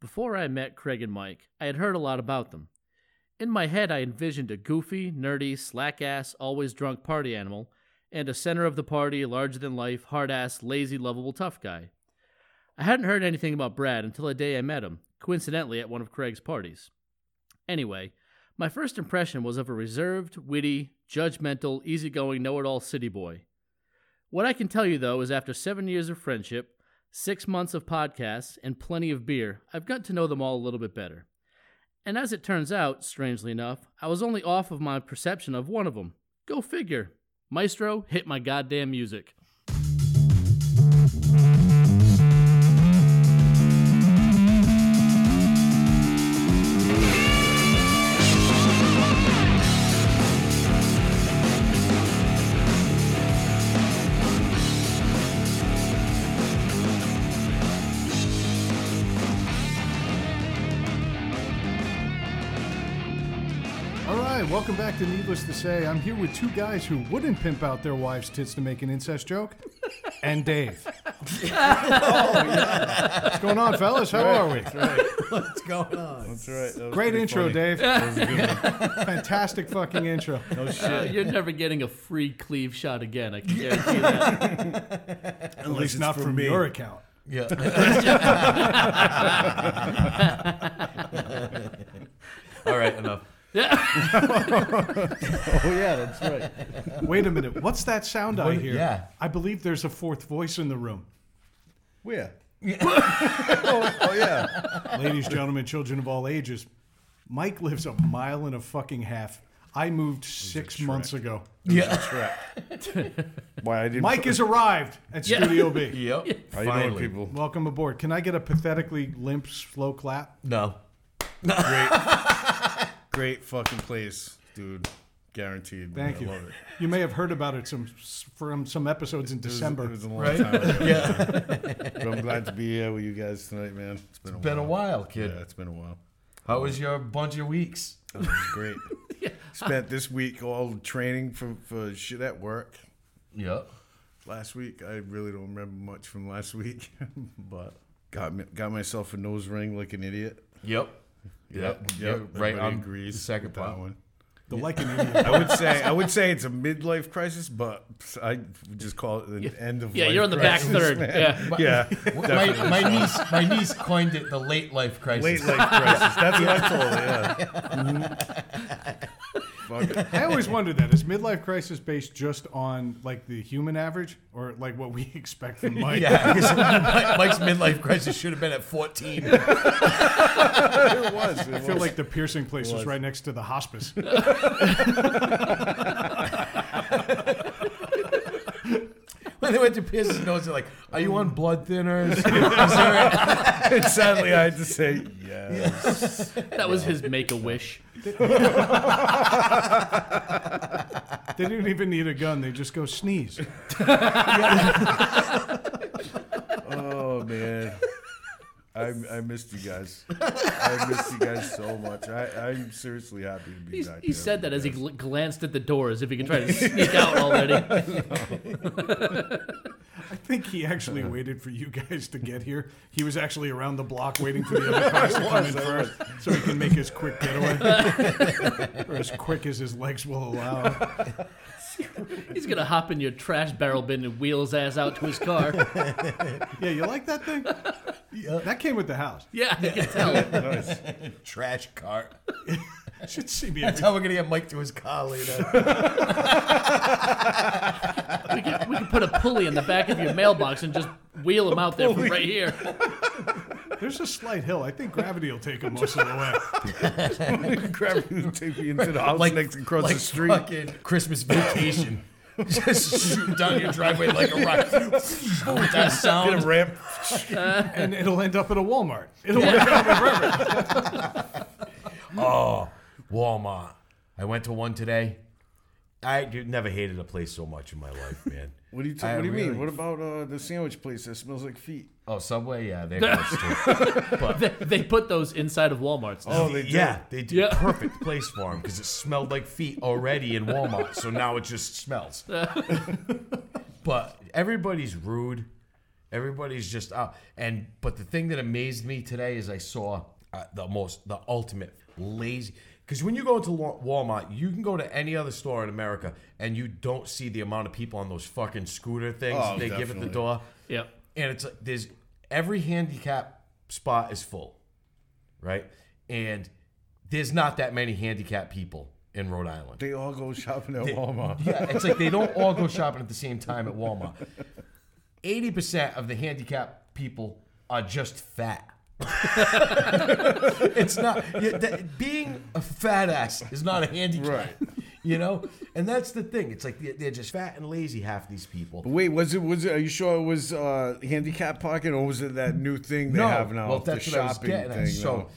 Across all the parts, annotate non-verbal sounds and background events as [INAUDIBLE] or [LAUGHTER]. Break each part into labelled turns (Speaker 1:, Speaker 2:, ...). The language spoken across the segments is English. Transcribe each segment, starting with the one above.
Speaker 1: Before I met Craig and Mike, I had heard a lot about them. In my head, I envisioned a goofy, nerdy, slack ass, always drunk party animal, and a center of the party, larger than life, hard ass, lazy, lovable tough guy. I hadn't heard anything about Brad until a day I met him, coincidentally at one of Craig's parties. Anyway, my first impression was of a reserved, witty, judgmental, easygoing, know it all city boy. What I can tell you, though, is after seven years of friendship, six months of podcasts, and plenty of beer, I've gotten to know them all a little bit better. And as it turns out, strangely enough, I was only off of my perception of one of them. Go figure. Maestro, hit my goddamn music.
Speaker 2: All right, welcome back to Needless to Say. I'm here with two guys who wouldn't pimp out their wives' tits to make an incest joke, and Dave. What's going on, fellas? How are we?
Speaker 3: What's going on?
Speaker 4: That's right. That was
Speaker 2: Great
Speaker 4: pretty
Speaker 2: intro,
Speaker 4: funny.
Speaker 2: Dave.
Speaker 4: [LAUGHS] That was a good one.
Speaker 2: Fantastic fucking intro.
Speaker 4: No
Speaker 1: Uh,
Speaker 4: shit.
Speaker 1: [LAUGHS] you're never getting a free cleave shot again. I can guarantee that.
Speaker 2: At least not from your account.
Speaker 3: Yeah. [LAUGHS] All right,
Speaker 4: [LAUGHS]
Speaker 3: enough.
Speaker 4: oh yeah, that's right.
Speaker 2: Wait a minute. What's that sound I
Speaker 3: What-
Speaker 2: hear?
Speaker 3: yeah.
Speaker 2: I believe there's a fourth voice in the room.
Speaker 4: Where? oh, oh, yeah.
Speaker 2: Ladies, gentlemen, children of all ages, Mike lives a mile and a fucking half. I moved six months ago.
Speaker 3: Yeah.
Speaker 4: [LAUGHS] Why I didn't.
Speaker 2: Mike has arrived at Studio B.
Speaker 3: Yep.
Speaker 4: How you doing,
Speaker 3: Finally.
Speaker 4: people?
Speaker 2: Welcome aboard. Can I get a pathetically limp, slow clap?
Speaker 3: No.
Speaker 4: Great fucking place, dude. Guaranteed. man.
Speaker 2: Thank
Speaker 4: I
Speaker 2: you.
Speaker 4: Love it.
Speaker 2: You may have heard about it some from some episodes in
Speaker 4: It was-
Speaker 2: December.
Speaker 4: It was, a long time. Ago, yeah. But I'm glad to be here with you guys tonight, man. It's been a
Speaker 3: Been a
Speaker 4: while.
Speaker 3: while, kid.
Speaker 4: Yeah, it's been a while.
Speaker 3: How was your bunch of weeks?
Speaker 4: It was great. Spent this week all training for, for shit at work.
Speaker 3: Yep.
Speaker 4: Last week, I really don't remember much from last week, [LAUGHS] but got me, got myself a nose ring like an idiot.
Speaker 3: Yep.
Speaker 4: Yep.
Speaker 3: You're right
Speaker 4: Everybody
Speaker 3: on
Speaker 4: agrees
Speaker 3: the second
Speaker 4: with that
Speaker 3: part.
Speaker 4: one.
Speaker 2: the like
Speaker 4: [LAUGHS]
Speaker 2: an idiot.
Speaker 4: I would say I would say it's a midlife crisis, but I would just call it an end of
Speaker 1: Yeah,
Speaker 4: life
Speaker 1: you're on the back
Speaker 4: crisis,
Speaker 1: third.
Speaker 4: man.
Speaker 1: Yeah.
Speaker 4: Yeah,
Speaker 3: My, my niece, my niece coined it the late life crisis.
Speaker 4: late
Speaker 3: [LAUGHS]
Speaker 4: life crisis. That's what I call it. Yeah. Fuck it. [LAUGHS]
Speaker 2: I always wondered that is midlife crisis based just on like the human average or like what we [LAUGHS] expect from Mike?
Speaker 3: Yeah, [LAUGHS] because Mi- Mike's midlife crisis should have been at 14.
Speaker 4: It was. It
Speaker 2: I feel
Speaker 4: was.
Speaker 2: like the piercing place was
Speaker 4: was.
Speaker 2: right next to the hospice.
Speaker 3: [LAUGHS] When they went to pierce his nose, they're like, "Are you on blood thinners?" Is
Speaker 4: [LAUGHS]
Speaker 3: there a-
Speaker 4: And sadly, I had to say yes.
Speaker 1: [LAUGHS] That was his make a wish.
Speaker 2: They didn't even need a gun; they just go sneeze.
Speaker 4: Oh man, I, I missed you guys. I missed you guys so much. I, I'm seriously happy to be
Speaker 1: He's,
Speaker 4: back.
Speaker 1: he
Speaker 4: here
Speaker 1: said
Speaker 4: with
Speaker 1: that as he
Speaker 4: you guys.
Speaker 1: gl- glanced at the door as if he could try to sneak out already.
Speaker 2: I think he actually waited for you guys to get here. He was actually around the block waiting for the other cars to come in first, so he can make his quick getaway, or as quick as his legs will allow.
Speaker 1: He's going to hop in your trash barrel bin and wheel his ass out to his car.
Speaker 2: Yeah, you like that thing? That came with the house.
Speaker 1: Yeah, I can tell.
Speaker 3: Trash cart.
Speaker 2: You should see me. Every-
Speaker 3: That's how we're gonna get Mike to his car
Speaker 4: [LAUGHS]
Speaker 3: later.
Speaker 1: We could, we could put a pulley in the back of your mailbox and just wheel him out there from right here.
Speaker 2: There's a slight hill. I think gravity will take him most of the way.
Speaker 4: [LAUGHS] Grab me and take me into the house next across
Speaker 3: like
Speaker 4: the street.
Speaker 3: Fucking Christmas vacation. [LAUGHS] Just shooting down your driveway like a rocket. [LAUGHS] With that
Speaker 4: Get a
Speaker 3: sound.
Speaker 4: ramp.
Speaker 2: [LAUGHS] And it'll end up at a Walmart. It'll end up at a river.
Speaker 3: Oh, Walmart. I went to one today. I d- never hated a place so much in my life, man.
Speaker 4: What do you, t-
Speaker 3: I
Speaker 4: what do you
Speaker 3: really-
Speaker 4: mean? What about uh, the sandwich place that smells like feet?
Speaker 3: Oh, Subway, yeah, they have those too.
Speaker 1: They, they put those inside of Walmart's now.
Speaker 4: Oh, [LAUGHS] they do.
Speaker 3: Yeah, they did
Speaker 1: Yeah.
Speaker 3: perfect place for them because it smelled like feet already in Walmart, so now it just smells. but everybody's rude. Everybody's just out. And but the thing that amazed me today is I saw uh, the most the ultimate lazy. Because when you go into Wa- Walmart, you can go to any other store in America, and you don't see the amount of people on those fucking scooter things
Speaker 4: Oh,
Speaker 3: they give at
Speaker 4: definitely.
Speaker 3: the door.
Speaker 1: Yep.
Speaker 3: And it's like there's every handicap spot is full, right? And there's not that many handicap people in Rhode Island.
Speaker 4: They all go shopping at Walmart.
Speaker 3: Yeah, it's like they don't all go shopping at the same time at Walmart. Eighty percent of the handicapped people are just fat. [LAUGHS] it's not yeah, that, being a fat ass is not a handicap,
Speaker 4: Right.
Speaker 3: You know, and that's the thing. It's like they're, they're just fat and lazy. Half these people.
Speaker 4: Wait, was it? Was it? Are you sure it was uh, handicap pocket, or was it that new thing they have now?
Speaker 3: well,
Speaker 4: the
Speaker 3: that's what I was
Speaker 4: shopping
Speaker 3: getting
Speaker 4: thing,
Speaker 3: at. So
Speaker 4: no?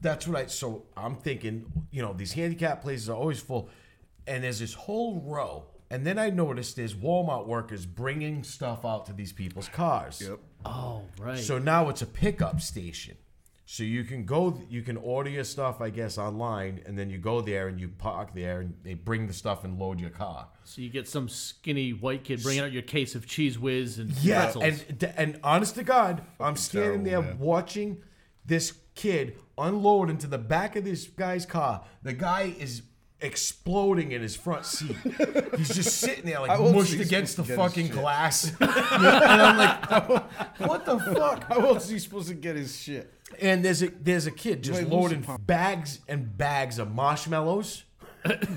Speaker 3: that's what I. So I'm thinking, you know, these handicap places are always full, and there's this whole row. And then I noticed there's Walmart workers bringing stuff out to these people's cars. Yep.
Speaker 1: Oh, right.
Speaker 3: So now it's a pickup station. So you can go, you can order your stuff, I guess, online, and then you go there and you park there, and they bring the stuff and load your car.
Speaker 1: So you get some skinny white kid bringing out your case of cheese whiz and pretzels.
Speaker 3: and and honest to God, I'm standing
Speaker 4: terrible,
Speaker 3: there
Speaker 4: man.
Speaker 3: watching this kid unload into the back of this guy's car. The guy is exploding in his front seat.
Speaker 4: [LAUGHS]
Speaker 3: He's just sitting there like
Speaker 4: old
Speaker 3: mushed
Speaker 4: is he
Speaker 3: against the
Speaker 4: supposed to get
Speaker 3: fucking
Speaker 4: his
Speaker 3: glass.
Speaker 4: shit? [LAUGHS]
Speaker 3: and I'm like, what the fuck?
Speaker 4: How else is he supposed to get his shit?
Speaker 3: And there's a there's a kid just
Speaker 4: Wait,
Speaker 3: loading
Speaker 4: Lucy Pop-
Speaker 3: bags and bags of marshmallows.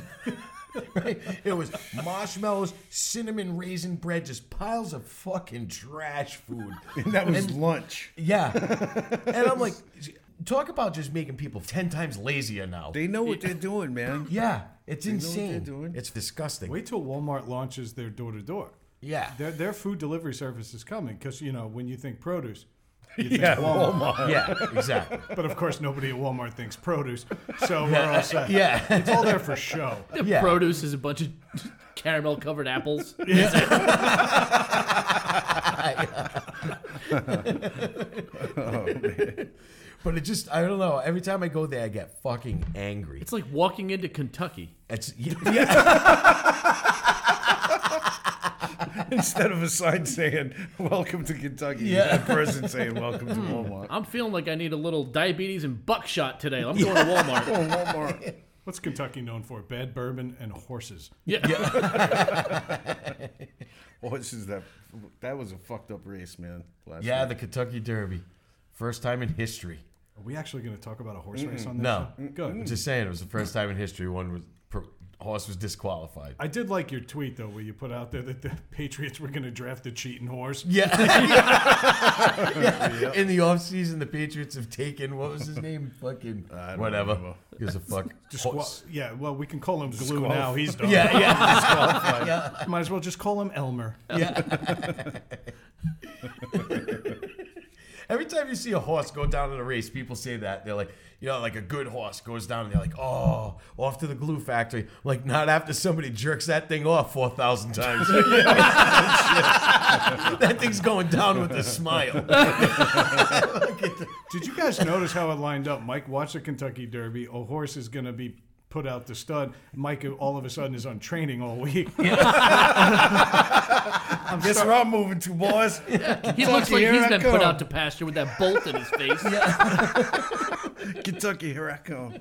Speaker 3: [LAUGHS] right? It was marshmallows, cinnamon raisin bread, just piles of fucking trash food.
Speaker 4: [LAUGHS] And that was lunch. [LAUGHS]
Speaker 3: Yeah. And I'm like, talk about just making people ten times lazier now.
Speaker 4: They know what they're doing, man.
Speaker 3: [LAUGHS] yeah, it's
Speaker 4: know what they're
Speaker 3: insane.
Speaker 4: doing.
Speaker 3: It's disgusting.
Speaker 2: Wait till Walmart launches their door to door.
Speaker 3: Yeah.
Speaker 2: Their their food delivery service is coming because you know when you think produce, you think
Speaker 4: Yeah,
Speaker 2: Walmart.
Speaker 3: Oh
Speaker 4: Oh
Speaker 3: Yeah, exactly. [LAUGHS]
Speaker 2: But of course, nobody at Walmart thinks produce, so we're all set.
Speaker 3: Yeah.
Speaker 2: It's all there for show.
Speaker 3: Yeah.
Speaker 1: Produce is a bunch of [LAUGHS] caramel covered apples.
Speaker 3: Oh, But it just I don't know. Every time I go there I get fucking angry.
Speaker 1: It's like walking into Kentucky.
Speaker 3: It's yeah.
Speaker 4: [LAUGHS] Instead of a sign saying "Welcome to Kentucky," yeah. a person saying "Welcome to
Speaker 3: Hmm.
Speaker 4: Walmart."
Speaker 1: I'm feeling like I need a little diabetes and buckshot today. I'm going to
Speaker 4: [LAUGHS]
Speaker 1: Walmart.
Speaker 4: Oh, Walmart.
Speaker 2: What's Kentucky known for? Bad bourbon and horses.
Speaker 1: Yeah.
Speaker 4: Oh, this is that. That was a fucked up race, man. Last
Speaker 3: Yeah,
Speaker 4: night.
Speaker 3: the Kentucky Derby. First time in history.
Speaker 2: Are we actually going to talk about a horse race on this?
Speaker 3: No.
Speaker 2: show?
Speaker 4: Mm,
Speaker 2: Good.
Speaker 3: I'm just saying, it was the first time in history one was, per, horse was disqualified.
Speaker 2: I did like your tweet though, where you put out there that the [LAUGHS] Patriots were going to draft a cheating horse.
Speaker 3: [LAUGHS] Yeah. In the offseason, the Patriots have taken, what was his name? Fucking,
Speaker 4: don't
Speaker 3: whatever.
Speaker 4: remember.
Speaker 3: Gives a fuck.
Speaker 2: Well,
Speaker 3: Horse.
Speaker 2: yeah, well, we can call him Glue now.
Speaker 3: [LAUGHS]
Speaker 2: He's done.
Speaker 3: Yeah, yeah.
Speaker 2: [LAUGHS] Might as well just call him Elmer.
Speaker 3: Every time you see a horse go down in a race, people say that. They're like, you know, like a good horse goes down and they're like, oh, off to the glue factory. Like, not after somebody jerks that thing off
Speaker 1: [LAUGHS]
Speaker 3: 4,000 times. [LAUGHS] that thing's going down with a smile.
Speaker 2: Did you guys notice how it lined up? Mike watched the Kentucky Derby. A horse is going to be put out the stud. Mike, all of a sudden, is on training all week.
Speaker 4: I'm guess where I'm moving to, boys.
Speaker 3: [LAUGHS]
Speaker 1: He looks like
Speaker 4: here
Speaker 1: he's
Speaker 4: I
Speaker 1: been put
Speaker 4: come.
Speaker 1: out to pasture with that bolt in his face.
Speaker 4: Kentucky, here I come.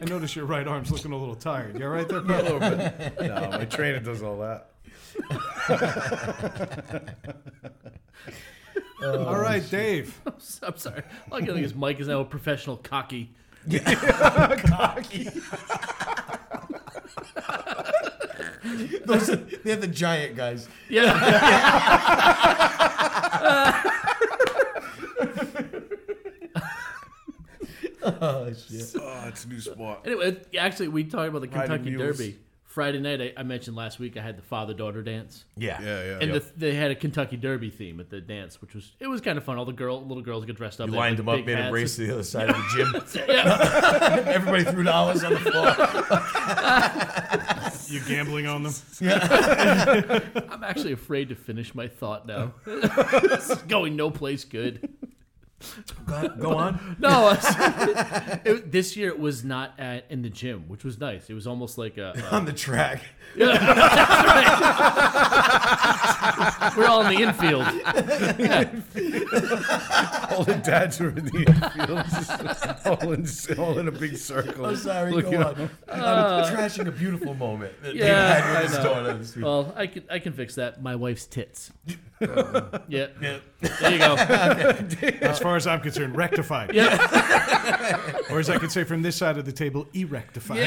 Speaker 2: I notice your right arm's looking a little tired. You all right
Speaker 1: [LAUGHS]
Speaker 2: there,
Speaker 4: A
Speaker 2: bro?
Speaker 4: little bit. No, my trainer does all that.
Speaker 2: all right, Dave.
Speaker 1: I'm sorry. All I can think is Mike is now a professional cocky.
Speaker 3: Those are, they're the giant guys.
Speaker 1: Yeah.
Speaker 3: Oh, shit.
Speaker 4: Oh, it's a new spot.
Speaker 1: Anyway, actually, we talked about the
Speaker 4: Riding
Speaker 1: Kentucky
Speaker 4: mules.
Speaker 1: Derby. Friday night, I, I mentioned last week, I had the father daughter dance.
Speaker 3: Yeah.
Speaker 4: Yeah, yeah.
Speaker 1: And the, they had a Kentucky Derby theme at the dance, which was it was kind of fun. All the girl little girls get dressed up.
Speaker 3: You
Speaker 1: They had,
Speaker 3: lined them
Speaker 1: like,
Speaker 3: up,
Speaker 1: big
Speaker 3: made them
Speaker 1: hats.
Speaker 3: race to the other side of the gym.
Speaker 1: [LAUGHS] Yeah.
Speaker 3: Everybody threw dollars on
Speaker 1: [LAUGHS]
Speaker 3: the floor.
Speaker 2: You gambling on them?
Speaker 1: [LAUGHS] I'm actually afraid to finish my thought now. this is going no place good.
Speaker 3: Go, go on.
Speaker 1: No, [LAUGHS] it's- it- this year it was not at, in the gym, which was nice. It was almost like a, a-
Speaker 3: on the track.
Speaker 1: we're all in the
Speaker 3: [LAUGHS]
Speaker 1: infield.
Speaker 4: [LAUGHS] All the dads are in the infield, just [LAUGHS] all in, all in a big circle.
Speaker 1: [LAUGHS]
Speaker 3: I'm sorry.
Speaker 4: Look,
Speaker 3: go
Speaker 4: you know,
Speaker 3: on. I'm trashing a beautiful moment. that they
Speaker 1: Uh. Yeah,
Speaker 3: had with
Speaker 1: I
Speaker 3: this
Speaker 1: know. Oh.
Speaker 3: daughter this week.
Speaker 1: Well, I can I can fix that. My wife's tits. [LAUGHS] yeah,
Speaker 3: Yeah.
Speaker 1: there you go.
Speaker 2: [LAUGHS] As far as I'm concerned, rectified. [LAUGHS] Or as I could say from this side of the table, erectified.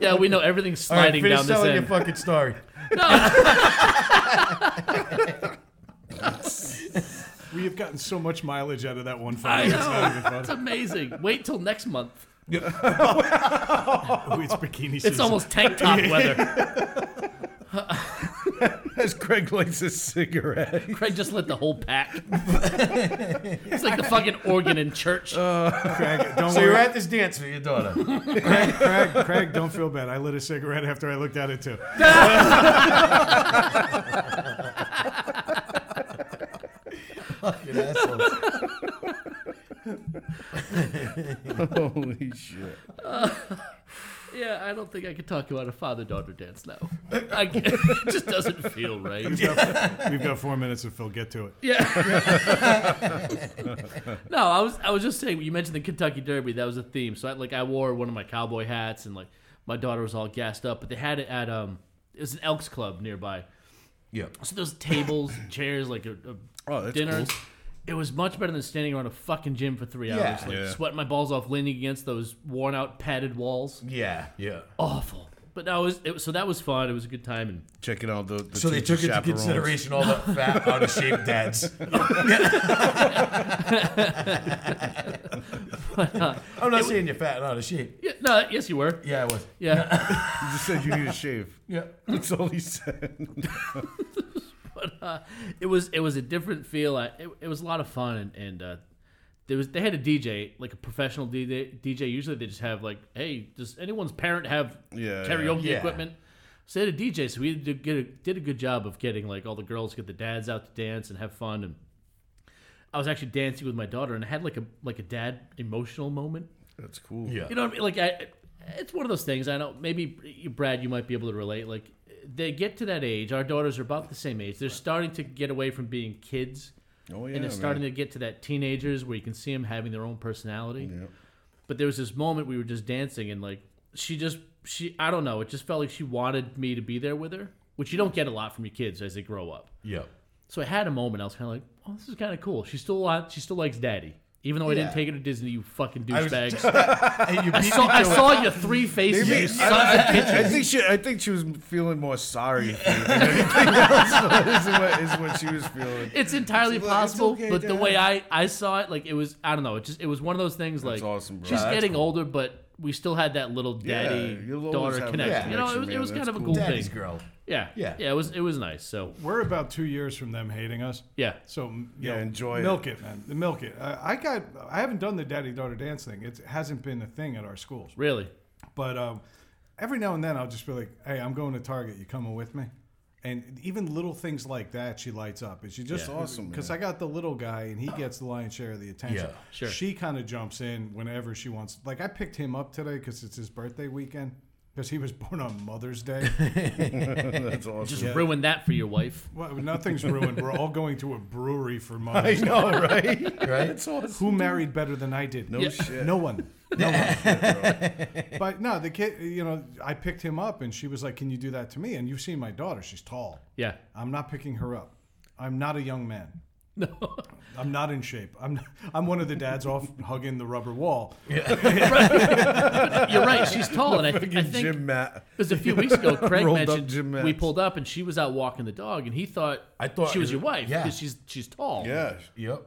Speaker 1: Yeah, we know everything's
Speaker 3: All right,
Speaker 1: sliding
Speaker 3: finish
Speaker 1: down this
Speaker 3: telling your
Speaker 1: end.
Speaker 3: fucking story.
Speaker 2: We have gotten so much mileage out of that one
Speaker 1: I
Speaker 2: fight. It's not even
Speaker 1: know. It's
Speaker 2: fun.
Speaker 1: amazing. Wait till next month.
Speaker 2: Oh, it's bikini season.
Speaker 1: It's almost tank top
Speaker 3: [LAUGHS]
Speaker 1: weather.
Speaker 4: As Craig lights a cigarette,
Speaker 1: Craig just lit the whole pack. it's like the fucking organ in church.
Speaker 3: Uh.
Speaker 2: Craig, don't
Speaker 3: [LAUGHS] So
Speaker 2: worry.
Speaker 3: you're at this dance with your [LAUGHS] daughter.
Speaker 2: Craig, Craig, Craig, don't feel bad. I lit a cigarette after I looked at
Speaker 1: [LAUGHS]
Speaker 2: it too.
Speaker 3: Fucking assholes.
Speaker 4: holy shit!
Speaker 1: Yeah, I don't think I could talk about a father-daughter dance now. I can't- [LAUGHS] it just doesn't feel right.
Speaker 2: We've got four minutes if Phil get to it.
Speaker 1: Yeah. no, I was I was just saying you mentioned the Kentucky Derby. That was a theme. So I, like I wore one of my cowboy hats and like my daughter was all gassed up. But they had it at um it was an Elks Club nearby.
Speaker 3: Yeah.
Speaker 1: So there's tables, [LAUGHS] and chairs, like a, a
Speaker 4: Oh, that's
Speaker 1: dinners. It was much better than standing around a fucking gym for three
Speaker 3: Yeah.
Speaker 1: hours, like
Speaker 4: Yeah.
Speaker 1: sweating my balls off, leaning against those worn out padded walls.
Speaker 3: Yeah. Yeah.
Speaker 1: Awful. But no, it was, it was so that was fun. It was a good time and
Speaker 4: Checking out the, the
Speaker 3: So they
Speaker 4: teacher
Speaker 3: took into
Speaker 4: chaperones.
Speaker 3: consideration all [LAUGHS] the fat, out of shape dads. [LAUGHS] I'm not saying you're fat and out of shape.
Speaker 1: yeah, no, yes you were.
Speaker 3: Yeah, I was.
Speaker 1: Yeah.
Speaker 4: You just said you need a shave.
Speaker 3: Yeah.
Speaker 4: That's all he said.
Speaker 1: it was it was a different feel. I, it, it was a lot of fun, and, and uh, there was they had a DJ like a professional DJ. DJ. Usually they just have like, hey, does anyone's parent have
Speaker 4: Yeah,
Speaker 1: karaoke
Speaker 3: yeah.
Speaker 1: equipment? So they had a DJ. So we did get a, did a good job of getting like all the girls, get the dads out to dance and have fun. And I was actually dancing with my daughter, and I had like a like a dad emotional moment.
Speaker 4: That's cool.
Speaker 3: Yeah.
Speaker 1: You know, what I mean? like I, it's one of those things. I know maybe you- Brad, you might be able to relate. Like they get to that age. Our daughters are about the same age. They're starting to get away from being kids,
Speaker 4: Oh yeah.
Speaker 1: and they're
Speaker 4: man.
Speaker 1: starting to get to that teenagers where you can see them having their own personality. But there was this moment we were just dancing, and like she just she I don't know. It just felt like she wanted me to be there with her, which you don't get a lot from your kids as they grow up.
Speaker 3: Yeah.
Speaker 1: So I had a moment. I was kind of like, "Oh, this is kind of cool." She still li- she still likes daddy, even though I
Speaker 3: Yeah.
Speaker 1: didn't take her to Disney. You fucking
Speaker 3: I was
Speaker 1: douchebags.
Speaker 3: Hey, [LAUGHS] you beat me
Speaker 1: I saw, I
Speaker 3: to it.
Speaker 1: saw your three faces.
Speaker 4: Maybe-
Speaker 1: you
Speaker 4: I,
Speaker 1: son of a bitch.
Speaker 4: I- I think she. I think she was feeling more sorry for you [LAUGHS] than anything else. [LAUGHS] is, what, is what she was feeling.
Speaker 1: It's entirely
Speaker 4: It's
Speaker 1: possible,
Speaker 4: okay,
Speaker 1: but the
Speaker 4: Dad.
Speaker 1: way I, I saw it, like it was, I don't know, it just it was one of those things.
Speaker 4: That's
Speaker 1: like
Speaker 4: awesome, bro.
Speaker 1: she's
Speaker 4: That's
Speaker 1: getting older, but we still had that little daddy
Speaker 4: you'll always
Speaker 1: daughter
Speaker 4: have that
Speaker 1: connection. You know, it
Speaker 4: connection,
Speaker 1: was, it
Speaker 4: man.
Speaker 1: was kind
Speaker 4: That's
Speaker 1: of a
Speaker 4: cool.
Speaker 1: cool
Speaker 3: Daddy's
Speaker 1: thing.
Speaker 3: [LAUGHS] girl.
Speaker 1: Yeah,
Speaker 3: Yeah.
Speaker 1: yeah, it was it was nice. So
Speaker 2: We're about two years from them hating us.
Speaker 1: yeah,
Speaker 2: So m- you
Speaker 4: Yeah,
Speaker 2: know,
Speaker 4: enjoy it.
Speaker 2: milk it, man. Milk it. I, I got. I haven't done the daddy daughter dance thing. It hasn't been a thing at our schools.
Speaker 1: really,
Speaker 2: But um, every now and then I'll just be like, "Hey, I'm going to Target. You coming with me?" And even little things like that, she lights up. And she just
Speaker 4: That's awesome,
Speaker 2: because I got the little guy, and he gets the lion's share of the attention.
Speaker 3: Yeah,
Speaker 1: sure.
Speaker 2: She kind of jumps in whenever she wants. Like I picked him up today because it's his birthday weekend. Because he was [LAUGHS] born on Mother's Day.
Speaker 4: That's awesome.
Speaker 1: just ruin that for your wife.
Speaker 2: well, nothing's ruined. We're all going to a brewery for Mother's
Speaker 4: [LAUGHS]
Speaker 2: Day.
Speaker 4: I know, right?
Speaker 3: Right?
Speaker 4: That's awesome.
Speaker 2: Who married better than I did?
Speaker 4: No
Speaker 1: Yeah.
Speaker 4: shit.
Speaker 2: No one.
Speaker 4: no shit,
Speaker 2: But no, the kid, you know, I picked him up and she was like, Can you do that to me? And you've seen my daughter. She's tall.
Speaker 4: [LAUGHS]
Speaker 1: Yeah,
Speaker 2: I'm not picking her up. I'm not a young man. No. I'm not in shape. I'm I'm one of the dads off [LAUGHS] hugging the rubber wall.
Speaker 3: [LAUGHS]
Speaker 1: you're right. She's tall, and I,
Speaker 4: bro.
Speaker 1: I
Speaker 4: Fucking
Speaker 1: think
Speaker 4: Jim Matt.
Speaker 1: Because a few weeks
Speaker 4: [LAUGHS]
Speaker 1: ago, Craig
Speaker 4: Rolled up
Speaker 1: mentioned
Speaker 4: gym
Speaker 1: we
Speaker 4: mats.
Speaker 1: pulled up and she was out walking the dog, and he thought
Speaker 3: I thought
Speaker 1: she was your
Speaker 3: it-
Speaker 1: wife
Speaker 3: yeah.
Speaker 1: because she's she's tall.
Speaker 4: Yeah.
Speaker 3: Yep.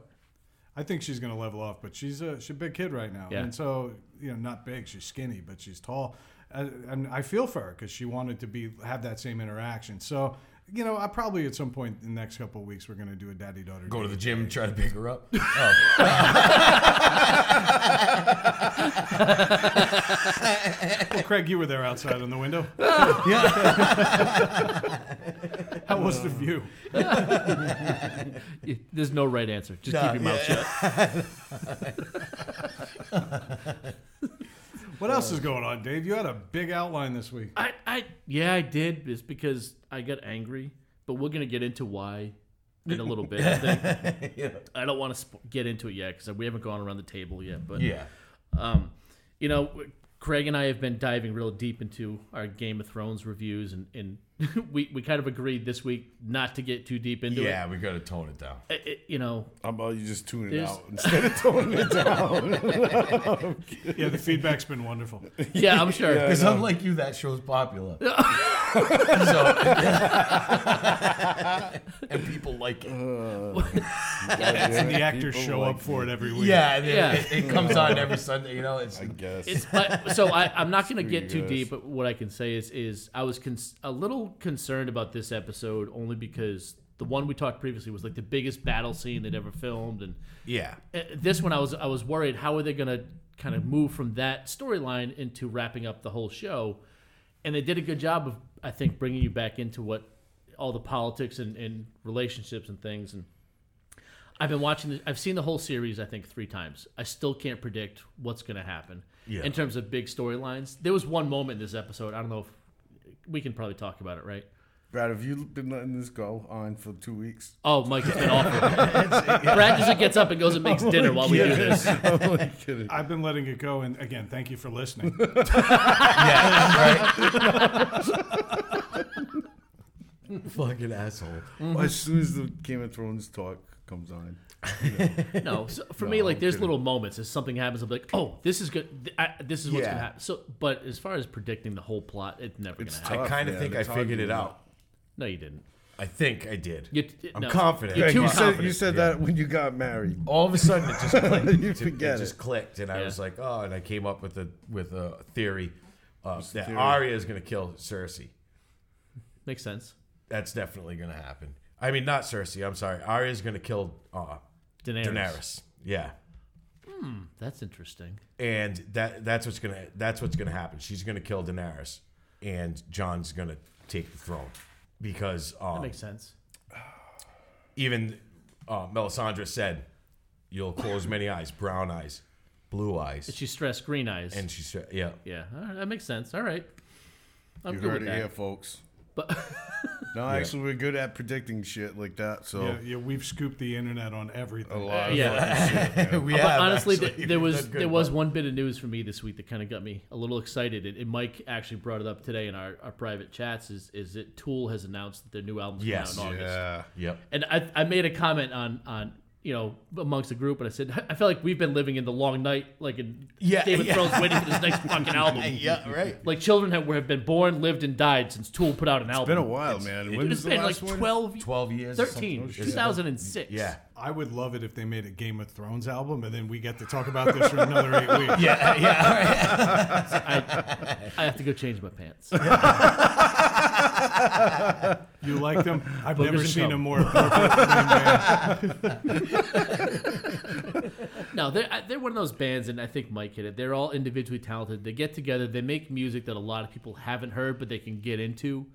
Speaker 2: I think she's going to level off, but she's a she's a big kid right now.
Speaker 1: Yeah.
Speaker 2: And so, you know, not big, she's skinny, but she's tall. And, and I feel for her cuz she wanted to be have that same interaction. So, you know, I probably at some point in the next couple of weeks we're going to do a daddy daughter
Speaker 3: Go to the gym and try to pick her [LAUGHS] up. Oh.
Speaker 2: Craig, you were there outside on the window. How was
Speaker 1: [LAUGHS]
Speaker 2: the view?
Speaker 1: Y- Um, There's no right answer. Just
Speaker 3: Nah,
Speaker 1: keep your mouth shut.
Speaker 2: What else is going on, Dave? You had a big outline this week.
Speaker 1: I, I, yeah, I did. It's because I got angry, but we're gonna get into why in a little bit. I, think.
Speaker 3: yeah.
Speaker 1: I don't want to sp- get into it yet because we haven't gone around the table yet. But
Speaker 3: Yeah.
Speaker 1: Um, you know, Craig and I have been diving real deep into our Game of Thrones reviews, and, and [LAUGHS] we, we kind of agreed this week not to get too deep into
Speaker 3: Yeah, we gotta tone it down.
Speaker 1: it. I- I- You know,
Speaker 4: I'm all you just tune it
Speaker 1: There's-
Speaker 4: out [LAUGHS] instead of tone it down.
Speaker 2: Yeah, the feedback's been
Speaker 4: [LAUGHS]
Speaker 2: wonderful.
Speaker 1: yeah, I'm sure.
Speaker 3: Because unlike you, that show's popular. [LAUGHS] so, and people like it.
Speaker 2: And the actors show up for it every week.
Speaker 3: Yeah, and it,
Speaker 1: Yeah.
Speaker 3: It, it comes on every Sunday. You know, it's
Speaker 4: I guess.
Speaker 1: It's but, so I, I'm not going to get too
Speaker 4: Yes.
Speaker 1: deep. But what I can say is is I was cons- a little concerned about this episode only because the one we talked previously was like the biggest battle scene they'd ever filmed, and
Speaker 3: yeah,
Speaker 1: uh, this one I was I was worried how are they going to kind of move from that storyline into wrapping up the whole show, and they did a good job of I think bringing you back into what all the politics and, and relationships and things and. I've been watching. The, I've seen the whole series. I think three times. I still can't predict what's going to happen
Speaker 3: Yeah.
Speaker 1: in terms of big storylines. There was one moment in this episode. I don't know if we can probably talk about it, right?
Speaker 4: Brad, have you been letting this go on for two weeks?
Speaker 1: Oh, Mike, it's been awful. Brad just gets up and goes and makes dinner while Oh, we do this.
Speaker 4: [LAUGHS] I'm only kidding.
Speaker 2: I've been letting it go, and again, thank you for listening.
Speaker 3: yeah, right. [LAUGHS] Fucking asshole.
Speaker 1: Mm-hmm.
Speaker 4: As soon as the Game of Thrones talk comes on, [LAUGHS]
Speaker 1: No, so for
Speaker 4: No,
Speaker 1: me, like
Speaker 4: I'm
Speaker 1: there's
Speaker 4: kidding.
Speaker 1: little moments. If something happens, I'm like, oh, this is good. th- I, this is what's
Speaker 3: Yeah.
Speaker 1: gonna happen. So, but as far as predicting the whole plot, it's never
Speaker 4: It's
Speaker 1: gonna
Speaker 4: tough.
Speaker 1: happen.
Speaker 3: I kind of
Speaker 4: man,
Speaker 3: think I
Speaker 4: it's hard
Speaker 3: figured
Speaker 4: to
Speaker 3: it
Speaker 4: do.
Speaker 3: out.
Speaker 1: No, you didn't.
Speaker 3: I think I did.
Speaker 1: You, t-
Speaker 3: I'm
Speaker 1: no.
Speaker 3: confident.
Speaker 1: You're
Speaker 3: Craig,
Speaker 1: too
Speaker 4: you said you
Speaker 1: confident.
Speaker 4: said that when you got married.
Speaker 3: All of a sudden, it [LAUGHS] just clicked.
Speaker 4: You
Speaker 3: It- it,
Speaker 4: forget
Speaker 3: just
Speaker 4: it.
Speaker 3: clicked, and I
Speaker 1: Yeah.
Speaker 3: was like, oh, and I came up with a with a theory uh, that
Speaker 4: theory?
Speaker 3: Arya is going to kill Cersei.
Speaker 1: Makes sense.
Speaker 3: That's definitely going to happen. I mean, not Cersei. I'm sorry. Arya is going to kill uh,
Speaker 1: Daenerys.
Speaker 3: Daenerys. Yeah.
Speaker 1: That's interesting.
Speaker 3: and that that's what's gonna that's what's gonna happen. She's gonna kill Daenerys, and John's gonna take the throne because
Speaker 1: That
Speaker 3: um,
Speaker 1: makes sense.
Speaker 3: even uh, Melisandre said, "You'll close many eyes, brown eyes, blue eyes,"
Speaker 1: She stressed green eyes.
Speaker 3: and she said, "Yeah,
Speaker 1: yeah, all right, that makes sense. All right. I'm
Speaker 4: You
Speaker 1: good
Speaker 4: heard
Speaker 1: with
Speaker 4: it
Speaker 1: that.
Speaker 4: here, folks.
Speaker 1: But [LAUGHS]
Speaker 4: No, actually, we're good at predicting shit like that. So
Speaker 2: Yeah, yeah, we've scooped the internet on everything.
Speaker 4: Oh. a lot
Speaker 1: [LAUGHS]
Speaker 4: of
Speaker 1: yeah.
Speaker 3: [LAUGHS]
Speaker 4: [LAUGHS]
Speaker 3: we
Speaker 1: but honestly,
Speaker 3: actually.
Speaker 1: th- there was
Speaker 3: That's good,
Speaker 1: there was
Speaker 3: but-
Speaker 1: one bit of news for me this week that kind of got me a little excited. And, and Mike actually brought it up today in our, our private chats. Is is that Tool has announced that their new album's coming
Speaker 3: Yes.
Speaker 1: out in August?
Speaker 4: yeah.
Speaker 3: Yep.
Speaker 1: And I I made a comment on on you know amongst the group, and I said I feel like we've been living in the long night, like in
Speaker 3: Yeah,
Speaker 1: Game of
Speaker 3: yeah.
Speaker 1: Thrones, waiting for this
Speaker 4: [LAUGHS]
Speaker 1: next fucking album.
Speaker 3: Yeah, right.
Speaker 1: Like children have, have been born, lived, and died since Tool put out an album.
Speaker 4: Been a while, man. When
Speaker 1: It's
Speaker 4: was the
Speaker 1: been like
Speaker 4: last one?
Speaker 1: 12,
Speaker 3: Twelve years. or
Speaker 1: 13,
Speaker 3: something.
Speaker 1: 2006.
Speaker 3: Yeah.
Speaker 2: I would love it if they made a Game of Thrones album, and then we get to talk about this for another eight weeks.
Speaker 3: Yeah. [LAUGHS] Yeah.
Speaker 1: I, I have to go change my pants.
Speaker 2: You like them? I've never
Speaker 1: and
Speaker 2: seen
Speaker 1: cum.
Speaker 2: a
Speaker 1: [LAUGHS]
Speaker 2: more appropriate name band.
Speaker 1: No, they're I- they're one of those bands, and I think Mike hit it. They're all individually talented. They get together, they make music that a lot of people haven't heard, but they can get into.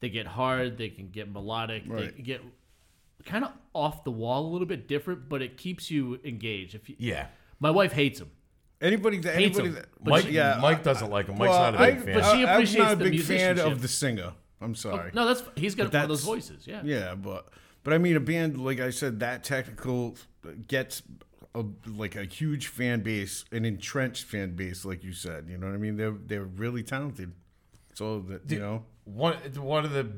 Speaker 1: They get hard, they can get melodic, they
Speaker 4: Right.
Speaker 1: can get kind of off the wall a little bit different, but it keeps you engaged. If you,
Speaker 3: Yeah.
Speaker 1: my wife hates them,
Speaker 4: Anybody that
Speaker 1: Hates
Speaker 4: anybody
Speaker 1: him.
Speaker 4: that
Speaker 1: But
Speaker 3: Mike.
Speaker 1: she-
Speaker 3: Yeah. Mike doesn't like him. Mike's not a big fan.
Speaker 1: but she
Speaker 4: I-
Speaker 1: appreciates
Speaker 4: Uh, I'm not
Speaker 1: the
Speaker 4: a big fan
Speaker 1: musicianship. Oh,
Speaker 4: of the singer. I'm sorry.
Speaker 1: no, that's he's got one of those
Speaker 4: that's-
Speaker 1: voices. Yeah,
Speaker 4: Yeah, but but I mean, a band like I said, that technical gets a, like a huge fan base, an entrenched fan base, like you said. You know what I mean? They're they're really talented. So that you know,
Speaker 3: one one of the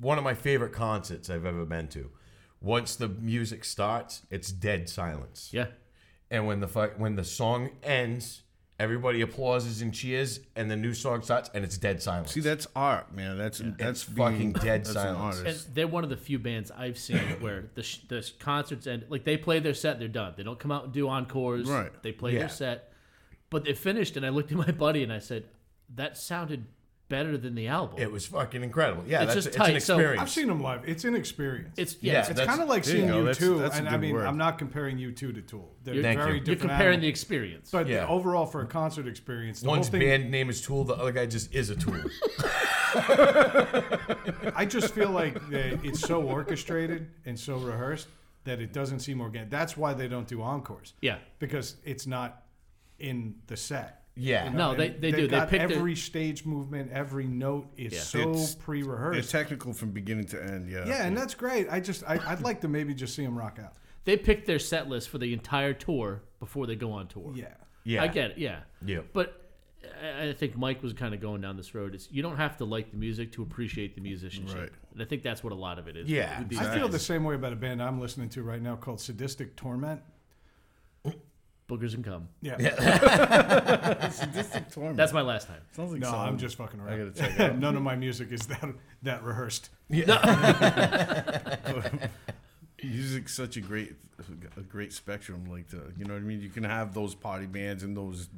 Speaker 3: one of my favorite concerts I've ever been to. Once the music starts, it's dead silence.
Speaker 1: yeah.
Speaker 3: And when the fu- when the song ends, everybody applauses and cheers, and the new song starts, and it's dead silence.
Speaker 4: see, that's art, man. That's that's
Speaker 3: fucking
Speaker 4: being-
Speaker 3: dead
Speaker 4: that's an
Speaker 3: silence.
Speaker 1: And
Speaker 4: artist.
Speaker 1: they're one of the few bands I've
Speaker 3: [LAUGHS]
Speaker 1: seen where the, sh- the sh- concerts end. Like they play their set, they're done. They don't come out and do encores.
Speaker 4: Right.
Speaker 1: They play
Speaker 3: Yeah.
Speaker 1: their set, but they finished. And I looked at my buddy and I said, "That sounded better than the album.
Speaker 3: It was fucking incredible. Yeah,
Speaker 1: It's
Speaker 3: that's
Speaker 1: just
Speaker 3: it's an
Speaker 1: tight, so-
Speaker 3: experience.
Speaker 2: I've seen them live. It's an experience.
Speaker 1: it's
Speaker 3: yeah,
Speaker 1: yeah, it's-
Speaker 2: it's
Speaker 3: that's-
Speaker 2: kind of like
Speaker 4: there you
Speaker 2: seeing
Speaker 4: go.
Speaker 2: you
Speaker 4: That's-
Speaker 2: too.
Speaker 4: that's a
Speaker 2: and I
Speaker 4: good
Speaker 2: mean,
Speaker 4: word.
Speaker 2: I'm not comparing you two to Tool. They're very
Speaker 3: Thank you. You're
Speaker 1: you're
Speaker 2: different.
Speaker 1: comparing the
Speaker 2: animals.
Speaker 1: experience.
Speaker 2: But
Speaker 3: Yeah.
Speaker 2: overall, for a concert experience, the
Speaker 3: One's
Speaker 2: whole thing,
Speaker 3: band name is Tool. The other guy just is a Tool.
Speaker 2: I just feel like that it's so orchestrated and so rehearsed that it doesn't seem organic. That's why they don't do encores.
Speaker 1: Yeah.
Speaker 2: because it's not in the set.
Speaker 3: Yeah.
Speaker 1: No,
Speaker 2: and
Speaker 1: they- they
Speaker 2: they've
Speaker 1: do. They
Speaker 2: got
Speaker 1: pick their-
Speaker 2: every stage movement, every note is
Speaker 1: Yeah.
Speaker 2: so
Speaker 4: It's- They're
Speaker 2: pre-rehearsed.
Speaker 4: technical from beginning to end. Yeah.
Speaker 2: yeah, and that's great. I just I, I'd like to maybe just see them rock out.
Speaker 1: they pick their set list for the entire tour before they go on tour.
Speaker 2: Yeah,
Speaker 3: Yeah,
Speaker 1: I get it. Yeah,
Speaker 3: Yeah.
Speaker 1: But I- I think Mike was kind of going down this road. Is you don't have to like the music to appreciate the musicianship,
Speaker 4: Right.
Speaker 1: and I think that's what a lot of it is.
Speaker 3: Yeah.
Speaker 1: with these
Speaker 2: I feel
Speaker 1: guys.
Speaker 2: the same way about a band I'm listening to right now called Sadistic Torment.
Speaker 1: boogers and cum.
Speaker 2: Yeah,
Speaker 4: Sadistic torment.
Speaker 1: That's my last time. [LAUGHS]
Speaker 4: Sounds like
Speaker 2: no,
Speaker 4: something-
Speaker 2: I'm just fucking
Speaker 4: I gotta
Speaker 2: around.
Speaker 4: check it out.
Speaker 2: [LAUGHS] None of my music is that that rehearsed.
Speaker 4: Music's such a great, a great spectrum. Like the, you know what I mean. You can have those party bands and those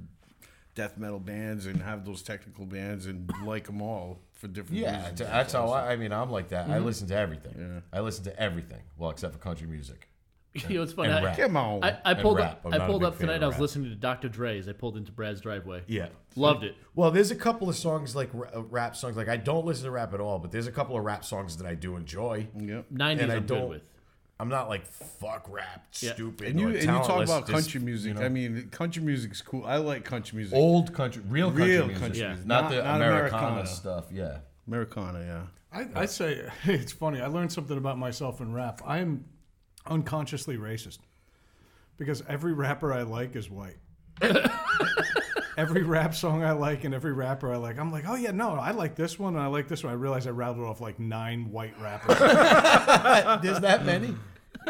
Speaker 4: death metal bands, and have those technical bands, and like them all for different
Speaker 3: Yeah,
Speaker 4: reasons.
Speaker 3: t- that's how I, I mean. I'm like that. I listen to everything. I listen to everything. Well, except for country music.
Speaker 1: you know, it's funny.
Speaker 3: and
Speaker 1: I-
Speaker 3: rap.
Speaker 4: Come on.
Speaker 1: I, I
Speaker 3: And
Speaker 1: pulled
Speaker 3: rap.
Speaker 1: up.
Speaker 3: I'm
Speaker 1: I
Speaker 3: not a
Speaker 1: pulled
Speaker 3: big
Speaker 1: up
Speaker 3: fan
Speaker 1: tonight.
Speaker 3: of
Speaker 1: I was
Speaker 3: rap.
Speaker 1: listening to Dr. Dre's. I pulled into Brad's driveway.
Speaker 3: Yeah.
Speaker 1: Loved it.
Speaker 3: Well, there's a couple of songs like ra- uh, rap songs. Like I don't listen to rap at all, but there's a couple of rap songs that I do enjoy.
Speaker 4: Yep.
Speaker 1: Nineties.
Speaker 3: I
Speaker 1: I'm good
Speaker 3: don't-
Speaker 1: with.
Speaker 3: I'm not like fuck rap, stupid.
Speaker 4: And you
Speaker 3: or
Speaker 4: and you talk
Speaker 3: talentless,
Speaker 4: about
Speaker 3: just
Speaker 4: country music. I mean, country music's cool. I like country music.
Speaker 3: old country, real country,
Speaker 4: Real
Speaker 3: music.
Speaker 4: country
Speaker 1: Yeah.
Speaker 4: music.
Speaker 3: not,
Speaker 4: Not-
Speaker 3: the
Speaker 4: not
Speaker 3: Americana,
Speaker 4: Americana.
Speaker 3: stuff. [LAUGHS] Yeah.
Speaker 4: Americana, yeah.
Speaker 2: I, I say [LAUGHS] it's funny. I learned something about myself in rap. I am unconsciously racist because every rapper I like is white. every rap song I like and every rapper I like, I'm like, oh yeah, no, I like this one and I like this one. I realize I rattled off like nine white rappers.
Speaker 3: There's that many.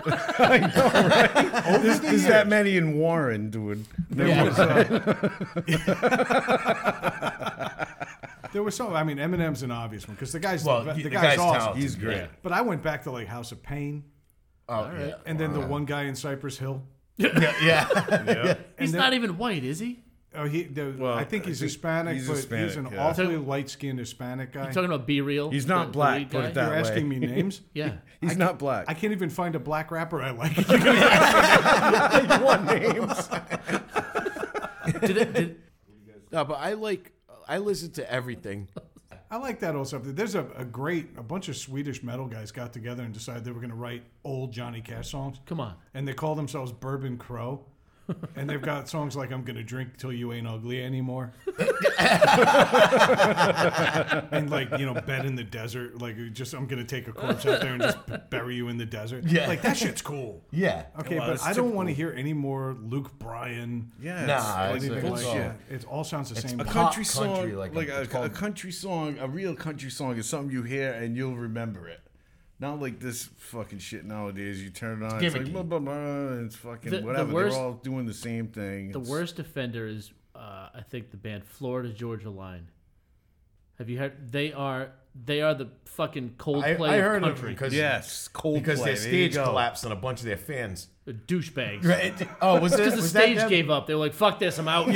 Speaker 4: There's, there's that many in Warren doing. There was, uh,
Speaker 2: there was some. I mean, Eminem's an obvious one because the guy's
Speaker 3: Well,
Speaker 2: the,
Speaker 3: he-
Speaker 2: the
Speaker 3: the
Speaker 2: guy's,
Speaker 3: guy's
Speaker 2: awesome.
Speaker 3: talented.
Speaker 4: he's great.
Speaker 1: Yeah.
Speaker 2: But I went back to like House of Pain
Speaker 3: Oh yeah.
Speaker 2: and then the one guy in Cypress Hill.
Speaker 3: yeah.
Speaker 1: He's not even white, is he?
Speaker 2: Oh, he. The,
Speaker 4: Well,
Speaker 2: I think
Speaker 4: I
Speaker 2: he's
Speaker 4: think
Speaker 2: Hispanic,
Speaker 4: he's
Speaker 2: but he's
Speaker 4: Hispanic,
Speaker 2: an
Speaker 4: yeah.
Speaker 2: awfully light-skinned Hispanic guy.
Speaker 1: You talking about Be Real?
Speaker 4: He's not
Speaker 1: The- the
Speaker 4: black,
Speaker 1: lead
Speaker 4: put it
Speaker 1: guy?
Speaker 4: that
Speaker 2: You're
Speaker 4: way.
Speaker 2: asking me names.
Speaker 1: [LAUGHS] Yeah.
Speaker 4: He's not black.
Speaker 2: I can't even find a black rapper I like. [LAUGHS]
Speaker 4: can't want names.
Speaker 1: Did it, did,
Speaker 3: no, but I like. I listen to everything.
Speaker 2: I like that old stuff. There's a, a great, a bunch of Swedish metal guys got together and decided they were going to write old Johnny Cash songs,
Speaker 1: come on.
Speaker 2: and they call themselves Bourbon Crow. [LAUGHS] And they've got songs like "I'm gonna drink till you ain't ugly anymore," [LAUGHS] and like you know, "Bed in the desert," like just "I'm gonna take a corpse out there and just b- bury you in the desert."
Speaker 3: Yeah.
Speaker 2: like that shit's cool.
Speaker 3: Yeah.
Speaker 2: Okay,
Speaker 4: Well,
Speaker 2: but
Speaker 4: it's
Speaker 2: I don't
Speaker 4: typical.
Speaker 2: want to hear any more Luke Bryan.
Speaker 4: Yeah,
Speaker 3: Nah, it's
Speaker 4: it's like
Speaker 3: a-
Speaker 2: anything like
Speaker 4: bullshit.
Speaker 2: that. It all sounds the same.
Speaker 4: A
Speaker 2: to me.
Speaker 3: country,
Speaker 4: country song, like,
Speaker 3: like a-
Speaker 4: a,
Speaker 3: it's called-
Speaker 4: a country song, a real country song is something you hear and you'll remember it. Not like this fucking shit nowadays. You turn it on, it's, like
Speaker 3: gimmicky.
Speaker 4: blah blah blah, and it's fucking
Speaker 1: The- the
Speaker 4: whatever.
Speaker 1: worst-
Speaker 4: They're all doing the same thing.
Speaker 1: The
Speaker 4: It's-
Speaker 1: worst offender is, uh, I think, the band Florida Georgia Line. Have you heard? They are they are the fucking
Speaker 3: I,
Speaker 1: Coldplay
Speaker 3: I
Speaker 1: of
Speaker 3: heard of it
Speaker 1: country.
Speaker 3: because
Speaker 4: Yes, Coldplay.
Speaker 3: because
Speaker 4: there
Speaker 3: their stage
Speaker 4: you go.
Speaker 3: collapsed on a bunch of their fans.
Speaker 1: They're douchebags.
Speaker 3: Oh, was
Speaker 1: Because
Speaker 3: this
Speaker 1: the stage gave up. They were like, "Fuck this, I'm out."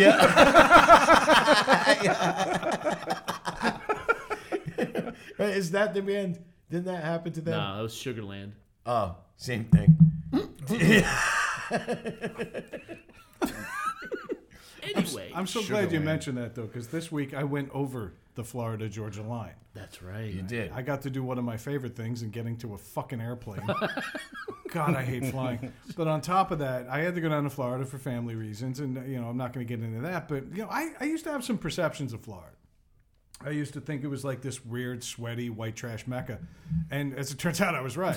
Speaker 3: Is that the band? Didn't that happen to them?
Speaker 1: Nah, that was Sugarland.
Speaker 3: Oh, same thing.
Speaker 1: Anyway,
Speaker 2: I'm so glad you mentioned that though, because this week I went over the Florida Georgia line.
Speaker 1: that's right.
Speaker 3: You did.
Speaker 2: I got to do one of my favorite things and getting to a fucking airplane. God, I hate flying. But on top of that, I had to go down to Florida for family reasons, and you know I'm not going to get into that. But you know, I, I used to have some perceptions of Florida. I used to think it was like this weird, sweaty, white trash mecca, and as it turns out, I was right.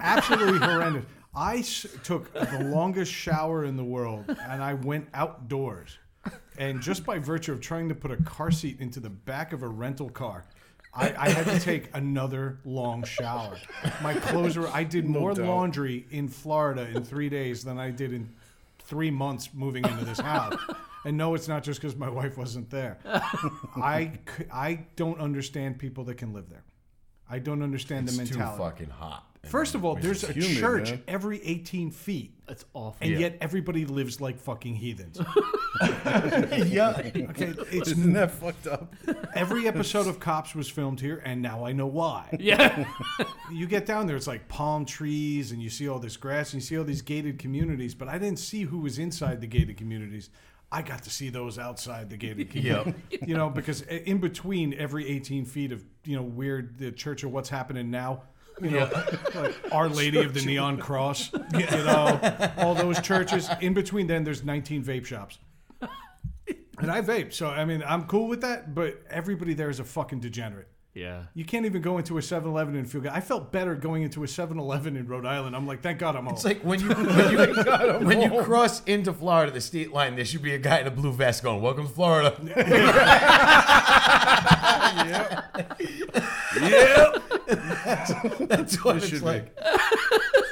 Speaker 2: absolutely horrendous. I s- took the longest shower in the world, and I went outdoors. And just by virtue of trying to put a car seat into the back of a rental car, I, I had to take another long shower. My clothes were. I did more
Speaker 4: doubt.
Speaker 2: laundry in Florida in three days than I did in three months moving into this house. And no, it's not just because my wife wasn't
Speaker 3: [LAUGHS]
Speaker 2: there. I, c- I don't understand people that can live there. I don't understand
Speaker 3: It's
Speaker 2: the
Speaker 3: too
Speaker 2: mentality.
Speaker 3: fucking hot.
Speaker 2: First of all, there's a
Speaker 4: it's humid,
Speaker 2: church
Speaker 4: man.
Speaker 2: every 18 feet,
Speaker 1: That's awful.
Speaker 2: and
Speaker 3: [LAUGHS]
Speaker 2: yet everybody lives like fucking heathens.
Speaker 4: [LAUGHS] yeah.
Speaker 2: Okay, it's
Speaker 4: [LAUGHS] Isn't that fucked up?
Speaker 2: every episode of Cops was filmed here, and now I know why.
Speaker 1: Yeah.
Speaker 2: You get down there, it's like palm trees, and you see all this grass, and you see all these gated communities. But I didn't see who was inside the gated communities. I got to see those outside the gated communities. You know, because i- in between every 18 feet of you know weird the church of what's happening now. You know, like Our Lady of the Neon Cross. You know, all those churches. In between, then there's 19 vape shops. And I vape, so I mean, I'm cool with that. But everybody there is a fucking degenerate.
Speaker 1: yeah.
Speaker 2: You can't even go into a 7-Eleven and feel good. I felt better going into a 7-Eleven in Rhode Island. I'm like, thank God I'm home.
Speaker 3: It's like when you when
Speaker 1: [LAUGHS]
Speaker 3: you, when you cross into Florida, the state line, there should be a guy in a blue vest going, "Welcome to
Speaker 4: [LAUGHS]
Speaker 3: Florida." [LAUGHS]
Speaker 4: Yeah.
Speaker 3: That's what it's
Speaker 4: should be.
Speaker 3: like.
Speaker 2: I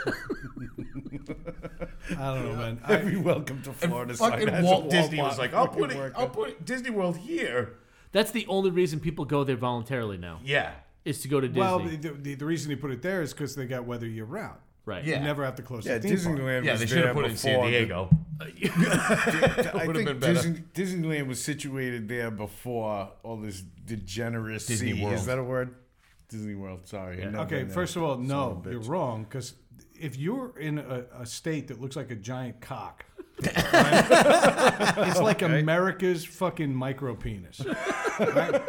Speaker 2: don't know, man.
Speaker 4: [LAUGHS]
Speaker 2: I,
Speaker 4: Every welcome to Florida. sign
Speaker 3: Fucking
Speaker 4: has a
Speaker 3: Walt Disney was
Speaker 4: Walmart
Speaker 3: like, "I'll put
Speaker 4: fucking
Speaker 3: it,
Speaker 4: worker."
Speaker 3: I'll put it, Disney World here."
Speaker 1: That's the only reason people go there voluntarily now
Speaker 3: Yeah,
Speaker 1: is to go to Disney.
Speaker 2: well, the, the, the reason he put it there is because they got weather year round.
Speaker 1: right.
Speaker 3: yeah.
Speaker 2: You never have to close
Speaker 4: Yeah,
Speaker 2: the theme park.
Speaker 4: Disneyland.
Speaker 3: yeah.
Speaker 4: was
Speaker 3: They should
Speaker 4: there
Speaker 3: have put it in San
Speaker 4: before the-
Speaker 3: Diego.
Speaker 4: [LAUGHS] I
Speaker 3: Would've
Speaker 4: think
Speaker 3: been better.
Speaker 4: Disney, Disneyland was situated there before all this degeneracy.
Speaker 3: Disney World.
Speaker 4: Is that a word? Disney World. Sorry. I never
Speaker 2: Okay,
Speaker 4: know.
Speaker 2: first of all,
Speaker 4: Son
Speaker 2: no,
Speaker 4: of a
Speaker 2: you're
Speaker 4: bitch.
Speaker 2: wrong. Because if you're in a, a state that looks like a giant
Speaker 4: [LAUGHS]
Speaker 2: cock, right? it's like America's fucking micro penis. right?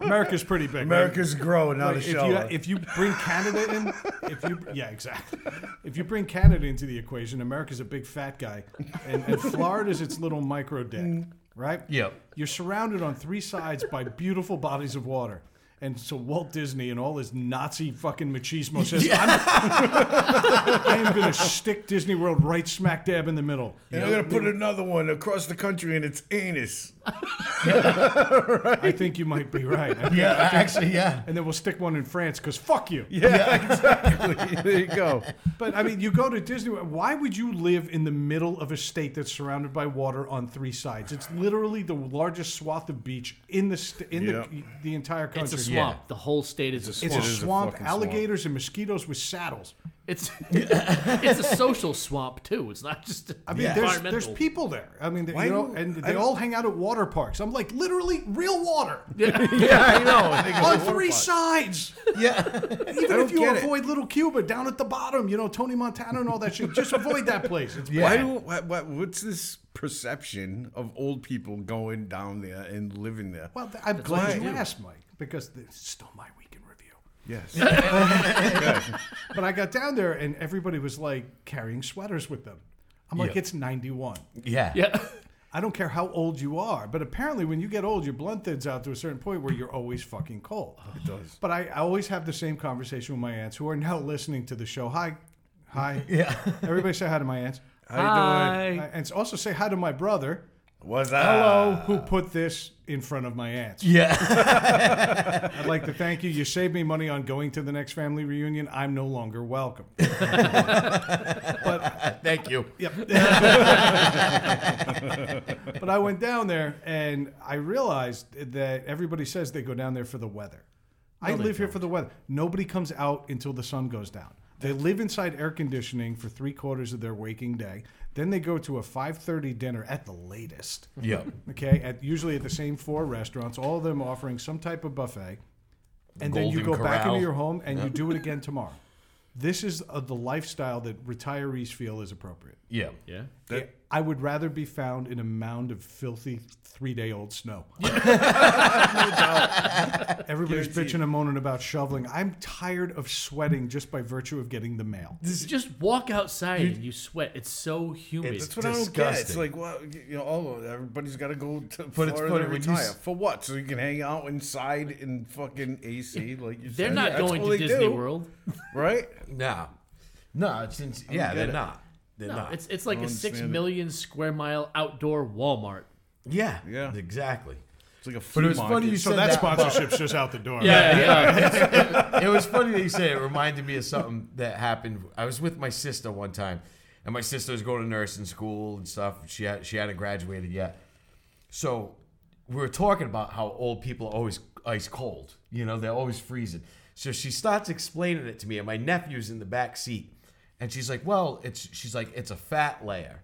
Speaker 2: America's pretty big. right?
Speaker 4: America's growing out
Speaker 2: Like,
Speaker 4: of
Speaker 2: if you
Speaker 4: show.
Speaker 2: if you bring Canada in, if you yeah exactly, if you bring Canada into the equation, America's a big fat guy, and, and Florida's its little micro dick, right?
Speaker 3: Yep.
Speaker 2: You're surrounded on three sides by beautiful bodies of water. And so Walt Disney and all his Nazi fucking machismo says, I'm, [LAUGHS] I am going to stick Disney World right smack dab in the middle.
Speaker 4: And I'm gonna put another one across the country, and it's anus.
Speaker 2: I think you might be right.
Speaker 3: [LAUGHS] Yeah, actually, yeah.
Speaker 2: And then we'll stick one in France because fuck you. [LAUGHS]
Speaker 4: Yeah, exactly. there you go.
Speaker 2: But I mean, you go to Disney. World. Why would you live in the middle of a state that's surrounded by water on three sides? It's literally the largest swath of beach in the st- in the
Speaker 4: Yeah.
Speaker 2: the entire
Speaker 1: It's
Speaker 2: country.
Speaker 1: a swamp. The whole state is a
Speaker 2: It's
Speaker 1: swamp.
Speaker 2: a
Speaker 4: It is a
Speaker 2: swamp,
Speaker 4: fucking swamp.
Speaker 2: alligators and mosquitoes with saddles.
Speaker 1: It's it's a social swamp too. It's not just
Speaker 2: I mean, there's there's people there. I mean, they,
Speaker 4: Why
Speaker 2: you know,
Speaker 4: do-
Speaker 2: and they
Speaker 4: I-
Speaker 2: all hang out at water parks. I'm like, literally, real water
Speaker 4: Yeah, I know. [LAUGHS] I think it's
Speaker 2: on
Speaker 4: a
Speaker 2: three
Speaker 4: waterfront.
Speaker 2: sides.
Speaker 3: Yeah,
Speaker 2: Even if
Speaker 4: don't
Speaker 2: you
Speaker 4: get it.
Speaker 2: avoid Little Cuba down at the bottom, you know, Tony Montana and all that shit, just avoid that place. It's
Speaker 4: Why do why, why, what's this perception of old people going down there and living there?
Speaker 2: Well, th- I'm
Speaker 1: what
Speaker 2: glad
Speaker 1: I
Speaker 2: you
Speaker 1: do.
Speaker 2: asked, Mike, because this is still my weekend review.
Speaker 4: Yes.
Speaker 2: But I got down there and everybody was like carrying sweaters with them. I'm like,
Speaker 3: Yeah.
Speaker 2: it's 91.
Speaker 3: yeah,
Speaker 1: yeah.
Speaker 2: I don't care how old you are, but apparently when you get old, your blood thins out to a certain point where you're always fucking cold. It does. But I, I always have the same conversation with my aunts who are now listening to the show. Hi, hi.
Speaker 3: yeah. [LAUGHS]
Speaker 2: Everybody say hi to my aunts.
Speaker 4: How you doing?
Speaker 2: Uh, And also say hi to my brother,
Speaker 4: What's
Speaker 2: hello,
Speaker 4: up?
Speaker 2: who put this in front of my aunts.
Speaker 3: [LAUGHS] Yeah,
Speaker 2: I'd like to thank you. You saved me money on going to the next family reunion. I'm no longer welcome. but
Speaker 3: thank you.
Speaker 2: yep. [LAUGHS] but I went down there and I realized that everybody says they go down there for the weather. I live here for the weather. Nobody comes out until the sun goes down. They live inside air conditioning for three quarters of their waking day. Then they go to a 5:30 dinner at the latest
Speaker 3: Yeah,
Speaker 2: okay, at usually at the same four restaurants, all of them offering some type of buffet, and then you
Speaker 3: Golden
Speaker 2: go back into
Speaker 3: Corral.
Speaker 2: your home and you
Speaker 3: [LAUGHS]
Speaker 2: do it again tomorrow. This is uh, the lifestyle that retirees feel is appropriate.
Speaker 3: yeah,
Speaker 1: Yeah.
Speaker 2: I would rather be found in a mound of filthy three-day-old
Speaker 3: [LAUGHS]
Speaker 2: snow. [LAUGHS] Everybody's bitching and moaning about shoveling. I'm tired of sweating just by virtue of getting the
Speaker 3: [LAUGHS]
Speaker 2: mail.
Speaker 1: just walk outside and you sweat. It's so humid.
Speaker 4: That's what I don't get. It's
Speaker 3: disgusting.
Speaker 4: like, well, you know, all everybody's got to go to
Speaker 3: it's
Speaker 4: Florida
Speaker 3: funny
Speaker 4: to
Speaker 3: when you
Speaker 4: retire
Speaker 3: s-
Speaker 4: for what? So you can hang out inside in fucking AC, like you
Speaker 1: They're
Speaker 4: said.
Speaker 1: not
Speaker 4: That's
Speaker 1: going
Speaker 4: all
Speaker 1: to
Speaker 4: they
Speaker 1: Disney
Speaker 4: do,
Speaker 1: World.
Speaker 4: right?
Speaker 3: nah, nah. It's ins- yeah,
Speaker 4: get
Speaker 3: they're
Speaker 4: it.
Speaker 3: not. They're
Speaker 1: No,
Speaker 3: not.
Speaker 1: it's it's like a six
Speaker 4: understand it.
Speaker 1: million square mile outdoor
Speaker 3: [LAUGHS]
Speaker 1: Walmart.
Speaker 3: yeah,
Speaker 4: Yeah.
Speaker 3: exactly.
Speaker 4: It's like a
Speaker 3: But
Speaker 4: flea
Speaker 3: it was
Speaker 4: market.
Speaker 3: funny you
Speaker 2: So
Speaker 3: said
Speaker 2: that
Speaker 3: that.
Speaker 2: sponsorship's just out the door.
Speaker 3: it was funny that you say it. It reminded me of something that happened. I was with my sister one time, and my sister was going to nursing school and stuff. She had, she hadn't graduated yet, so we were talking about how old people are always ice cold. You know, they're always freezing. So she starts explaining it to me, and my nephew's in the back seat, and she's like, "Well, it's she's like it's a fat layer."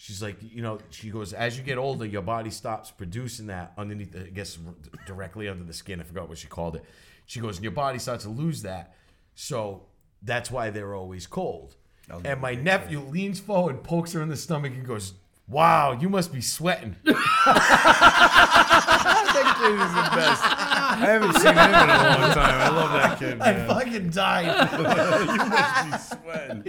Speaker 3: She's like, you know, she goes, as you get older, your body stops producing that underneath, the, I guess, r- directly under the skin. I forgot what she called it. She goes, and your body starts to lose that. So that's why they're always cold. and my nephew leans forward, pokes her in the stomach, and goes, Wow, you must be sweating.
Speaker 4: I haven't seen him in a long time. I love that kid,
Speaker 3: I
Speaker 4: man.
Speaker 3: fucking died.
Speaker 4: [LAUGHS] you must be sweating.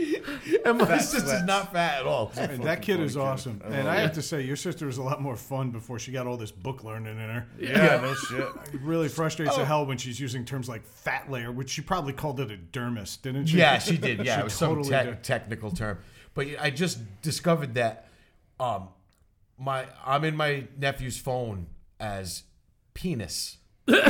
Speaker 3: and my
Speaker 4: Fat
Speaker 3: sister's
Speaker 4: sweats.
Speaker 3: not fat at all.
Speaker 2: And that kid is awesome.
Speaker 4: I
Speaker 2: and
Speaker 4: love
Speaker 2: I have to say, your sister was a lot more fun before she got all this book learning in her.
Speaker 4: Yeah, no [LAUGHS] shit.
Speaker 2: It really frustrates
Speaker 3: oh.
Speaker 2: the hell when she's using terms like fat layer, which she probably called it a dermis, didn't she?
Speaker 3: Yeah, she
Speaker 2: [LAUGHS]
Speaker 3: did. Yeah,
Speaker 2: She
Speaker 3: it was
Speaker 2: totally
Speaker 3: some te-
Speaker 2: did.
Speaker 3: technical term. But I just discovered that um, my I'm in my nephew's phone as penis.
Speaker 4: Well,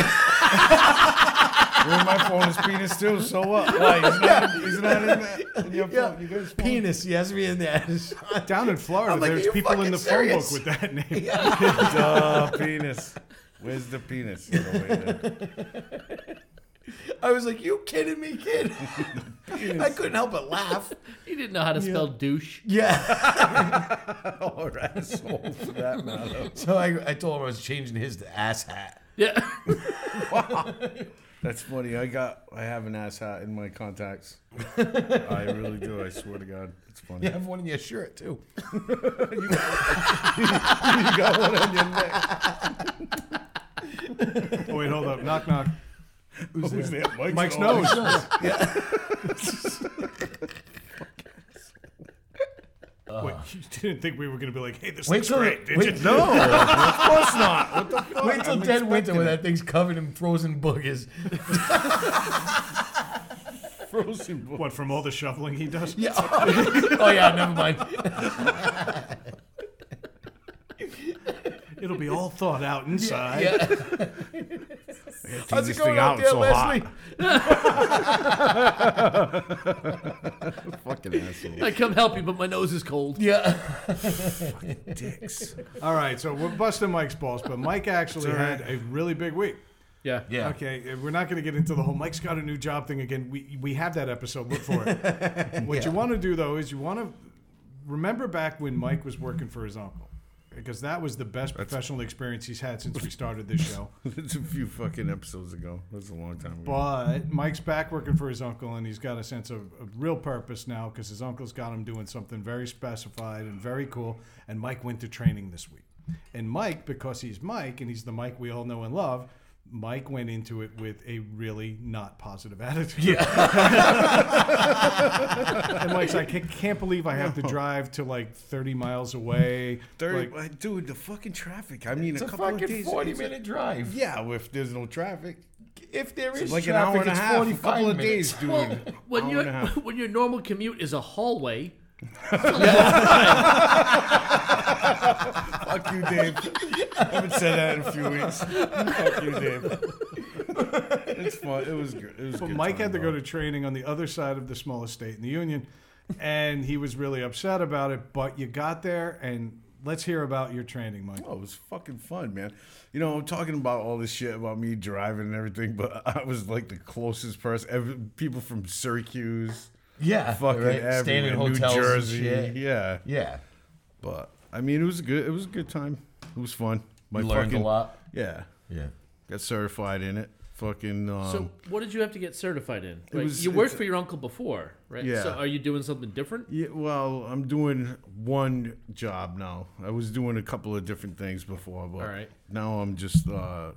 Speaker 4: my phone is penis too. So
Speaker 3: [LAUGHS]
Speaker 4: what? Why he's not, he's not in that. In your
Speaker 3: Yeah,
Speaker 4: phone. You guys phone.
Speaker 3: penis. He has me in there. [LAUGHS]
Speaker 2: Down in Florida,
Speaker 3: I'm like,
Speaker 2: there's
Speaker 3: "Are you
Speaker 2: people in
Speaker 3: fucking
Speaker 2: the
Speaker 3: serious?"
Speaker 2: phone book with that
Speaker 3: [LAUGHS]
Speaker 2: name.
Speaker 4: Duh, penis. Where's the [LAUGHS] penis? You know, wait a-
Speaker 3: I was like, "You kidding me, kid?" I couldn't help but laugh.
Speaker 1: He didn't know how to spell
Speaker 3: [LAUGHS]
Speaker 1: douche.
Speaker 3: Yeah.
Speaker 4: All right, so for that matter.
Speaker 3: So I, I told him I was changing his to ass hat.
Speaker 1: Yeah.
Speaker 4: That's funny. I got. I have an ass hat in my [LAUGHS] contacts. I really do. I swear to God, it's funny.
Speaker 3: You have one in your shirt too.
Speaker 4: You got one on your neck.
Speaker 2: Oh, wait, hold up. Knock, knock.
Speaker 4: Who's that? [LAUGHS]
Speaker 2: Mike's
Speaker 4: Mike's, on.
Speaker 2: nose.
Speaker 3: [LAUGHS]
Speaker 2: Wait, you didn't think we were going to be like, hey, this
Speaker 3: Uh. Wait
Speaker 2: looks
Speaker 3: till-
Speaker 2: great, did
Speaker 3: wait-
Speaker 2: you?
Speaker 3: [LAUGHS]
Speaker 4: No, of course not. What the fuck?
Speaker 3: Wait till
Speaker 4: I'm
Speaker 3: dead winter
Speaker 4: expecting
Speaker 3: when
Speaker 4: it.
Speaker 3: that thing's covered in frozen boogers.
Speaker 4: [LAUGHS] frozen book.
Speaker 2: What, from all the shoveling he does?
Speaker 3: Yeah. oh yeah. Never mind.
Speaker 2: It'll be all thawed out inside.
Speaker 3: Yeah.
Speaker 4: How's it going out there,
Speaker 2: [LAUGHS]
Speaker 4: so Leslie? Fucking
Speaker 1: [LAUGHS]
Speaker 4: asshole.
Speaker 1: I come help you, but my nose is cold.
Speaker 3: Yeah.
Speaker 4: Dicks.
Speaker 2: All right, so we're busting Mike's balls, but
Speaker 4: [LAUGHS]
Speaker 2: Mike actually had a really big week.
Speaker 1: Yeah.
Speaker 3: Yeah.
Speaker 2: Okay, eh, we're not going to get into the whole Mike's got a new job thing again. We we have that episode. Look for it.
Speaker 4: [LAUGHS]
Speaker 2: what you want to do though is you want to remember back when Mike was working for his uncle, because that was the best professional experience he's had since
Speaker 4: [LAUGHS]
Speaker 2: we started this show.
Speaker 4: [LAUGHS] That's a few fucking episodes ago. That's a long time ago.
Speaker 2: But Mike's back working for his uncle, and he's got a sense of, of real purpose now because his uncle's got him doing something very specified and very cool. And Mike went to training this week. And Mike, because he's Mike and he's the Mike we all know and love, Mike went into it with a really not positive [LAUGHS] attitude. and Mike's like, I can't believe I have to drive to like 30 miles away.
Speaker 4: Thirty, uh,
Speaker 2: Like,
Speaker 4: dude, the fucking traffic. I mean,
Speaker 3: It's
Speaker 4: a
Speaker 3: a
Speaker 4: couple of
Speaker 3: fucking
Speaker 4: days.
Speaker 3: forty
Speaker 4: it's a-
Speaker 3: minute drive.
Speaker 4: Yeah, if there's no traffic,
Speaker 3: If there is
Speaker 4: like
Speaker 3: traffic,
Speaker 4: an hour and a
Speaker 3: it's
Speaker 4: half, a
Speaker 3: 45
Speaker 4: couple of
Speaker 3: minutes.
Speaker 4: days, dude.
Speaker 1: Well,
Speaker 4: [LAUGHS]
Speaker 1: when
Speaker 4: Hour
Speaker 1: your
Speaker 4: and a half.
Speaker 1: [LAUGHS] when your normal commute is a hallway,
Speaker 4: Fuck you, Dave. I haven't said that in a few weeks. Fuck you, Dave. It's fun. It was good. It was. a
Speaker 2: But
Speaker 4: good
Speaker 2: Mike
Speaker 4: time,
Speaker 2: had to go
Speaker 4: though.
Speaker 2: to training on the other side of the small estate in the union, and he was really upset about it. But you got there, and let's hear about your training, Mike.
Speaker 4: Oh, it was fucking fun, man. You know, I'm talking about all this shit about me driving and everything, but [LAUGHS] I was like the closest person. Every, people from Syracuse,
Speaker 3: Yeah,
Speaker 4: fucking
Speaker 3: right?
Speaker 4: everywhere,
Speaker 3: Staying in
Speaker 4: New
Speaker 3: hotels and
Speaker 4: Jersey,
Speaker 3: shit.
Speaker 4: yeah.
Speaker 3: Yeah,
Speaker 4: But I mean, it was a good. It was a good time. It was fun. My
Speaker 3: You learned a
Speaker 4: fucking-
Speaker 3: lot.
Speaker 4: Yeah,
Speaker 3: yeah.
Speaker 4: got certified in it. Fucking. Um,
Speaker 1: so what did you have to get certified in? Like,
Speaker 4: was-
Speaker 1: you worked
Speaker 4: it's-
Speaker 1: for your uncle before, right?
Speaker 4: Yeah.
Speaker 1: So are you doing something different?
Speaker 4: Yeah, well, I'm doing one job now. I was doing a couple of different things before, but
Speaker 1: right.
Speaker 4: now I'm just uh,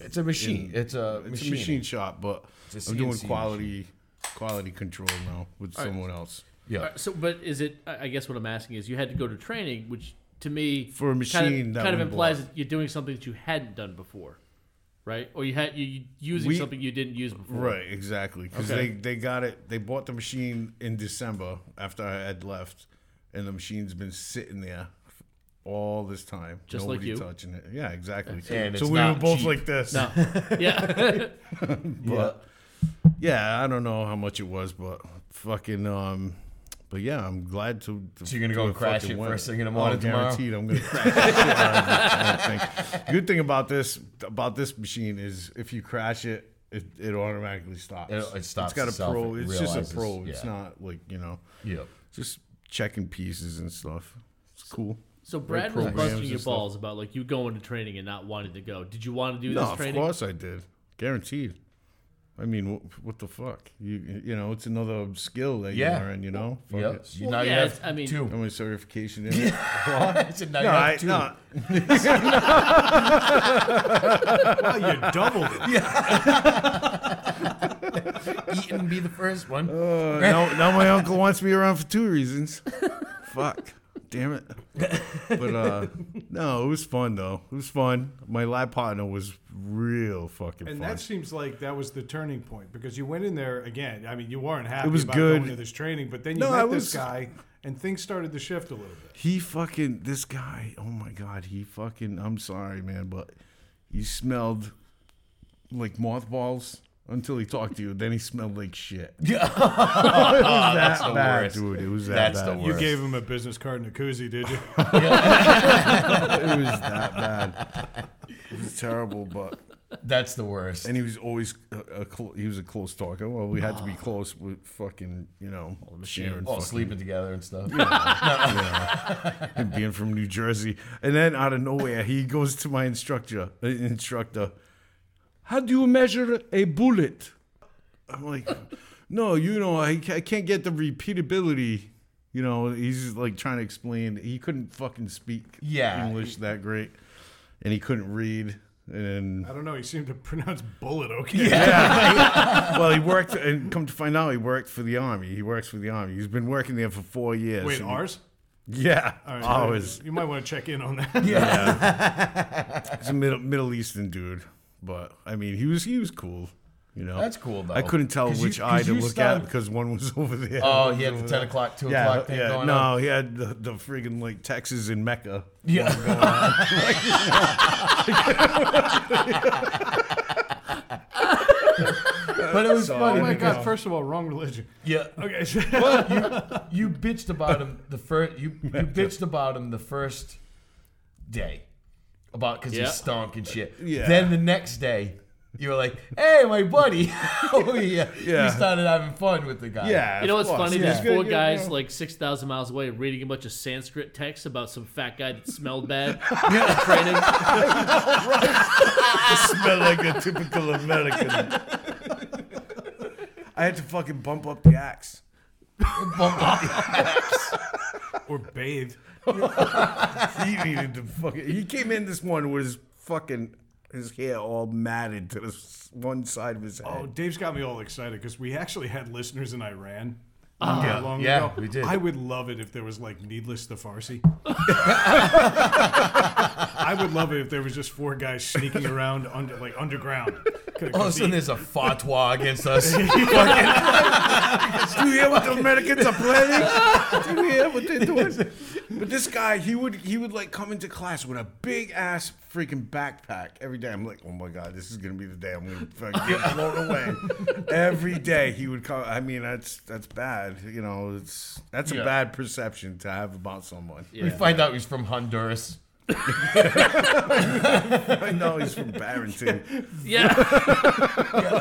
Speaker 3: It's a machine. it's a
Speaker 4: it's
Speaker 3: machine.
Speaker 4: a machine shop, but
Speaker 3: It's a
Speaker 4: I'm doing
Speaker 3: CNC
Speaker 4: quality quality control now with someone else.
Speaker 3: Yeah,
Speaker 1: All right, Uh, so, but is it? I I guess what I'm asking is, you had to go to training, which to me
Speaker 4: For a
Speaker 1: kind
Speaker 4: machine
Speaker 1: of,
Speaker 4: that
Speaker 1: kind of
Speaker 4: wouldn't
Speaker 1: implies
Speaker 4: blow.
Speaker 1: that you're doing something that you hadn't done before, right? Or you had you you using
Speaker 4: We-
Speaker 1: something you didn't use before,
Speaker 4: Right, exactly. Because
Speaker 1: Okay.
Speaker 4: they, they got it. They bought the machine in December after I had left, and the machine's been sitting there all this time.
Speaker 1: Just like
Speaker 4: Nobody
Speaker 1: you.
Speaker 4: touching it. Yeah, exactly.
Speaker 3: And
Speaker 4: so
Speaker 3: it's
Speaker 4: we
Speaker 3: not
Speaker 4: were both
Speaker 3: cheap.
Speaker 4: like this. [LAUGHS]
Speaker 1: No, yeah,
Speaker 4: But yeah. I don't know how much it was, but fucking um but yeah, I'm glad to. to
Speaker 3: So you're gonna go
Speaker 4: to
Speaker 3: and crash
Speaker 4: fucking
Speaker 3: it
Speaker 4: win.
Speaker 3: first thing in the morning
Speaker 4: oh,
Speaker 3: tomorrow?
Speaker 4: Guaranteed, I'm gonna crash the shit out of it, I think. Good thing about this about this machine is if you crash it it, it automatically stops.
Speaker 3: It- it stops
Speaker 4: It's got a
Speaker 3: itself,
Speaker 4: pro.
Speaker 3: it
Speaker 4: It's just
Speaker 3: realizes,
Speaker 4: a pro. It's
Speaker 3: yeah.
Speaker 4: not like you know,
Speaker 3: Yep.
Speaker 4: just checking pieces and stuff. It's cool.
Speaker 1: [LAUGHS] So Brad was
Speaker 4: programs
Speaker 1: busting
Speaker 4: and
Speaker 1: your
Speaker 4: stuff.
Speaker 1: balls about like you going to training and not wanting to go. Did you want to do
Speaker 4: No,
Speaker 1: this
Speaker 4: of
Speaker 1: training?
Speaker 4: course I did. Guaranteed. I mean, what, what the fuck? You you know, it's another skill that you
Speaker 3: Yeah.
Speaker 4: learn. You know, Fuck
Speaker 3: Yep.
Speaker 4: it.
Speaker 3: You- now
Speaker 1: yeah,
Speaker 3: [LAUGHS] you have
Speaker 1: it's- I mean- [LAUGHS]
Speaker 3: two.
Speaker 4: How many certification in
Speaker 3: So
Speaker 4: it?
Speaker 3: now you
Speaker 4: No,
Speaker 3: have
Speaker 4: I,
Speaker 3: two.
Speaker 4: no,
Speaker 2: Well, Oh, you doubled [LAUGHS] it.
Speaker 3: Eaton be the first one. [LAUGHS]
Speaker 4: Uh, now, now my uncle wants me around for two [LAUGHS] reasons. Fuck. Damn it. But uh no, it was fun though. It was fun. My lab partner was real fucking
Speaker 2: And
Speaker 4: fun.
Speaker 2: that seems like that was the turning point because you went in there again. I mean, you weren't happy
Speaker 4: It was
Speaker 2: about
Speaker 4: good.
Speaker 2: going to this training, but then you
Speaker 4: No,
Speaker 2: met
Speaker 4: I
Speaker 2: this
Speaker 4: was-
Speaker 2: guy and things started to shift a little bit.
Speaker 4: he fucking this guy, oh my god, he fucking I'm sorry, man, but he smelled like mothballs until he talked to you. Then he smelled like shit. Yeah. it was [LAUGHS] that
Speaker 3: that's the
Speaker 4: bad,
Speaker 3: worst.
Speaker 4: dude. It was that
Speaker 3: That's
Speaker 4: bad.
Speaker 3: the worst.
Speaker 2: You gave him a business card and a koozie, did you?
Speaker 4: It was that bad. It was terrible, but
Speaker 3: That's the worst.
Speaker 4: and he was always a, a cl- he was a close talker. Well, we had to be close with fucking you know sharing
Speaker 3: Oh,
Speaker 4: fucking-
Speaker 3: sleeping together and stuff.
Speaker 4: and being from New Jersey. And then out of nowhere, he goes to my instructor. uh, Instructor, how do you measure a bullet? I'm like, no, you know, I, ca- I can't get the repeatability. You know, he's just, like trying to explain. He couldn't fucking speak
Speaker 3: Yeah.
Speaker 4: English that great, and he couldn't read. And then
Speaker 2: [LAUGHS] I don't know. He seemed to pronounce bullet okay.
Speaker 4: [LAUGHS] well, he worked, and come to find out, he worked for the army. He works for the army. He's been working there for four years.
Speaker 2: Wait,
Speaker 4: And-
Speaker 2: ours?
Speaker 4: Yeah,
Speaker 2: All right, [LAUGHS]
Speaker 4: ours.
Speaker 2: You might want to check in on that.
Speaker 4: He's a Middle, Middle Eastern dude, but I mean, he was he was cool. You know,
Speaker 3: That's cool, though.
Speaker 4: I couldn't tell
Speaker 3: 'Cause you-
Speaker 4: which eye
Speaker 3: 'cause
Speaker 4: to
Speaker 3: you
Speaker 4: look
Speaker 3: started-
Speaker 4: at because one was [LAUGHS] over there.
Speaker 3: Oh, he had the 10 o'clock, 2
Speaker 4: yeah,
Speaker 3: o'clock thing
Speaker 4: yeah.
Speaker 3: going
Speaker 4: No,
Speaker 3: on.
Speaker 4: he had the, the friggin' like Texas and Mecca.
Speaker 3: Yeah. but it was funny.
Speaker 2: oh my
Speaker 3: because-
Speaker 2: God. First of all, wrong religion.
Speaker 3: Yeah.
Speaker 2: Okay. [LAUGHS]
Speaker 3: Well, you, you bitched about him the first. You,
Speaker 4: [LAUGHS]
Speaker 3: you bitched about him the first day, about because
Speaker 1: Yeah.
Speaker 3: he stunk and shit.
Speaker 4: Yeah.
Speaker 3: Then the next day, you were like, "Hey, my buddy." [LAUGHS] oh yeah.
Speaker 4: Yeah.
Speaker 3: You started having fun with the guy.
Speaker 4: Yeah,
Speaker 1: You know what's funny?
Speaker 4: Yeah.
Speaker 1: These four guys like six thousand miles away reading a bunch of Sanskrit texts about some fat guy that smelled
Speaker 4: [LAUGHS]
Speaker 1: bad. at training.
Speaker 4: [LAUGHS] smell like a typical American. [LAUGHS] I had to fucking bump up the axe.
Speaker 2: or bathe.
Speaker 4: he needed to fucking. He came in this morning with his fucking his hair all matted to the s- one side of his head.
Speaker 2: Oh, Dave's got me all excited because we actually had listeners in Iran.
Speaker 3: Yeah,
Speaker 2: not long
Speaker 3: yeah,
Speaker 2: ago.
Speaker 3: we did.
Speaker 2: I would love it if there was like needless to
Speaker 3: [LAUGHS]
Speaker 2: Farsi. I would love it if there was just four guys sneaking around under like underground. 'Cause-
Speaker 3: All of a sudden, there's a fatwa against
Speaker 4: [LAUGHS]
Speaker 3: us.
Speaker 4: Do you hear what the Americans are planning? Do you hear what they're doing? But this guy, he would he would like come into class with a big ass freaking backpack every day. I'm like, oh my god, this is gonna be the day I'm gonna fucking get blown away. Every day he would come. I mean, that's that's bad. You know, it's that's
Speaker 3: Yeah.
Speaker 4: a bad perception to have about someone.
Speaker 3: We find out he's from Honduras.
Speaker 4: [LAUGHS] I know he's from Barrington.
Speaker 1: yeah,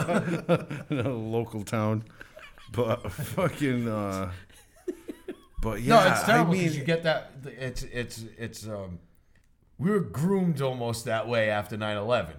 Speaker 4: [LAUGHS] a local town. But [LAUGHS] fucking, uh, but yeah,
Speaker 3: No, it's terrible
Speaker 4: I
Speaker 3: because
Speaker 4: mean,
Speaker 3: you get that. It's it's it's. um We were groomed almost that way after 9-11.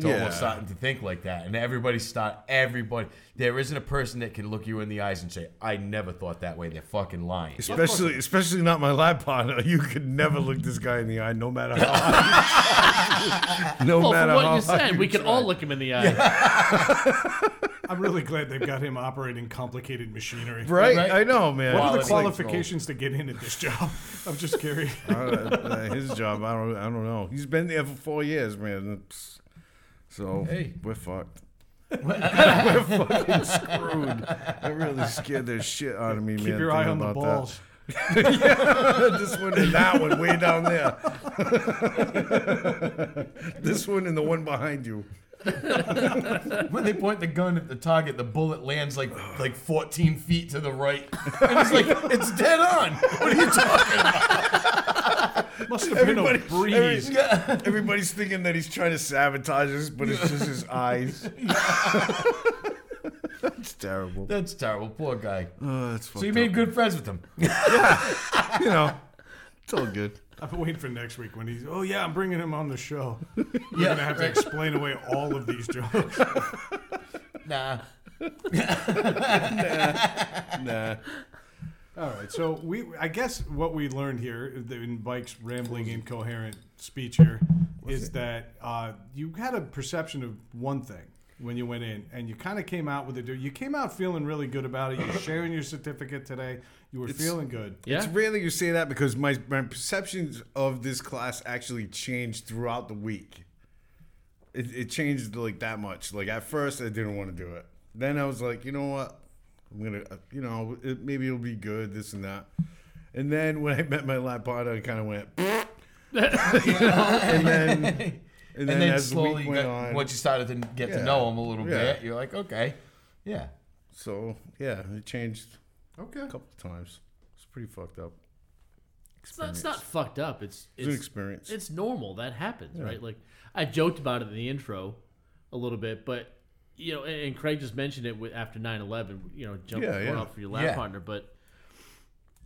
Speaker 3: To
Speaker 4: Yeah.
Speaker 3: almost starting to think like that, and everybody start. Everybody, there isn't a person that can look you in the eyes and say, "I never thought that way." They're fucking [LAUGHS] lying.
Speaker 4: especially especially not my lab partner. [LAUGHS] You could never look this guy in the eye, no matter
Speaker 2: [LAUGHS]
Speaker 4: how. hard you- [LAUGHS] no
Speaker 1: well,
Speaker 4: matter
Speaker 1: from what
Speaker 4: how
Speaker 1: you
Speaker 4: hard
Speaker 1: said, we can
Speaker 4: try.
Speaker 1: all look him in the eye.
Speaker 2: I'm really glad they've got him operating complicated machinery.
Speaker 4: Right?
Speaker 3: Right?
Speaker 4: I know, man.
Speaker 2: What are the
Speaker 3: Quality control.
Speaker 2: qualifications to get in at this job? I'm just curious.
Speaker 4: Uh, uh, his job, I don't, I don't know. He's been there for four years, man. It's- So
Speaker 3: Hey.
Speaker 4: we're fucked. we're fucking
Speaker 2: [LAUGHS]
Speaker 4: screwed. That really scared the shit out of me, man.
Speaker 2: Keep your eye
Speaker 4: thinking
Speaker 2: on the
Speaker 4: about that.
Speaker 2: balls.
Speaker 4: [LAUGHS] this one and that one way down there. [LAUGHS] this one and the one behind you.
Speaker 3: When they point the gun at the target, the bullet lands like like 14 feet [LAUGHS] to the right, and it's like it's dead on. What are you talking?
Speaker 2: Must have been a
Speaker 4: Everybody-
Speaker 2: breeze.
Speaker 4: Everybody's thinking that he's trying to sabotage us, but it's just his eyes. [LAUGHS] It's terrible.
Speaker 3: That's terrible. Poor guy.
Speaker 4: Oh, that's
Speaker 3: So you made good friends with him.
Speaker 4: you know, [LAUGHS] it's all good.
Speaker 2: I've been waiting for next week when he's. Oh yeah, I'm bringing him on the show. You're
Speaker 3: Yeah,
Speaker 2: gonna have to
Speaker 3: right.
Speaker 2: explain away all of these jokes.
Speaker 3: Nah.
Speaker 4: Nah.
Speaker 2: [LAUGHS] all right, so we. I guess what we learned here in Mike's rambling, incoherent speech here is that uh, you had a perception of one thing when you went in, and you kind of came out with it. You came out feeling really good about it. You're sharing your certificate today. You were feeling good.
Speaker 1: Yeah.
Speaker 4: It's rare that you say that because my, my perceptions of this class actually changed throughout the week. It, it changed like that much. Like at first, I didn't want to do it. Then I was like, you know what? I'm gonna, uh, you know, it, maybe it'll be good, this and that. And then when I met my lap partner, I kind of went, [LAUGHS] and then, and
Speaker 3: [LAUGHS] And
Speaker 4: then,
Speaker 3: then,
Speaker 4: as the
Speaker 3: slowly,
Speaker 4: week
Speaker 3: you
Speaker 4: went
Speaker 3: got-
Speaker 4: on,
Speaker 3: once you started to get to
Speaker 4: Yeah.
Speaker 3: know him a little
Speaker 4: Yeah.
Speaker 3: bit, you're like, okay, yeah,
Speaker 4: so yeah, it changed
Speaker 3: okay.
Speaker 4: a couple times. It's pretty fucked up.
Speaker 1: It's not, it's not fucked up. It's
Speaker 4: It's, an
Speaker 1: it's,
Speaker 4: experience.
Speaker 1: it's normal. That happens, right? Like I joked about it in the intro a little bit, but you know, and, and Craig just mentioned it with, after 9-11, You know, jumping
Speaker 4: Yeah,
Speaker 1: going
Speaker 4: yeah.
Speaker 1: out for your lab
Speaker 3: Yeah.
Speaker 1: partner, but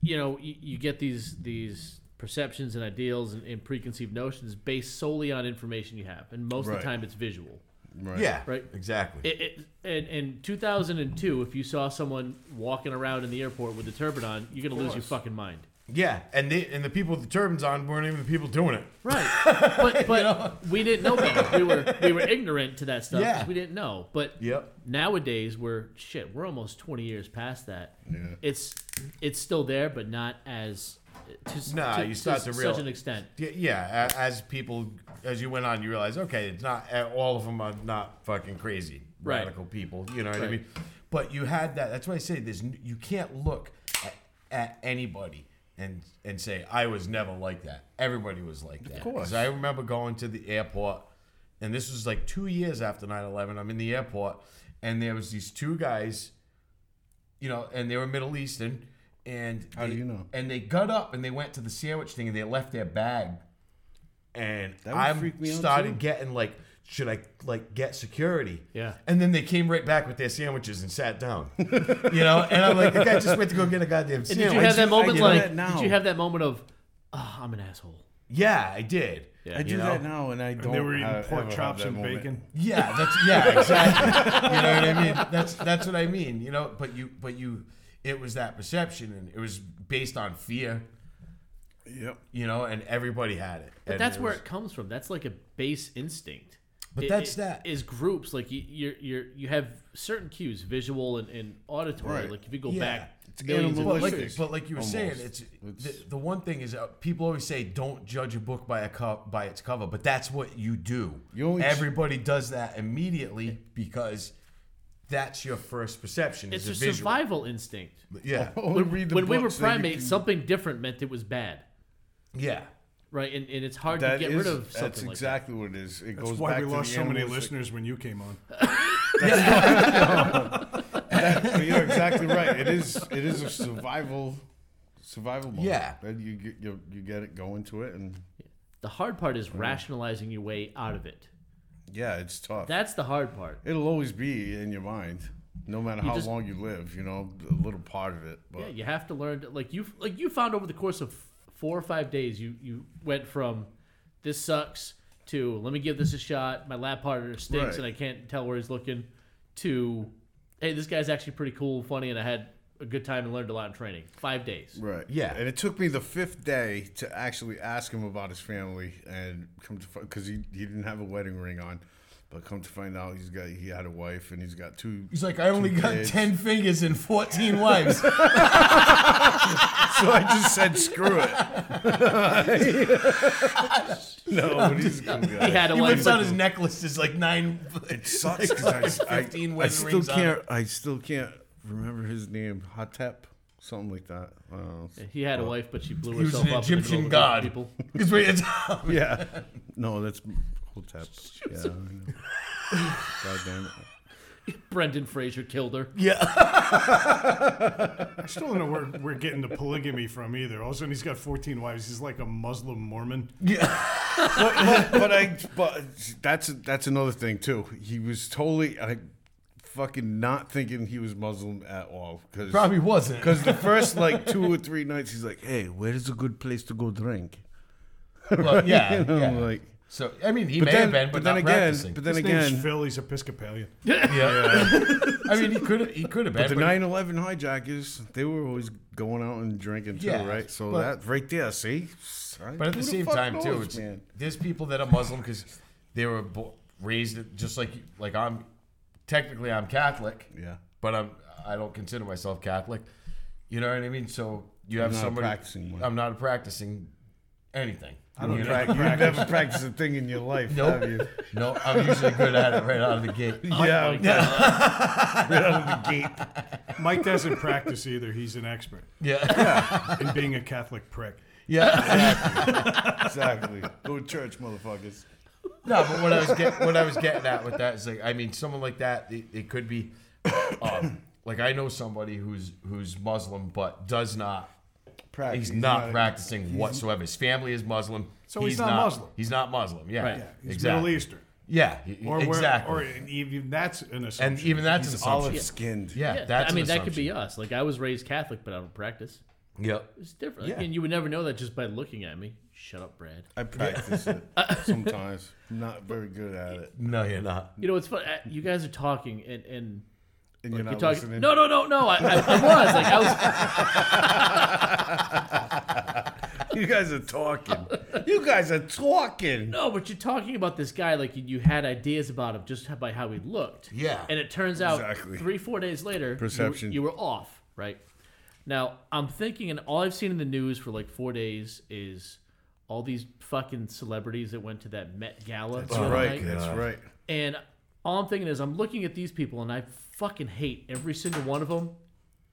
Speaker 1: you know, you, you get these these perceptions and ideals and, and preconceived notions based solely on information you have, and most of
Speaker 4: Right.
Speaker 1: the time it's visual.
Speaker 4: right.
Speaker 3: Yeah,
Speaker 1: Right.
Speaker 3: Exactly.
Speaker 1: It, it, and in 2002, if you saw someone walking around in the airport with a turban on, you're gonna lose your fucking mind.
Speaker 3: yeah, and they, and the people with the turbans on weren't even the people doing it. [LAUGHS]
Speaker 1: Right. But but we didn't know better. We were we were ignorant to that stuff 'cause
Speaker 3: Yeah.
Speaker 1: we didn't know. But
Speaker 3: Yep.
Speaker 1: nowadays we're shit, we're almost 20 years past that.
Speaker 4: Yeah.
Speaker 1: It's it's still there but not as to, s-
Speaker 3: Nah,
Speaker 1: to,
Speaker 3: you start to
Speaker 1: s-
Speaker 3: real-
Speaker 1: such an extent.
Speaker 3: Yeah, yeah. a- As people, as you went on, you realize, okay, it's not uh, all of them are not fucking crazy,
Speaker 1: Right.
Speaker 3: radical people. You know what I
Speaker 1: Right.
Speaker 3: mean? But you had that. That's why I say this. You can't look at, at anybody and and say I was never like that. Everybody was like that. Of
Speaker 4: course.
Speaker 3: I remember going to the airport, and this was like two years after 9-11. I'm in the airport, and there was these two guys you know, and they were Middle Eastern. And
Speaker 4: How do
Speaker 3: they-
Speaker 4: you know?
Speaker 3: And they got up and they went to the sandwich thing and they left their bag. And
Speaker 4: That would
Speaker 3: I
Speaker 4: freak me out,
Speaker 3: started
Speaker 4: too.
Speaker 3: getting like, should I like get security?
Speaker 1: Yeah.
Speaker 3: And then they came right back with their sandwiches and sat down. [LAUGHS] you know, and I'm like, the guy just went to go get a goddamn
Speaker 1: And
Speaker 3: sandwich.
Speaker 1: did you have that moment
Speaker 4: do
Speaker 1: like
Speaker 4: that now.
Speaker 1: did you have that moment of "Ah, I'm an asshole?
Speaker 3: yeah, I did.
Speaker 1: Yeah.
Speaker 4: I do
Speaker 3: you know?
Speaker 4: that now, and I don't.
Speaker 2: They were eating
Speaker 4: have- ever
Speaker 2: pork
Speaker 4: have
Speaker 2: chops
Speaker 4: that
Speaker 2: and
Speaker 4: moment.
Speaker 2: bacon.
Speaker 3: Yeah, that's yeah, exactly. you know what I mean? That's that's what I mean. You know, but you but you, it was that perception, and it was based on fear.
Speaker 4: Yep.
Speaker 3: you know, and everybody had it.
Speaker 1: But that's where it comes from. That's like a base instinct.
Speaker 3: But
Speaker 1: It-
Speaker 3: that's
Speaker 1: it-
Speaker 3: that.
Speaker 1: is groups like you you're, you're you have certain cues, visual and, and auditory.
Speaker 4: Right.
Speaker 1: Like if you go
Speaker 3: Yeah.
Speaker 1: back
Speaker 4: It's
Speaker 1: millions of
Speaker 3: But
Speaker 4: animalistic.
Speaker 3: like, but like you were saying, it's,
Speaker 4: Almost. It's-
Speaker 3: the, the one thing is uh, people always say don't judge a book by a co- by its cover, but that's what you do.
Speaker 4: You only-
Speaker 3: everybody does that immediately because that's your first perception.
Speaker 1: it's
Speaker 3: is
Speaker 1: a
Speaker 3: visual.
Speaker 1: survival instinct.
Speaker 3: Yeah,
Speaker 4: [LAUGHS] Only read the
Speaker 1: when we were
Speaker 4: books that you
Speaker 1: primates,
Speaker 4: can-
Speaker 1: something different meant it was bad,
Speaker 3: yeah,
Speaker 1: right? And, and it's hard
Speaker 4: that
Speaker 1: to get rid
Speaker 4: is-
Speaker 1: of something
Speaker 4: That's
Speaker 1: like
Speaker 4: exactly what it is. It
Speaker 2: That's
Speaker 4: goes
Speaker 2: why
Speaker 4: back
Speaker 2: we
Speaker 4: to
Speaker 2: lost
Speaker 4: the
Speaker 2: so many
Speaker 4: animalistic-
Speaker 2: listeners when you came on.
Speaker 4: [LAUGHS] You're exactly right. It is. It is a survival, survival. Moment.
Speaker 3: Yeah.
Speaker 4: Then you get you, you get it going to it, and
Speaker 1: that. The hard part is rationalizing your way out of it.
Speaker 4: yeah, it's tough.
Speaker 1: That's the hard part.
Speaker 4: It'll always be in your mind, no matter how
Speaker 1: just-
Speaker 4: long you live. You know, a little part of it. But
Speaker 1: Yeah, you have to learn. To, like you, like you found over the course of four or five days, you you went from this sucks to let me give this a shot. My lab partner stinks,
Speaker 4: Right.
Speaker 1: and I can't tell where he's looking. To hey, this guy's actually pretty cool, and funny, and I had a good time and learned a lot in training. Five days.
Speaker 4: Right.
Speaker 3: Yeah.
Speaker 4: And it took me the fifth day to actually ask him about his family and come to because he, he didn't have a wedding ring on, but come to find out he's got he had a wife and he's got two.
Speaker 3: he's like, I only got
Speaker 4: kids.
Speaker 3: ten fingers and fourteen wives.
Speaker 4: [LAUGHS] so I just said screw it. [LAUGHS] no, but he's a cool guy.
Speaker 1: He had a
Speaker 3: he
Speaker 1: life.
Speaker 3: whips out his necklace. It's like nine.
Speaker 4: it sucks
Speaker 3: [LAUGHS]
Speaker 4: because I,
Speaker 3: Fifteen
Speaker 4: I, I
Speaker 3: wedding
Speaker 4: still
Speaker 3: rings on
Speaker 4: can't I still can't remember his name Hotep something like that. Uh, I don't know.
Speaker 1: He had a wife, but she blew
Speaker 3: He was
Speaker 1: herself
Speaker 3: an
Speaker 1: up. in the
Speaker 3: Egyptian
Speaker 1: middle of
Speaker 3: god.
Speaker 1: a group of People.
Speaker 3: It's weird, it's- [LAUGHS]
Speaker 4: Yeah.
Speaker 1: [LAUGHS]
Speaker 4: No, that's Hotep. Yeah. I know. God damn it.
Speaker 1: Brendan Fraser killed her.
Speaker 3: [LAUGHS]
Speaker 2: I still don't know where we're getting the polygamy from either. All of a sudden, he's got 14 wives. He's like a Muslim Mormon.
Speaker 4: but,
Speaker 3: [LAUGHS]
Speaker 4: but I but that's that's another thing too. He was totally I fucking not thinking he was Muslim at all because
Speaker 3: Probably wasn't.
Speaker 4: because the
Speaker 3: [LAUGHS]
Speaker 4: first like two or three nights he's like, hey, where is a good place to go drink?
Speaker 3: Well, yeah,
Speaker 4: [LAUGHS] You know,
Speaker 3: yeah.
Speaker 4: like.
Speaker 3: so I mean, he
Speaker 4: But
Speaker 3: may
Speaker 4: then,
Speaker 3: have been, but,
Speaker 4: then
Speaker 3: not
Speaker 4: again,
Speaker 3: practicing.
Speaker 4: but then
Speaker 2: His name's
Speaker 4: again,
Speaker 2: Phil. He's Episcopalian.
Speaker 3: [LAUGHS]
Speaker 2: [LAUGHS]
Speaker 3: yeah. I mean, he could he could have been.
Speaker 4: the
Speaker 3: but-
Speaker 4: 9/11 hijackers, they were always going out and drinking too,
Speaker 3: Yeah,
Speaker 4: right? So
Speaker 3: but-
Speaker 4: that right there, see. I-
Speaker 3: But at
Speaker 4: who
Speaker 3: the same
Speaker 4: fuck
Speaker 3: time, too,
Speaker 4: knows,
Speaker 3: it's,
Speaker 4: man?
Speaker 3: there's people that are Muslim because they were bo- raised just like like I'm. Technically, I'm Catholic.
Speaker 4: Yeah.
Speaker 3: But I'm I don't consider myself Catholic. You know what I mean? So you have
Speaker 4: not a
Speaker 3: somebody.
Speaker 4: practicing one.
Speaker 3: I'm not a practicing anything. I
Speaker 4: You pra- you've never practiced a thing in your life,
Speaker 3: Nope.
Speaker 4: have you?
Speaker 3: [LAUGHS] No, I'm usually good at it right out of the gate.
Speaker 4: [LAUGHS] Yeah, right out of the gate.
Speaker 2: Mike doesn't practice either. He's an expert
Speaker 3: Yeah. [LAUGHS]
Speaker 2: in being a Catholic prick.
Speaker 3: Yeah.
Speaker 4: Exactly. Go to church, motherfuckers.
Speaker 3: No, but what I was get, what I was getting at with that is like I mean someone like that it, it could be um, like I know somebody who's who's Muslim but does not
Speaker 4: Practice.
Speaker 3: he's not practicing whatsoever. His family is Muslim.
Speaker 2: So he's not Muslim.
Speaker 3: He's not Muslim. Yeah.
Speaker 1: Right. Yeah,
Speaker 2: He's
Speaker 3: exactly.
Speaker 2: Middle Eastern.
Speaker 3: Yeah. he-
Speaker 2: Or where-
Speaker 3: exactly.
Speaker 2: or even that's an assumption.
Speaker 3: and even that's an
Speaker 4: He's
Speaker 3: assumption.
Speaker 4: olive skinned.
Speaker 3: Yeah,
Speaker 1: Yeah,
Speaker 3: That's
Speaker 1: I mean,
Speaker 3: an
Speaker 1: that could
Speaker 3: assumption.
Speaker 1: be us. Like I was raised Catholic, but I don't practice.
Speaker 3: Yep.
Speaker 1: It's different. And you would never know that just by looking at me. Shut up, Brad.
Speaker 4: I practice
Speaker 1: [LAUGHS]
Speaker 4: it sometimes. I'm not very good at it.
Speaker 3: No, you're not.
Speaker 1: You know, it's fun. I- You guys are talking, and and
Speaker 4: And you're
Speaker 1: you're
Speaker 4: not
Speaker 1: talking.
Speaker 4: listening.
Speaker 1: No, no, no, no. I, I, I was like, I was.
Speaker 4: You guys are talking. You guys are talking.
Speaker 1: No, but you're talking about this guy like you, you had ideas about him just by how he looked.
Speaker 3: Yeah.
Speaker 1: And it turns out
Speaker 4: Exactly.
Speaker 1: three, four days later, you-
Speaker 4: Perception.
Speaker 1: you, were off, right? Now I'm thinking, and all I've seen in the news for like four days is all these fucking celebrities that went to that Met Gala. the
Speaker 4: That's
Speaker 1: other
Speaker 4: right.
Speaker 1: night.
Speaker 4: That's right.
Speaker 1: And all I'm thinking is, I'm looking at these people and I fucking hate every single one of them.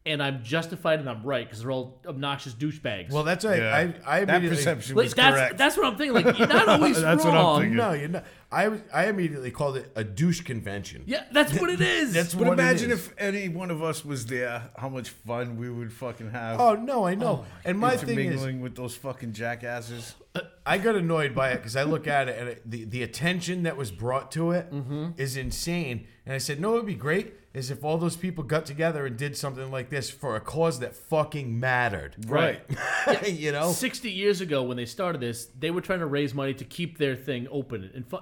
Speaker 1: And I'm justified and I'm right because they're all obnoxious douchebags.
Speaker 3: Well, that's right.
Speaker 4: Yeah.
Speaker 3: I, I
Speaker 4: that
Speaker 3: immediately-
Speaker 4: perception
Speaker 1: Like,
Speaker 4: was
Speaker 1: that's
Speaker 4: correct.
Speaker 1: that's what I'm thinking. Like you're
Speaker 4: [LAUGHS]
Speaker 1: not always
Speaker 4: That's
Speaker 1: wrong.
Speaker 4: what I'm thinking.
Speaker 3: No, you're not. I was- I immediately called it a douche convention.
Speaker 1: Yeah, that's what it is.
Speaker 3: That's
Speaker 4: but
Speaker 3: what it
Speaker 4: imagine
Speaker 3: is.
Speaker 4: if any one of us was there, how much fun we would fucking have.
Speaker 3: Oh no, I know. and my thing is,
Speaker 4: intermingling with those fucking jackasses.
Speaker 3: I got annoyed by it because I look at it and it, the the attention that was brought to it is
Speaker 4: Mm-hmm.
Speaker 3: insane. And I said, no, it'd be great is if all those people got together and did something like this for a cause that fucking mattered. [LAUGHS]
Speaker 1: Right.
Speaker 3: you know.
Speaker 1: 60 years ago when they started this, they were trying to raise money to keep their thing open and fu-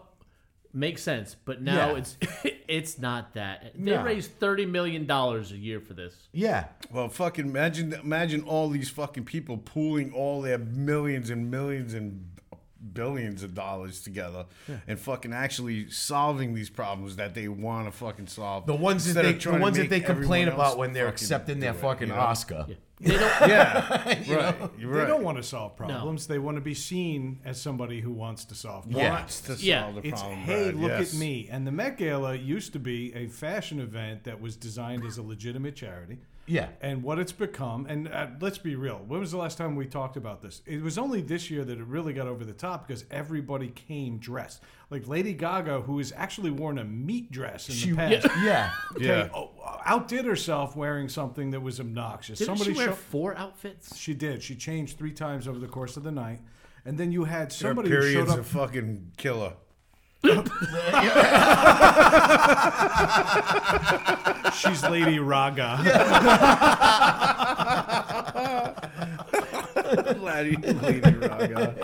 Speaker 1: makes sense, but now
Speaker 3: Yeah.
Speaker 1: it's [LAUGHS] it's not that. They
Speaker 3: No.
Speaker 1: raised 30 million dollars a year for this.
Speaker 3: Yeah.
Speaker 4: Well, fucking imagine imagine all these fucking people pooling all their millions and millions and billions of dollars together and fucking actually solving these problems that they want to fucking solve.
Speaker 3: The ones that
Speaker 4: instead of
Speaker 3: they the
Speaker 4: trying to
Speaker 3: ones that
Speaker 4: make
Speaker 3: they complain
Speaker 4: everyone else
Speaker 3: about when they're
Speaker 4: fucking
Speaker 3: accepting their
Speaker 4: do it,
Speaker 3: fucking
Speaker 4: you know?
Speaker 3: Oscar.
Speaker 1: They don't
Speaker 3: [LAUGHS]
Speaker 4: Yeah, right. You're right.
Speaker 2: They don't want to solve problems. They want to be seen as somebody who wants to solve problems.
Speaker 3: Yeah.
Speaker 4: wants to solve
Speaker 1: Yeah.
Speaker 4: the
Speaker 2: It's
Speaker 4: problem.
Speaker 2: hey,
Speaker 4: Brad,
Speaker 2: look
Speaker 4: yes.
Speaker 2: at me. And the Met Gala used to be a fashion event that was designed as a legitimate charity.
Speaker 3: Yeah.
Speaker 2: And what it's become, and uh, let's be real. When was the last time we talked about this? It was only this year that it really got over the top because everybody came dressed. Like Lady Gaga, who has actually worn a meat dress
Speaker 1: [LAUGHS]
Speaker 2: in the past,
Speaker 3: [LAUGHS] Yeah.
Speaker 4: Yeah.
Speaker 2: oh, outdid herself wearing something that was obnoxious.
Speaker 1: didn't
Speaker 2: Somebody
Speaker 1: she wear
Speaker 2: sho-
Speaker 1: four
Speaker 2: [LAUGHS]
Speaker 1: outfits?
Speaker 2: she did. She changed three times over the course of the night. And then you had somebody
Speaker 4: Her
Speaker 2: who showed
Speaker 4: periods
Speaker 2: up
Speaker 4: a fucking
Speaker 3: [LAUGHS]
Speaker 4: killer. [LAUGHS]
Speaker 2: She's
Speaker 1: [LAUGHS]
Speaker 2: Lady Raga.
Speaker 4: Lady, Lady Raga.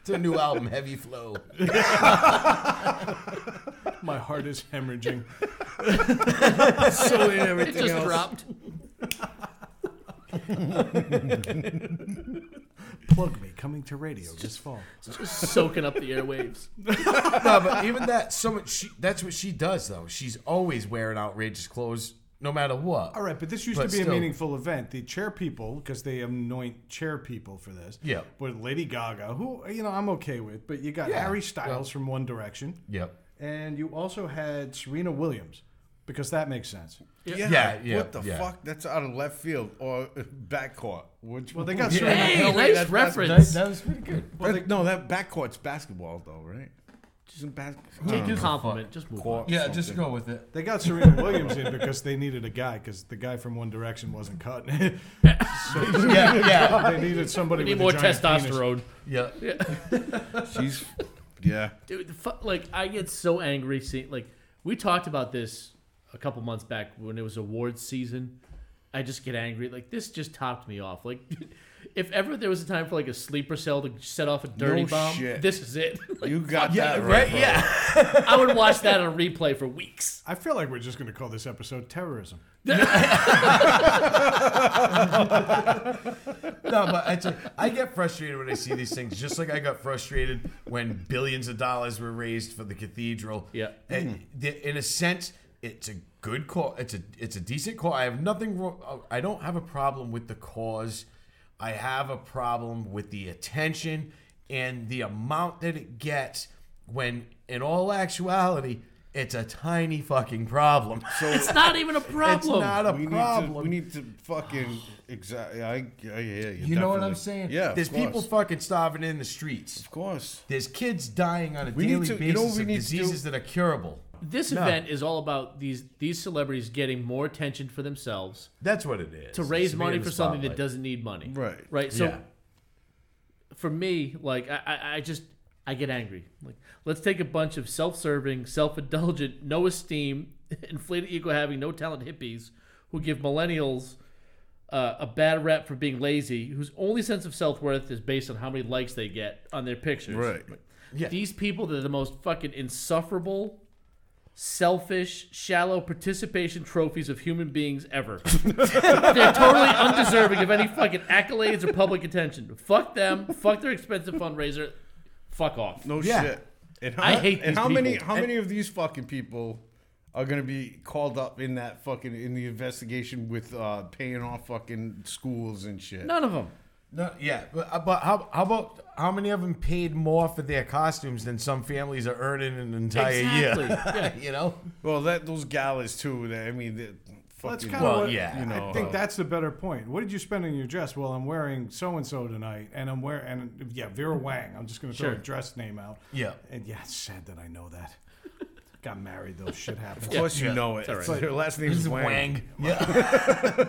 Speaker 3: It's a new album, Heavy Flow.
Speaker 2: [LAUGHS] My heart is
Speaker 1: [LAUGHS]
Speaker 2: hemorrhaging.
Speaker 4: So in
Speaker 1: It
Speaker 4: everything
Speaker 1: just
Speaker 4: else.
Speaker 1: dropped.
Speaker 2: Plug me coming to radio this fall.
Speaker 1: Just soaking up the airwaves.
Speaker 3: no, but even that, so much. She, that's what she does, though. She's always wearing outrageous clothes, no matter what.
Speaker 2: All right, but this used
Speaker 3: But
Speaker 2: to be
Speaker 3: still.
Speaker 2: a meaningful event. The chair people, because they anoint chair people for this.
Speaker 3: Yeah.
Speaker 2: With Lady Gaga, who you know I'm okay with, but you got
Speaker 3: Yeah,
Speaker 2: Harry Styles from One Direction,
Speaker 3: Yep.
Speaker 2: and you also had Serena Williams, because that makes sense.
Speaker 4: Yeah,
Speaker 3: Yeah, yeah,
Speaker 4: What the
Speaker 3: yeah.
Speaker 4: fuck? That's out of left field or backcourt. Which
Speaker 2: Well, they got Serena.
Speaker 1: Hey,
Speaker 4: no,
Speaker 1: nice
Speaker 4: wait, that's- that's
Speaker 1: reference.
Speaker 3: that was pretty good.
Speaker 4: That- no, that backcourt's basketball though, right? She's in basketball.
Speaker 1: Take your compliment. Just move on.
Speaker 3: Yeah, just go with it.
Speaker 2: They got Serena Williams in because they needed a guy because the guy from One Direction wasn't cutting it.
Speaker 3: Yeah,
Speaker 2: [LAUGHS]
Speaker 3: yeah,
Speaker 2: they needed somebody
Speaker 1: We need
Speaker 2: with
Speaker 1: more
Speaker 2: a giant penis.
Speaker 1: testosterone.
Speaker 3: yeah.
Speaker 4: She's yeah.
Speaker 1: Dude, the fu- like I get so angry seeing like we talked about this a couple months back when it was awards season. I just get angry. Like this just topped me off. Like [LAUGHS] if ever there was a time for like a sleeper cell to set off a dirty
Speaker 4: No
Speaker 1: bomb,
Speaker 4: shit.
Speaker 1: this is it. Like,
Speaker 4: You got
Speaker 3: Yeah,
Speaker 4: that
Speaker 3: right,
Speaker 4: bro.
Speaker 3: yeah.
Speaker 1: [LAUGHS] I would watch that on replay for weeks.
Speaker 2: I feel like we're just going to call this episode terrorism.
Speaker 3: No, but I, tell- I get frustrated when I see these things, just like I got frustrated when billions of dollars were raised for the cathedral.
Speaker 1: Yeah.
Speaker 3: And the- in a sense, it's a good call. It's a it's a decent call. I have nothing wrong. I don't have a problem with the cause. I have a problem with the attention and the amount that it gets when, in all actuality, it's a tiny fucking problem.
Speaker 1: It's not even a problem.
Speaker 3: It's not a
Speaker 4: We need, to,
Speaker 3: problem.
Speaker 4: we need to fucking exactly. I, I hear you.
Speaker 3: You know what I'm
Speaker 4: definitely.
Speaker 3: saying?
Speaker 4: Yeah. of
Speaker 3: There's people
Speaker 4: course.
Speaker 3: fucking starving in the streets.
Speaker 4: Of course.
Speaker 3: There's kids dying on a
Speaker 4: We need
Speaker 3: daily
Speaker 4: to-
Speaker 3: basis
Speaker 4: you know what we
Speaker 3: of
Speaker 4: need to
Speaker 3: diseases that are curable.
Speaker 1: This event is all about these these celebrities getting more attention for themselves
Speaker 3: That's what it is.
Speaker 1: to raise
Speaker 3: It's be
Speaker 1: money
Speaker 3: in the
Speaker 1: for something that
Speaker 3: spotlight.
Speaker 1: doesn't need money.
Speaker 4: Right.
Speaker 1: Right. So
Speaker 3: Yeah.
Speaker 1: for me, like I, I, I just I get angry. Like let's take a bunch of self-serving, self-indulgent, no esteem, [LAUGHS] inflated ego having, no talent hippies who give millennials uh, a bad rep for being lazy, whose only sense of self-worth is based on how many likes they get on their pictures.
Speaker 4: Right.
Speaker 1: Like,
Speaker 3: Yeah.
Speaker 1: These people that are the most fucking insufferable, selfish, shallow participation trophies of human beings
Speaker 3: [LAUGHS]
Speaker 1: ever. They're totally undeserving of any fucking accolades or public attention. Fuck them. Fuck their expensive fundraiser. Fuck off.
Speaker 4: No
Speaker 3: Yeah.
Speaker 4: shit. And how,
Speaker 1: I hate
Speaker 4: And
Speaker 1: these
Speaker 4: how many?
Speaker 1: people.
Speaker 4: How many of these fucking people are gonna be called up in that fucking in the investigation with uh, paying off fucking schools and shit?
Speaker 1: None of them.
Speaker 3: No, yeah, but, uh, but how, how about how many of them paid more for their costumes than some families are earning an entire [LAUGHS]
Speaker 1: Exactly.
Speaker 3: year?
Speaker 1: Yeah.
Speaker 3: you know,
Speaker 4: Well, that those galas too. That, I mean, that
Speaker 2: Well, that's
Speaker 4: fucking.
Speaker 2: kind
Speaker 3: Well,
Speaker 2: of what,
Speaker 3: yeah,
Speaker 2: you know,
Speaker 4: I
Speaker 2: I think
Speaker 4: uh,
Speaker 2: that's the better point. What did you spend on your dress? Well, I'm wearing so and so tonight, and I'm wearing and yeah, Vera Wang. I'm just going to throw
Speaker 1: Sure.
Speaker 2: a dress name out.
Speaker 3: Yeah.
Speaker 2: and yeah, it's sad that I know that. Got married though. Shit happens.
Speaker 4: of course,
Speaker 3: yeah,
Speaker 4: you know it.
Speaker 1: all
Speaker 4: It's
Speaker 1: right.
Speaker 4: like, Their last name
Speaker 3: This
Speaker 4: is
Speaker 3: is
Speaker 4: Wang.
Speaker 3: Wang. [LAUGHS] Yeah,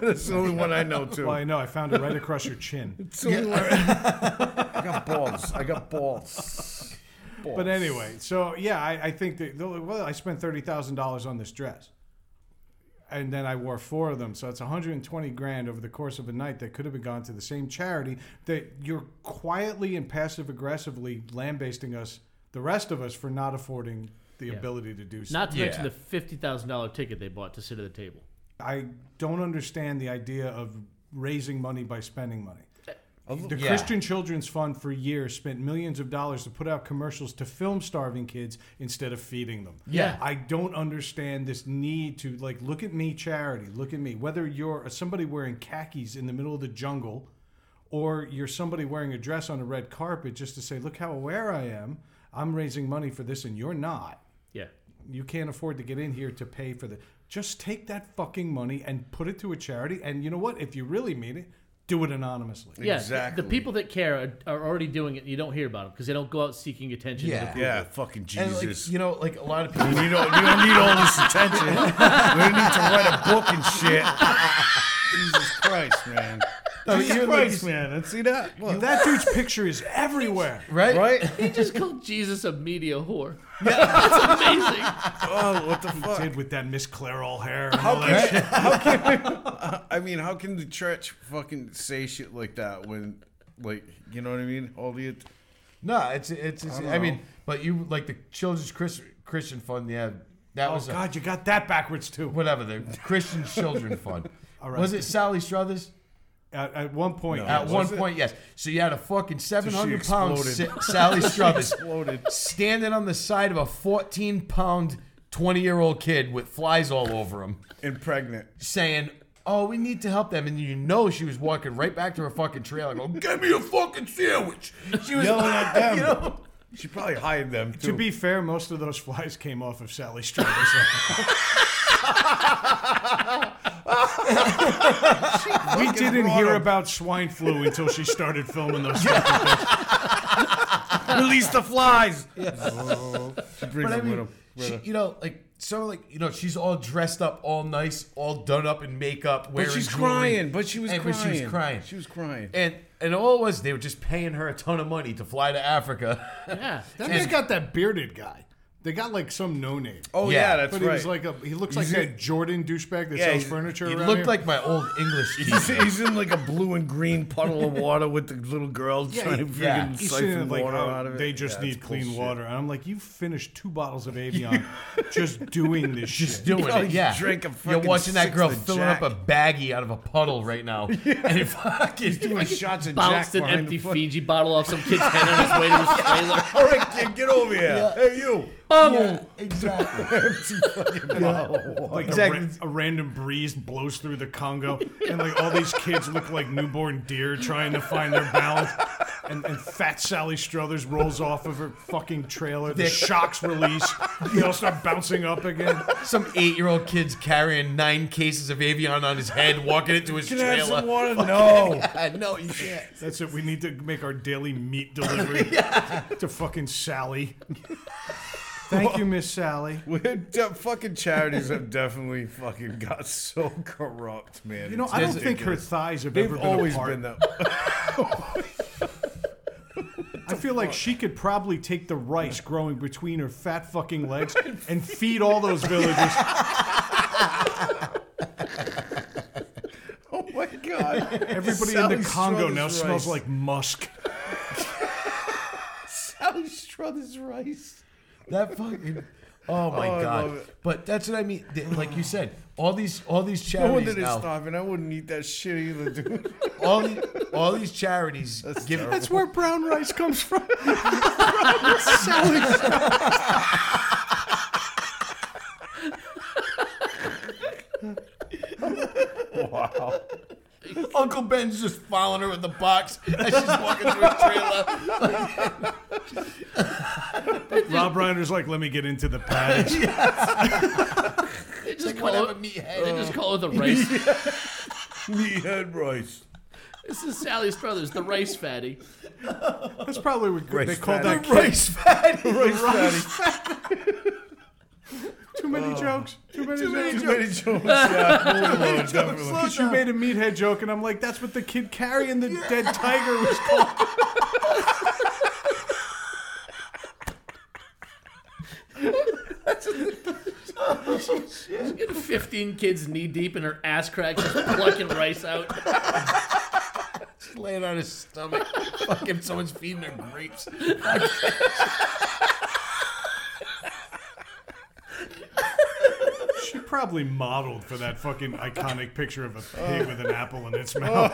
Speaker 4: That's the only one I know too.
Speaker 2: Well, I know. I found it right across your chin.
Speaker 4: It's the
Speaker 3: [LAUGHS]
Speaker 4: only one I- I got balls. I got balls. balls.
Speaker 2: But anyway, so yeah, I, I think that they're like, well, I spent thirty thousand dollars on this dress, and then I wore four of them, so it's one hundred and twenty grand over the course of a night that could have been gone to the same charity that you're quietly and passive aggressively lambasting us, the rest of us, for not affording the ability to do so.
Speaker 1: Not to
Speaker 3: Yeah.
Speaker 1: mention the fifty thousand dollar ticket they bought to sit at the table.
Speaker 2: I don't understand the idea of raising money by spending money. The
Speaker 3: Oh, yeah.
Speaker 2: Christian Children's Fund for years spent millions of dollars to put out commercials to film starving kids instead of feeding them.
Speaker 1: Yeah.
Speaker 2: I don't understand this need to like look at me charity, look at me. Whether you're somebody wearing khakis in the middle of the jungle or you're somebody wearing a dress on a red carpet just to say, "Look how aware I am. I'm raising money for this and you're not."
Speaker 1: Yeah.
Speaker 2: you can't afford to get in here to pay for the just take that fucking money and put it to a charity and you know what if you really mean it do it anonymously
Speaker 1: Yeah. th-
Speaker 4: Exactly.
Speaker 1: The people that care are, are already doing it. and You don't hear about them because they don't go out seeking attention. to the
Speaker 3: Yeah.
Speaker 1: group.
Speaker 4: yeah, fucking
Speaker 3: and like,
Speaker 4: Jesus.
Speaker 3: you know, like a lot of people.
Speaker 4: You don't, you don't need all this attention. We don't need to write a book and shit. Jesus Christ, man.
Speaker 3: No,
Speaker 4: Jesus
Speaker 3: you're like-
Speaker 4: Christ, man. Let's see that. Look,
Speaker 2: that dude's picture is everywhere
Speaker 3: Right? [LAUGHS]
Speaker 4: right?
Speaker 1: He just called Jesus a media whore. That's amazing.
Speaker 3: [LAUGHS]
Speaker 4: Oh, what the fuck?
Speaker 2: did with that miss claire all hair and all that
Speaker 4: Right? How can, I mean, how can the church fucking say shit like that when, like, you know what I mean? All the.
Speaker 3: No, it's it's. it's I,
Speaker 4: know.
Speaker 3: mean, but you like the Children's Chris, Christian Fund. Yeah, that
Speaker 2: oh
Speaker 3: was a-
Speaker 2: god you got that backwards too
Speaker 3: whatever the Christian Children
Speaker 4: [LAUGHS]
Speaker 3: Fund.
Speaker 2: right.
Speaker 3: Was it Sally Struthers?
Speaker 2: at, at one point
Speaker 3: At
Speaker 2: yes.
Speaker 3: one
Speaker 4: was it?
Speaker 3: point, yes. So you had a fucking seven hundred pound
Speaker 4: exploded.
Speaker 3: Sa-
Speaker 4: [LAUGHS]
Speaker 3: Sally Struthers
Speaker 4: Exploded.
Speaker 3: standing on the side of a fourteen pound twenty year old kid with flies all over him,
Speaker 4: And pregnant.
Speaker 3: saying, "Oh, we need to help them." And you know she was walking right back to her fucking trailer, going, "Get me a fucking sandwich." She was [LAUGHS]
Speaker 4: Yelling at them.
Speaker 3: you know?
Speaker 4: She probably hired them, too.
Speaker 2: to be fair most of those flies came off of sally Struthers. we didn't
Speaker 4: brought
Speaker 2: hear
Speaker 4: 'em.
Speaker 2: about swine flu until she started filming those
Speaker 4: Release the flies! She brings
Speaker 3: but I
Speaker 4: them with
Speaker 3: mean,
Speaker 4: them.
Speaker 3: she, you know, like so, like you know, she's all dressed up, all nice, all done up in makeup, wearing.
Speaker 4: But she's
Speaker 3: jewelry.
Speaker 4: crying. But she was
Speaker 3: And-
Speaker 4: crying.
Speaker 3: But she was crying.
Speaker 4: She was crying.
Speaker 3: And and all it was they were just paying her a ton of money to fly to Africa. [LAUGHS]
Speaker 1: Yeah.
Speaker 2: Then they got that bearded guy. They got like some no name.
Speaker 4: oh
Speaker 3: yeah,
Speaker 4: yeah, that's
Speaker 2: but
Speaker 4: right.
Speaker 2: he was like a he looks like
Speaker 4: He's-
Speaker 2: that Jordan douchebag that
Speaker 4: Yeah,
Speaker 2: sells
Speaker 4: he's-
Speaker 2: furniture.
Speaker 3: he
Speaker 2: around
Speaker 3: looked
Speaker 2: here.
Speaker 3: like my old
Speaker 4: [LAUGHS]
Speaker 3: English
Speaker 4: He's,
Speaker 3: teacher.
Speaker 4: he's in like a blue and green puddle of water with the little girl trying to freaking
Speaker 3: yeah. He's
Speaker 2: He's
Speaker 4: siphon
Speaker 2: saying like
Speaker 4: water
Speaker 2: oh,
Speaker 4: out of it.
Speaker 2: they just
Speaker 4: Yeah,
Speaker 2: need
Speaker 4: it's
Speaker 2: clean
Speaker 4: bullshit.
Speaker 2: water, and I'm like, you finished two bottles
Speaker 4: [LAUGHS]
Speaker 2: of Avion just doing this shit.
Speaker 3: doing
Speaker 4: Oh,
Speaker 3: it.
Speaker 4: he
Speaker 3: Yeah,
Speaker 4: drank a
Speaker 3: you're
Speaker 4: fucking
Speaker 3: watching that
Speaker 4: sixth
Speaker 3: girl
Speaker 4: of
Speaker 3: filling up a
Speaker 4: Jack.
Speaker 3: baggie out of a puddle right
Speaker 4: [LAUGHS]
Speaker 3: now, and it fucking
Speaker 4: Doing shots of Jack
Speaker 1: Bounced an
Speaker 4: behind
Speaker 1: empty
Speaker 4: the fucking-
Speaker 1: Fiji bottle off some kid's head on his way to [LAUGHS] his trailer.
Speaker 4: All right, kid, get over here. Hey, you.
Speaker 1: Um,
Speaker 3: Yeah, [LAUGHS] exactly.
Speaker 2: Like
Speaker 4: Exactly.
Speaker 2: a, ra- a random breeze blows through the Congo, and like all these kids look like newborn deer trying to find their balance. And, and fat Sally Struthers rolls off of her fucking trailer. The shocks release. They all start bouncing up again.
Speaker 3: Some eight-year-old kid's carrying nine cases of Avion on his head, walking into his
Speaker 4: Can I
Speaker 3: trailer.
Speaker 4: have some water? No.
Speaker 3: God, no,
Speaker 4: [LAUGHS]
Speaker 3: you can't.
Speaker 2: That's it. We need to make our daily meat [LAUGHS] delivery to fucking Sally. [LAUGHS] Thank you, Miss Sally.
Speaker 4: We're de- fucking charities have definitely fucking got so corrupt, man.
Speaker 2: You know,
Speaker 4: It's
Speaker 2: I don't
Speaker 4: just-
Speaker 2: think her thighs have ever
Speaker 4: They've
Speaker 2: been
Speaker 4: always
Speaker 2: apart.
Speaker 4: been that. [LAUGHS]
Speaker 2: I feel like she could probably take the rice growing between her fat fucking [LAUGHS] legs and feed all [LAUGHS] those villagers.
Speaker 4: Oh my god!
Speaker 2: Everybody in
Speaker 4: Sally
Speaker 2: the Congo now
Speaker 4: Struthers
Speaker 2: smells
Speaker 4: rice.
Speaker 2: like [LAUGHS] musk.
Speaker 4: Sally Struthers rice.
Speaker 3: That fucking. Oh my
Speaker 4: I love
Speaker 3: god!
Speaker 4: it.
Speaker 3: But that's what I mean. They- Like you said, all these all these
Speaker 4: No wonder
Speaker 3: charities
Speaker 4: they're
Speaker 3: now,
Speaker 4: starving. I wouldn't eat that shit
Speaker 2: [LAUGHS]
Speaker 4: either, dude.
Speaker 3: all these, all these
Speaker 4: [LAUGHS]
Speaker 3: charities give
Speaker 2: That's where brown rice comes from.
Speaker 3: Uncle Ben's just following her with the box as she's walking through a trailer.
Speaker 2: [LAUGHS] Rob Reiner's like, let me get into the [LAUGHS] pads.
Speaker 1: They just,
Speaker 3: Like
Speaker 1: call
Speaker 3: whatever
Speaker 1: it,
Speaker 3: meathead.
Speaker 1: they just call it the [LAUGHS] rice.
Speaker 2: [LAUGHS]
Speaker 4: Meathead rice.
Speaker 1: This is Sally Struthers, the rice fatty.
Speaker 2: That's probably what
Speaker 4: Rice
Speaker 2: they called
Speaker 4: fatty.
Speaker 2: that. [LAUGHS] kid.
Speaker 3: Rice fatty.
Speaker 4: Rice fatty.
Speaker 2: Too many jokes. Oh. Too many jokes.
Speaker 4: Too many jokes.
Speaker 2: [LAUGHS]
Speaker 4: Yeah, move along, definitely.
Speaker 2: Because you made a meathead joke, and I'm like, that's what the kid carrying the dead tiger was called.
Speaker 1: She's getting 15 kids knee deep in her ass crack, just plucking rice out.
Speaker 3: laying on his stomach. Fucking someone's feeding her grapes.
Speaker 2: [LAUGHS] She probably modeled for that fucking iconic picture of a pig with an apple in its mouth.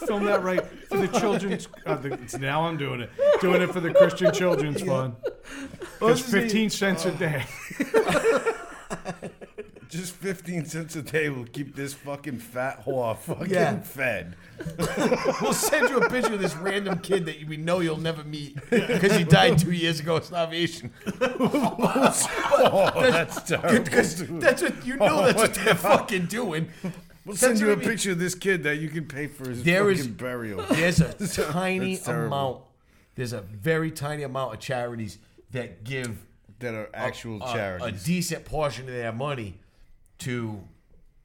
Speaker 2: Film that right for the children's. Uh, the, it's now I'm doing it. Doing it for the Christian Children's Fund. It's
Speaker 4: was his name?
Speaker 2: 15 cents a day.
Speaker 4: Just 15 cents a day will keep this fucking fat whore fucking
Speaker 3: Yeah.
Speaker 4: fed.
Speaker 3: We'll send you a picture of this random kid that we know you'll never meet because he died two years ago of starvation.
Speaker 4: [LAUGHS] Oh, that's
Speaker 3: [LAUGHS]
Speaker 4: terrible.
Speaker 3: Because
Speaker 4: dude.
Speaker 3: that's what you know. That's what they're fucking doing.
Speaker 4: We'll
Speaker 3: That's
Speaker 4: send you
Speaker 3: what
Speaker 4: a
Speaker 3: I mean.
Speaker 4: picture of this kid that you can pay for his
Speaker 3: There
Speaker 4: fucking
Speaker 3: is-
Speaker 4: burial. [LAUGHS]
Speaker 3: There's a tiny
Speaker 4: terrible.
Speaker 3: amount. There's a very tiny amount of charities that give
Speaker 4: That are actual
Speaker 3: a, a
Speaker 4: charities.
Speaker 3: decent portion of their money to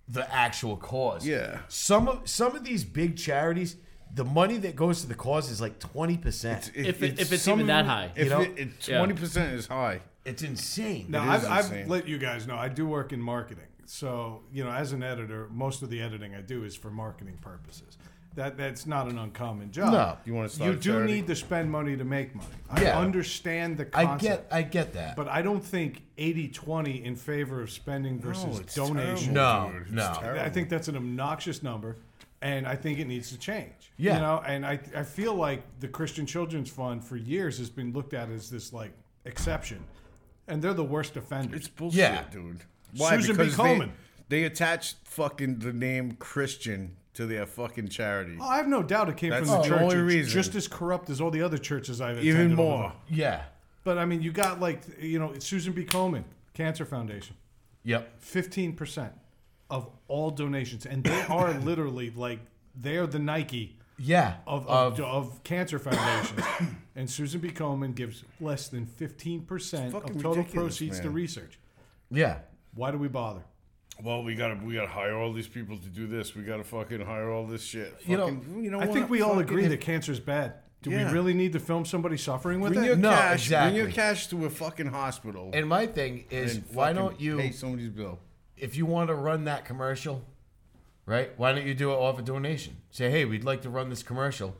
Speaker 3: the actual cause.
Speaker 4: Yeah.
Speaker 3: Some of some of these big charities, the money that goes to the cause is like twenty percent.
Speaker 1: If it- if it's even
Speaker 4: some of
Speaker 1: that
Speaker 4: them-
Speaker 1: high,
Speaker 4: if
Speaker 3: you know?
Speaker 4: it, it,
Speaker 1: Yeah.
Speaker 4: 20% is high.
Speaker 3: It's insane.
Speaker 2: Now,
Speaker 4: It is
Speaker 2: I've, I've
Speaker 4: insane.
Speaker 2: let you guys know I do work in marketing. So, you know, as an editor, most of the editing I do is for marketing purposes. That That's not an uncommon job.
Speaker 3: No.
Speaker 4: You want to start
Speaker 2: You
Speaker 4: a
Speaker 2: do
Speaker 4: charity?
Speaker 2: need to spend money to make money. I
Speaker 3: Yeah.
Speaker 2: understand the
Speaker 3: I
Speaker 2: concept.
Speaker 3: get I get that.
Speaker 2: But I don't think 80 20 in favor of spending versus
Speaker 4: it's
Speaker 2: donation.
Speaker 3: no,
Speaker 4: Dude, it's
Speaker 3: no.
Speaker 4: terrible.
Speaker 2: I think that's an obnoxious number, and I think it needs to change.
Speaker 3: Yeah.
Speaker 2: You know, and I, I feel like the Christian Children's Fund for years has been looked at as this like exception, and they're the worst offenders.
Speaker 4: It's bullshit,
Speaker 3: Yeah.
Speaker 4: dude.
Speaker 2: Susan B.
Speaker 4: Because they-
Speaker 2: Komen.
Speaker 4: They, attached fucking the name Christian to their fucking charity.
Speaker 2: Oh, I have no doubt it came
Speaker 4: That's
Speaker 2: from the
Speaker 4: the
Speaker 2: church.
Speaker 4: only
Speaker 2: It's
Speaker 4: reason.
Speaker 2: Just as corrupt as all the other churches I've attended.
Speaker 4: Even
Speaker 2: over
Speaker 4: more.
Speaker 3: yeah.
Speaker 2: the- But I mean, you got like, you know, Susan B. Komen, Cancer Foundation.
Speaker 3: Yep.
Speaker 2: fifteen
Speaker 4: [COUGHS]
Speaker 2: percent of all donations, and they are literally like they are the Nike
Speaker 3: yeah,
Speaker 2: of, of, of cancer foundations. [COUGHS] and Susan B. Komen gives less than 15% of
Speaker 4: fucking
Speaker 2: total
Speaker 4: ridiculous,
Speaker 2: proceeds to
Speaker 4: man.
Speaker 2: research.
Speaker 3: yeah.
Speaker 2: Why do we bother?
Speaker 4: Well, we gotta we gotta hire all these people to do this. We gotta fucking hire all this shit.
Speaker 3: You know,
Speaker 4: Fucking- you know
Speaker 2: I
Speaker 4: what?
Speaker 2: think we all
Speaker 4: Fucking-
Speaker 2: agree that cancer's bad. Do
Speaker 4: Yeah.
Speaker 2: we really need to film somebody suffering with
Speaker 4: Bring
Speaker 2: it?
Speaker 4: your
Speaker 3: No,
Speaker 4: cash.
Speaker 3: exactly.
Speaker 4: Bring your cash to a fucking hospital.
Speaker 3: And my thing is, why
Speaker 4: fucking
Speaker 3: don't you
Speaker 4: pay somebody's bill?
Speaker 3: if you want to run that commercial, right? Why don't you do it off a donation? Say, hey, we'd like to run this commercial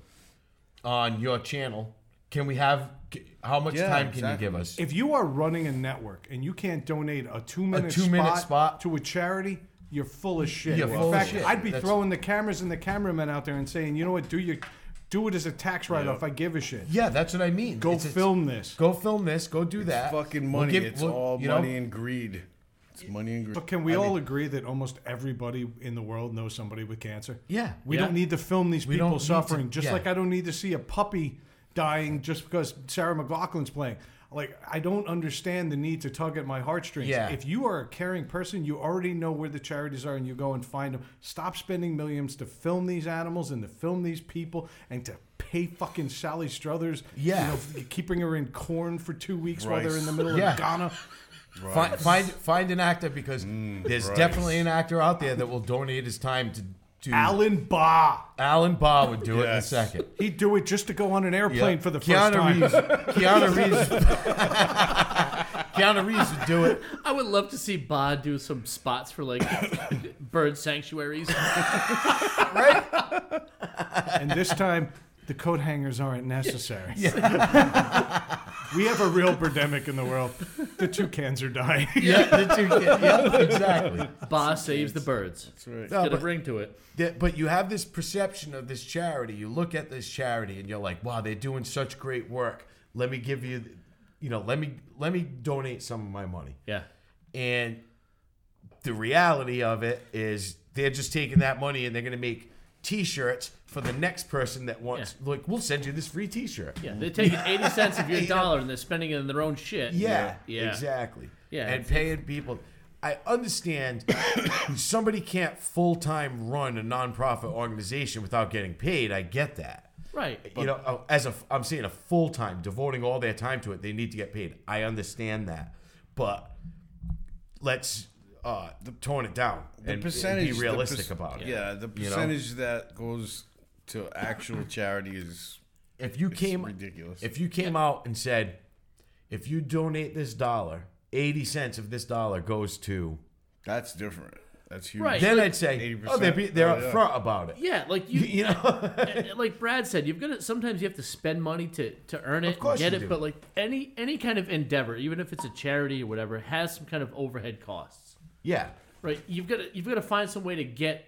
Speaker 3: on your channel. Can we have? c- How much
Speaker 4: Yeah,
Speaker 3: time can
Speaker 4: exactly.
Speaker 3: you give us?
Speaker 2: If you are running a network and you can't donate a two minute,
Speaker 3: two-minute
Speaker 2: spot,
Speaker 3: spot?
Speaker 2: to a charity, you're full of shit.
Speaker 3: You're
Speaker 2: in
Speaker 3: full of
Speaker 2: fact,
Speaker 3: shit.
Speaker 2: I'd be
Speaker 3: That's-
Speaker 2: throwing the cameras and the cameramen out there and saying, you know what, do your, do it as a tax write off. I give a shit.
Speaker 3: yeah, that's what I mean.
Speaker 2: Go
Speaker 3: It's- it's-
Speaker 2: film this.
Speaker 3: Go film this. Go do that.
Speaker 4: Fucking
Speaker 3: We'll
Speaker 4: money.
Speaker 3: give-
Speaker 4: it's
Speaker 3: we'll-
Speaker 4: all
Speaker 3: you know,
Speaker 4: money and greed. It's money and greed.
Speaker 2: But can we all agree that almost everybody in the world knows somebody with cancer?
Speaker 3: Yeah.
Speaker 2: We
Speaker 1: Yeah.
Speaker 2: don't need to film these
Speaker 3: don't
Speaker 2: people
Speaker 3: need to-
Speaker 2: suffering, just
Speaker 3: yeah.
Speaker 2: like I don't need to see a puppy dying just because Sarah McLaughlin's playing. Like, I don't understand the need to tug at my heartstrings.
Speaker 3: Yeah.
Speaker 2: If you are a caring person, you already know where the charities are and you go and find them. Stop spending millions to film these animals and to film these people and to pay fucking Sally Struthers.
Speaker 3: Yeah.
Speaker 2: You know, keeping her in corn for two weeks while they're in the middle
Speaker 3: Yeah.
Speaker 2: of Ghana.
Speaker 3: Find, find find an actor because there's
Speaker 4: Mm, right.
Speaker 3: definitely an actor out there that will donate his time to. to
Speaker 2: Alan Barr.
Speaker 3: Alan Barr would do it in a
Speaker 4: Yes.
Speaker 3: second.
Speaker 2: He'd do it just to go on an airplane for the first
Speaker 3: Keanu
Speaker 2: time.
Speaker 3: Reeves. Keanu Reeves. [LAUGHS] Keanu Reeves would do it.
Speaker 1: I would love to see Ba do some spots for like bird [LAUGHS] sanctuaries.
Speaker 2: And this time, the coat hangers aren't necessary. [LAUGHS] we have a real pandemic in the world. The toucans are dying. [LAUGHS]
Speaker 3: Yeah, the two kid- yeah exactly.
Speaker 1: Ba saves the birds. That's
Speaker 4: right.
Speaker 1: Got a
Speaker 3: but-
Speaker 1: ring to it.
Speaker 3: That- but you have this perception of this charity. You look at this charity and you're like, "Wow, they're doing such great work. Let me give you, you know, let me let me donate some of my money."
Speaker 1: Yeah.
Speaker 3: And the reality of it is they're just taking that money and they're going to make t-shirts for the next person that wants like we'll send you this free t-shirt.
Speaker 1: Yeah. They're taking 80 cents of [LAUGHS] your dollar and they're spending it in their own shit.
Speaker 3: Yeah,
Speaker 1: Yeah.
Speaker 3: exactly.
Speaker 1: Yeah,
Speaker 3: and
Speaker 1: it's-
Speaker 3: paying people. I understand [COUGHS] somebody can't full time run a nonprofit organization without getting paid. I get that.
Speaker 1: Right.
Speaker 3: you know, uh, as a I'm saying a full time devoting all their time to it, they need to get paid. I understand that, but let's uh, tone it down
Speaker 4: the
Speaker 3: and,
Speaker 4: percentage
Speaker 3: and
Speaker 4: the
Speaker 3: be realistic
Speaker 4: perc-
Speaker 3: about it.
Speaker 4: Yeah, the
Speaker 3: You know?
Speaker 4: percentage that goes to actual charity is
Speaker 3: if you came
Speaker 4: ridiculous.
Speaker 3: if you came out and said if you donate this dollar 80 cents of this dollar goes to
Speaker 4: that's different. That's huge.
Speaker 1: Right.
Speaker 3: then i'd say oh
Speaker 4: 80%.
Speaker 3: they'd be, they're
Speaker 4: Oh, yeah.
Speaker 3: upfront about it [LAUGHS]
Speaker 1: Yeah, like
Speaker 3: you,
Speaker 1: you,
Speaker 3: you know
Speaker 1: And [LAUGHS] like Brad said, you've got to sometimes you have to spend money to to earn it, and
Speaker 3: course
Speaker 1: get
Speaker 3: you
Speaker 1: it.
Speaker 3: do.
Speaker 1: But like any any kind of endeavor, even if it's a charity or whatever, has some kind of overhead costs,
Speaker 3: yeah
Speaker 1: right? You've got to you've got to find some way to get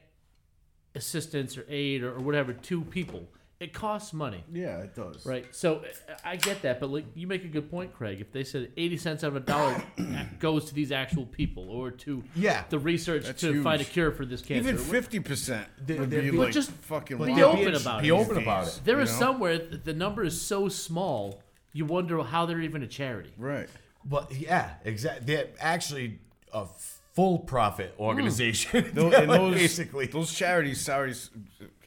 Speaker 1: assistance or aid or, or whatever to people. It costs money,
Speaker 4: Yeah, it does.
Speaker 1: right? So I I get that, but like you make a good point, Craig. If they said eighty cents out of a dollar [COUGHS] goes to these actual people or to
Speaker 3: Yeah.
Speaker 1: the research
Speaker 4: That's
Speaker 1: to
Speaker 4: huge.
Speaker 1: find a cure for this cancer,
Speaker 4: Even
Speaker 1: or
Speaker 4: fifty percent
Speaker 3: But
Speaker 4: would be
Speaker 3: they'd be
Speaker 4: like
Speaker 1: just-
Speaker 4: fucking.
Speaker 1: but
Speaker 4: wild.
Speaker 1: Be
Speaker 3: They'll
Speaker 1: open about
Speaker 3: be
Speaker 1: it
Speaker 3: open
Speaker 4: these
Speaker 3: about
Speaker 4: days.
Speaker 3: it
Speaker 1: There
Speaker 4: you
Speaker 1: is
Speaker 4: know?
Speaker 1: somewhere th- the number is so small, you wonder how they're even a charity.
Speaker 4: [LAUGHS] Right.
Speaker 3: but yeah exactly they're actually a full profit
Speaker 1: Hmm.
Speaker 3: organization [LAUGHS]
Speaker 4: Tho-
Speaker 3: They're
Speaker 4: and
Speaker 3: like
Speaker 4: those,
Speaker 3: basically
Speaker 4: those charities. Sorry,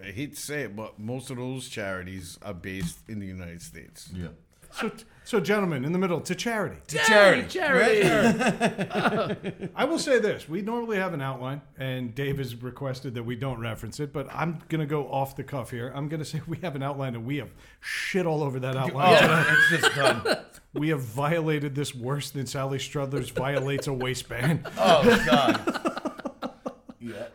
Speaker 4: I hate to say it, but most of those charities are based in the United States.
Speaker 3: yeah
Speaker 2: So, so, gentlemen, in the middle, to charity.
Speaker 3: It's a charity
Speaker 1: Hey, charity.
Speaker 2: I will say this we normally have an outline, and Dave has requested that we don't reference it, but I'm going to go off the cuff here. I'm going to say [LAUGHS] we have an outline, and we have shit all over that outline.
Speaker 3: oh it's just done
Speaker 2: [LAUGHS] We have violated this worse than Sally Struthers violates a waistband.
Speaker 3: [LAUGHS] oh god yeah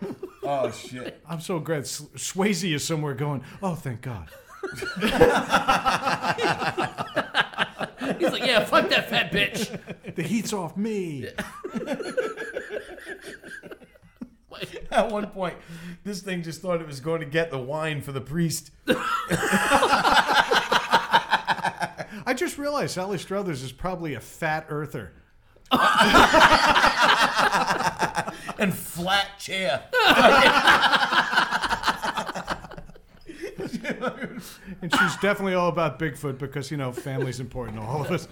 Speaker 3: oh shit
Speaker 2: I'm so glad S- Swayze is somewhere going, oh, thank God.
Speaker 1: [LAUGHS] He's like, yeah, fuck that fat bitch. [LAUGHS]
Speaker 2: The heat's off me.
Speaker 3: [LAUGHS] At one point, this thing just thought it was going to get the wine for the
Speaker 1: [LAUGHS]
Speaker 3: priest.
Speaker 2: I just realized Sally Struthers is probably a fat earther.
Speaker 3: And flat chair.
Speaker 2: And she's definitely all about Bigfoot because, you know, family's important to all
Speaker 1: [LAUGHS]
Speaker 2: of us.